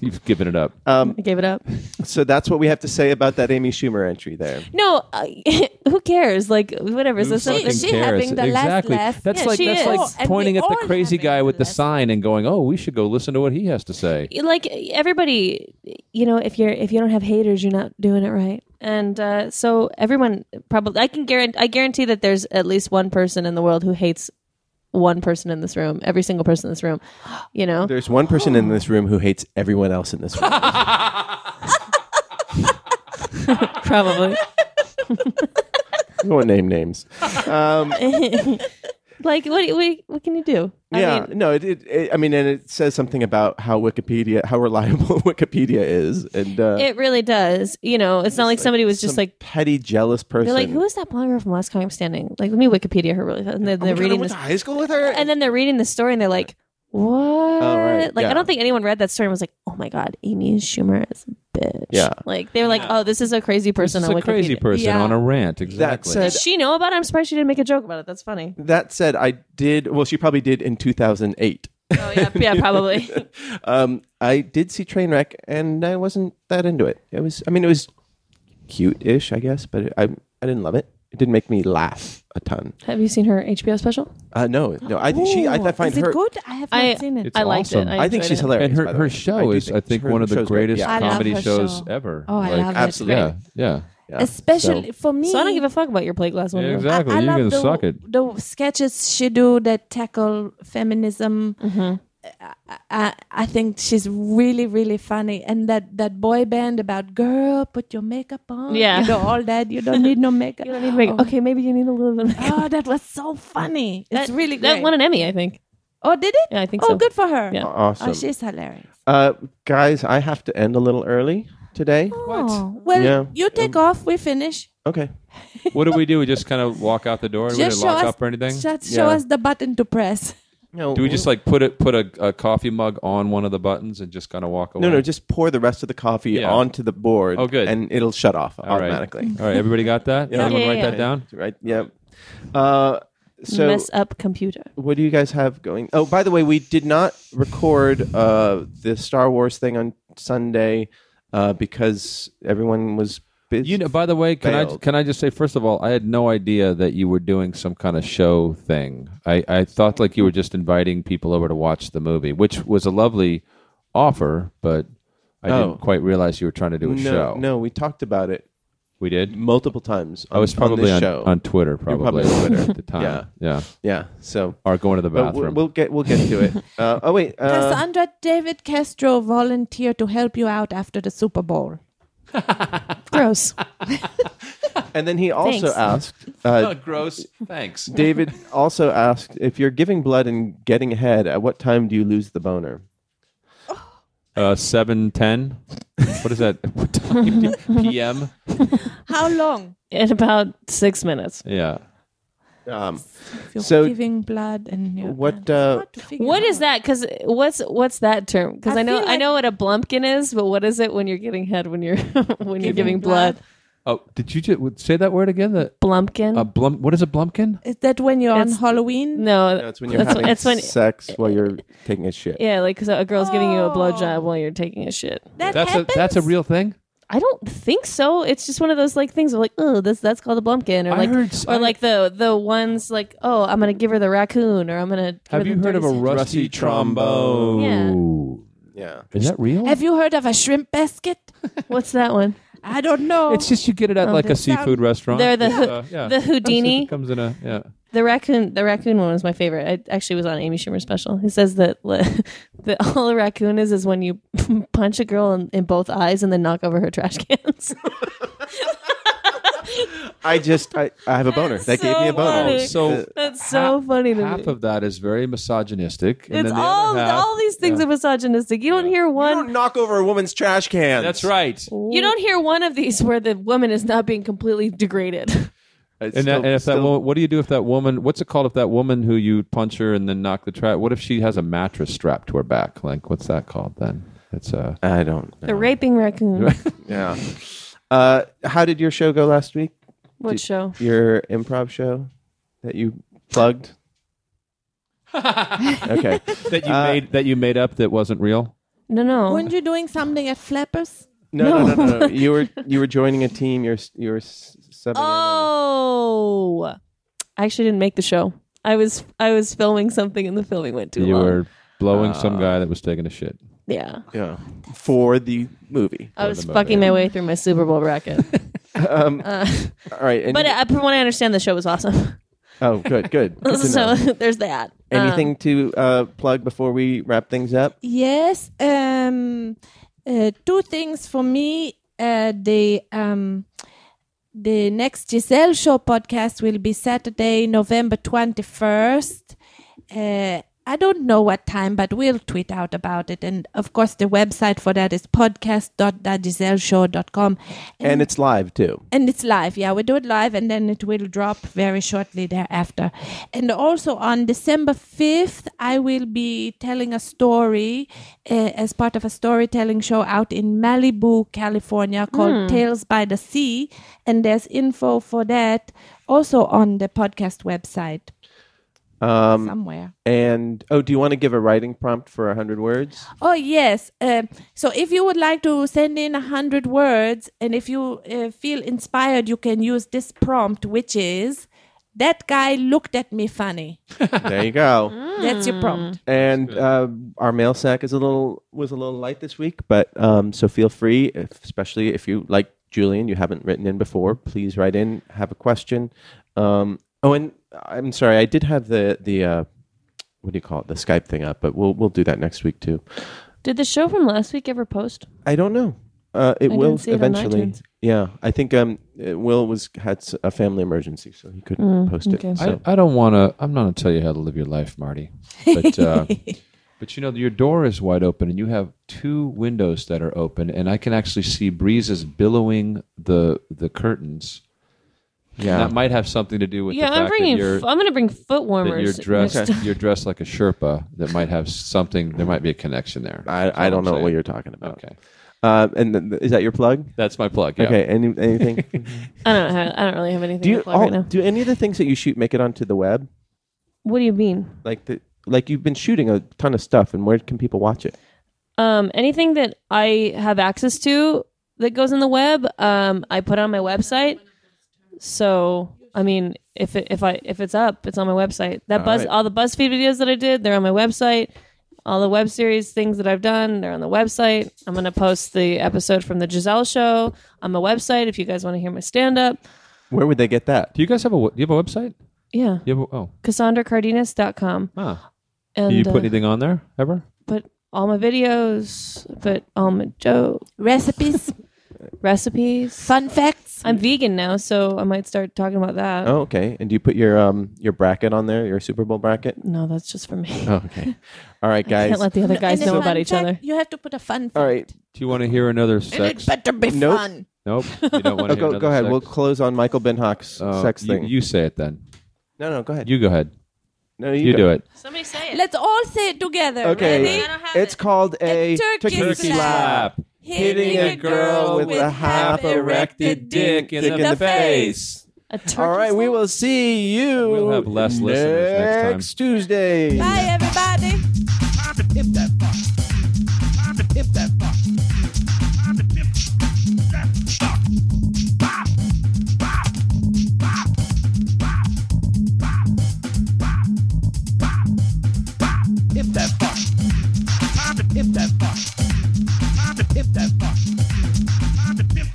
S5: You've given it up.
S6: I gave it up.
S3: So that's what we have to say about that Amy Schumer entry there.
S6: No, uh, who cares? Like whatever. So, so
S5: fucking
S7: is she
S5: cares?
S7: having the last
S5: exactly.
S7: laugh?
S5: That's
S6: Yeah,
S5: like
S6: she
S5: that's
S6: is.
S7: Oh, and we
S5: like pointing at the
S7: all
S5: crazy
S7: having
S5: guy with the
S7: the last
S5: sign and going, "Oh, we should go listen to what he has to say."
S6: like everybody, you know, if you're if you don't have haters, you're not doing it right. And uh, so everyone probably, I can guarantee, I guarantee that there's at least one person in the world who hates one person in this room, every single person in this room. You know,
S3: There's one person in this room who hates everyone else in this room.
S6: probably.
S3: we won't name names. Um,
S6: like what, what what can you do?
S3: yeah,
S6: I mean,
S3: no, it, it, it. I mean, and it says something about how Wikipedia, how reliable Wikipedia is, and uh,
S6: it really does. You know, it's not like somebody was just
S3: some
S6: like
S3: petty, jealous person.
S6: they're like, who is that blonde girl from Last Comic Standing? Like, let me Wikipedia her really fast. And they're,
S3: Oh my
S6: they're
S3: God, I
S6: reading
S3: went
S6: this,
S3: to high school with her.
S6: and then they're reading the story, and they're like, what?
S3: Oh, right,
S6: Like,
S3: yeah.
S6: I don't think anyone read that story and was like, oh my god, Amy Schumer is a bitch.
S3: Yeah.
S6: like they were like, oh, this is a crazy person
S5: It's
S6: on
S5: a
S6: Wikipedia.
S5: crazy person
S7: Yeah.
S5: on a rant.
S3: that
S5: Exactly.
S3: said,
S6: Does she know about it? I'm surprised she didn't make a joke about it. That's funny.
S3: that said, I did. Well, she probably did in 2008.
S6: Oh yeah, yeah, probably.
S3: um, I did see Trainwreck, and I wasn't that into it. It was, I mean, it was cute-ish, I guess, but I, I didn't love it. It didn't make me laugh a ton.
S6: Have you seen her HBO special?
S3: Uh, no, no, I think she, I, I find
S7: is
S3: her.
S7: it good? I have not
S6: I
S7: seen it.
S5: It's
S6: I liked
S5: awesome.
S6: it.
S3: I think
S6: enjoyed
S3: she's
S6: it.
S3: hilarious.
S5: and her,
S3: by the
S5: her
S3: way. I
S5: show
S3: do
S5: is, I think, one of the
S3: show's great.
S5: greatest
S3: Yeah.
S7: I love
S5: comedy
S7: her
S5: shows
S7: show.
S5: ever.
S7: Oh, I
S5: Like,
S7: love it.
S3: absolutely.
S5: Yeah, yeah,
S7: Uh, Especially for me.
S6: So I don't give a fuck about your plate glass
S5: yeah.
S6: window.
S5: Exactly.
S7: I, I
S5: you
S7: love
S5: can
S7: the,
S5: suck it.
S7: the sketches she do that tackle feminism.
S5: Mm-hmm.
S7: I, I, I think she's really, really funny. And that, that boy band about girl, put your makeup on.
S6: Yeah.
S7: You know, all that. You don't need no makeup.
S6: You don't need to make-
S7: Oh.
S6: Okay, maybe you need a little bit. Of
S7: Oh, that was so funny. It's
S6: That-
S7: really
S6: That
S7: great.
S6: won an Emmy, I think.
S7: oh, did it?
S6: Yeah, I think
S7: oh,
S6: so.
S7: good for her.
S6: Yeah.
S3: Awesome.
S7: Oh, she's hilarious.
S3: Uh, guys, I have to end a little early today.
S7: Oh, well,
S3: Yeah.
S7: you take off. We finish.
S3: Okay.
S5: What do we do? We just kind of walk out the door. we didn't
S7: Just show
S5: lock
S7: us,
S5: up or anything.
S7: Just show
S3: Yeah.
S7: us the button to press.
S3: No.
S5: Do we just like put it put a, a coffee mug on one of the buttons and just kind of walk away?
S3: No, no. Just pour the rest of the coffee
S5: Yeah.
S3: onto the board.
S5: Oh, good.
S3: And it'll shut off
S5: All right.
S3: automatically.
S5: All right, everybody got that?
S3: Yeah.
S5: Everyone
S6: Yeah,
S5: write
S6: yeah,
S5: that
S6: yeah.
S5: down.
S3: Right. Yep. Uh, so
S6: Mess up computer.
S3: what do you guys have going? Oh, by the way, we did not record uh, the Star Wars thing on Sunday uh, because everyone was busy.
S5: You know, by the way, can I
S3: Failed.
S5: can I just say first of all, I had no idea that you were doing some kind of show thing. I, I thought like you were just inviting people over to watch the movie, which was a lovely offer, but I
S3: Oh.
S5: didn't quite realize you were trying to do a
S3: no,
S5: show.
S3: no, we talked about it
S5: We did.
S3: multiple times. On,
S5: I was probably
S3: this
S5: on,
S3: show.
S5: on Twitter,
S3: You're probably
S5: probably,
S3: on Twitter.
S5: at the time.
S3: Yeah.
S5: yeah.
S3: yeah. So.
S5: Or going to the
S3: But
S5: bathroom.
S3: we'll, we'll get we'll get to it. Uh, oh wait, uh,
S7: Cassandra David Castro volunteered to help you out after the Super Bowl.
S6: Gross.
S3: and then he also
S6: Thanks.
S3: asked uh,
S5: Oh, gross. Thanks.
S3: David also asked if you're giving blood and getting head, at what time do you lose the boner?
S5: Uh, seven ten. What is that? What time? do- PM.
S7: How long?
S6: In about six minutes.
S5: Yeah.
S3: Um,
S7: If you're
S3: So-
S7: giving blood and you're
S3: what? Uh,
S6: What is that? Because what's what's that term? Because
S7: I
S6: I, know
S7: feel
S6: I
S7: like-
S6: know what a blumpkin is, but what is it when you're getting head when you're when you're giving
S7: Giving
S6: blood?
S5: Oh, did you just say that word again? The
S6: Blumpkin.
S5: a blum. What is a blumpkin?
S7: Is that when you're on
S6: It's-
S7: Halloween?
S6: no,
S3: that's when you're
S6: that's,
S3: having
S6: that's when
S3: sex while you're taking a shit.
S6: yeah, like 'cause a girl's giving you a
S7: Oh.
S6: blowjob while you're taking a shit.
S7: That
S5: That's a
S7: happens?
S5: that's a real thing.
S6: I don't think so. It's just one of those like things of like, oh, this that's called a blumpkin, or
S5: I
S6: like,
S5: heard s-
S6: or
S5: I-
S6: like the the ones like, oh, I'm gonna give her the raccoon, or I'm gonna. give her
S5: Have
S6: the
S5: you heard of a
S6: dirty-
S5: rusty
S3: rusty
S5: trombone?
S6: trombone?
S5: Is that real?
S7: Have you heard of a shrimp basket?
S6: What's that one?
S7: I don't know.
S5: It's just you get it at like a
S7: that sound-
S5: seafood restaurant.
S6: They're the-
S5: It's, uh, yeah.
S6: the Houdini.
S5: It comes in a yeah.
S6: The raccoon, the raccoon one was my favorite. It actually was on Amy Schumer special. It says that that all a raccoon is is when you punch a girl in, in both eyes and then knock over her trash cans.
S3: I just I, I have a boner. that
S6: That's
S3: gave me
S6: so
S3: a boner. Uh,
S6: funny.
S5: Oh, So
S6: That's Oh, so funny to
S5: half
S6: me.
S5: of that is very misogynistic, and
S6: It's
S5: then the
S6: all
S5: other half.
S6: all these things are misogynistic. You don't hear
S3: You
S6: one.
S3: don't knock over a woman's trash can.
S5: that's right.
S6: You don't hear one of these where the woman is not being completely degraded.
S5: And, that, and if that woman, what do you do if that woman? What's it called if that woman who you punch her and then knock the trap? What if she has a mattress strapped to her back? Like what's that called then? It's uh, a
S3: I don't.
S6: The raping raccoon.
S3: Yeah. Uh, how did your show go last week?
S6: What show?
S3: Your improv show that you plugged. okay.
S5: that you made that you made up that wasn't real.
S6: No, no.
S7: Weren't you doing something at Flappers?
S3: No, no, no, no. no. you were you were joining a team. You're s- you were s- subbing. in on-
S6: Oh, I actually didn't make the show. I was I was filming something and the filming went too
S5: you
S6: long.
S5: were blowing some guy that was taking a shit.
S6: yeah,
S3: yeah. For the movie.
S6: I was fucking my way through my Super Bowl bracket. Uh,
S3: All right. And
S6: but
S3: you-
S6: uh, from what I understand, the show was awesome.
S3: oh, good, good. Good to
S6: so um,
S3: know.
S6: there's that.
S3: Anything to uh, plug before we wrap things up?
S7: Yes. Um, uh, two things for me. Uh, the um, the next Giselle Show podcast will be Saturday, November twenty first. Uh, I don't know what time, but we'll tweet out about it. And of course, the website for that is podcast.thegiselleshow.com.
S3: And it's live too.
S7: and it's live yeah we do it live and then it will drop very shortly thereafter and also on december 5th i will be telling a story uh, as part of a storytelling show out in malibu california called tales by the sea and there's info for that also on the podcast website
S3: Um,
S7: somewhere
S3: and oh, do you want to give a writing prompt for hundred words?
S7: Oh yes. Um, so if you would like to send in a hundred words, and if you uh, feel inspired, you can use this prompt, which is, "That guy looked at me funny."
S3: there you go.
S6: Mm.
S7: That's your prompt.
S3: And uh, our mail sack is a little was a little light this week, but um, so feel free, if, especially if you like Julian, you haven't written in before. Please write in, have a question. Um, oh, and I'm sorry, I did have the the uh, what do you call it, the Skype thing up, but we'll we'll do that next week too.
S6: Uh, Did the show from last week ever post?
S3: I don't know. Uh, it
S6: I
S3: will
S6: didn't see it on
S3: eventually.
S6: iTunes.
S3: yeah, I think um, uh, Will was had s- a family emergency, so he couldn't post it.
S6: Mm, okay.
S3: So
S5: I, I don't want to. I'm not going to tell you how to live your life, Marty. But uh, but you know your door is wide open, and you have two windows that are open, and I can actually see breezes billowing the the curtains.
S3: yeah,
S5: That might have something to do with
S6: Yeah,
S5: the fact
S6: I'm bringing.
S5: that you're
S6: f- I'm going to bring foot
S5: that you're
S6: warmers.
S5: dressed
S6: next time.
S5: you're dressed like a Sherpa. That might have something. There might be a connection there. That's
S3: I, I
S5: all
S3: don't
S5: I'm
S3: know what
S5: saying.
S3: you're talking about.
S5: Okay,
S3: Uh, and th- th- is that your plug?
S5: that's my plug. Yeah.
S3: Okay. Any, anything?
S6: I don't. Have, I don't really have anything
S3: do you
S6: to plug
S3: all,
S6: right now.
S3: do any of the things that you shoot make it onto the web?
S6: What do you mean?
S3: Like the like you've been shooting a ton of stuff, and where can people watch it?
S6: Um, anything that I have access to that goes in the web, um, I put on my website. So I mean, if it, if I if it's up, it's on my website. That buzz,
S3: right.
S6: all the BuzzFeed videos that I did, they're on my website. All the web series things that I've done, they're on the website. I'm gonna post the episode from the Giselle show on my website. If you guys want to hear my stand up,
S3: Where would they get that?
S5: Do you guys have a do you have a website?
S6: yeah,
S5: You have a, oh,
S6: CassandraCardenas.com.
S5: huh.
S6: And
S5: Do you put
S6: uh,
S5: anything on there ever?
S6: put all my videos, put all my jokes,
S7: Recipes,
S6: recipes.
S7: fun facts.
S6: I'm vegan now, so I might start talking about that.
S3: Oh, okay. And do you put your um your bracket on there, your Super Bowl bracket?
S6: No, that's just for me.
S3: Oh, okay. All right, guys.
S6: Can't let the other guys
S7: And a
S6: know about
S7: fun
S6: each
S7: fact,
S6: other.
S7: You have to put a fun. Fact.
S3: All right.
S5: Do you want to hear another sex?
S7: Better be
S3: Nope.
S7: fun.
S5: Nope. You don't want
S3: Oh,
S5: to hear
S3: go,
S5: another
S3: go ahead.
S5: sex?
S3: We'll close on Michael Benhock's
S5: Uh,
S3: sex
S5: you,
S3: thing.
S5: You say it then.
S3: no, no, go ahead.
S5: You go ahead.
S3: no,
S5: You, do it.
S6: Somebody say
S7: Let's all say it together.
S3: Okay.
S7: Ready?
S3: It's called a
S7: turkey slap.
S3: Hitting a girl with a half erected dick in the, face.
S6: A turkey
S3: All right, we will see you.
S5: We'll have less listeners next time.
S3: next Tuesday.
S7: Bye, everybody.
S9: Time to pimp that fuck. Time to pimp that fuck. Time to pimp that fuck. Bop, bop, bop, bop, bop, bop, bop, bop. Pimp that fuck. Time to pimp that fuck. Time to pimp that fuck. Time to pimp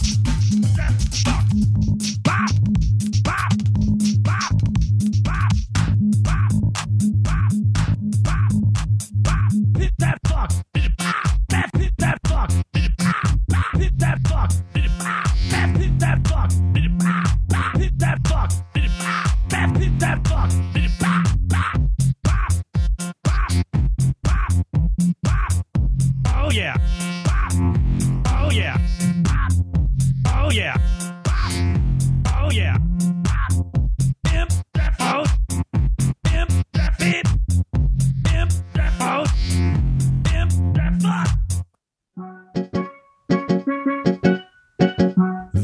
S2: Oh, Oh,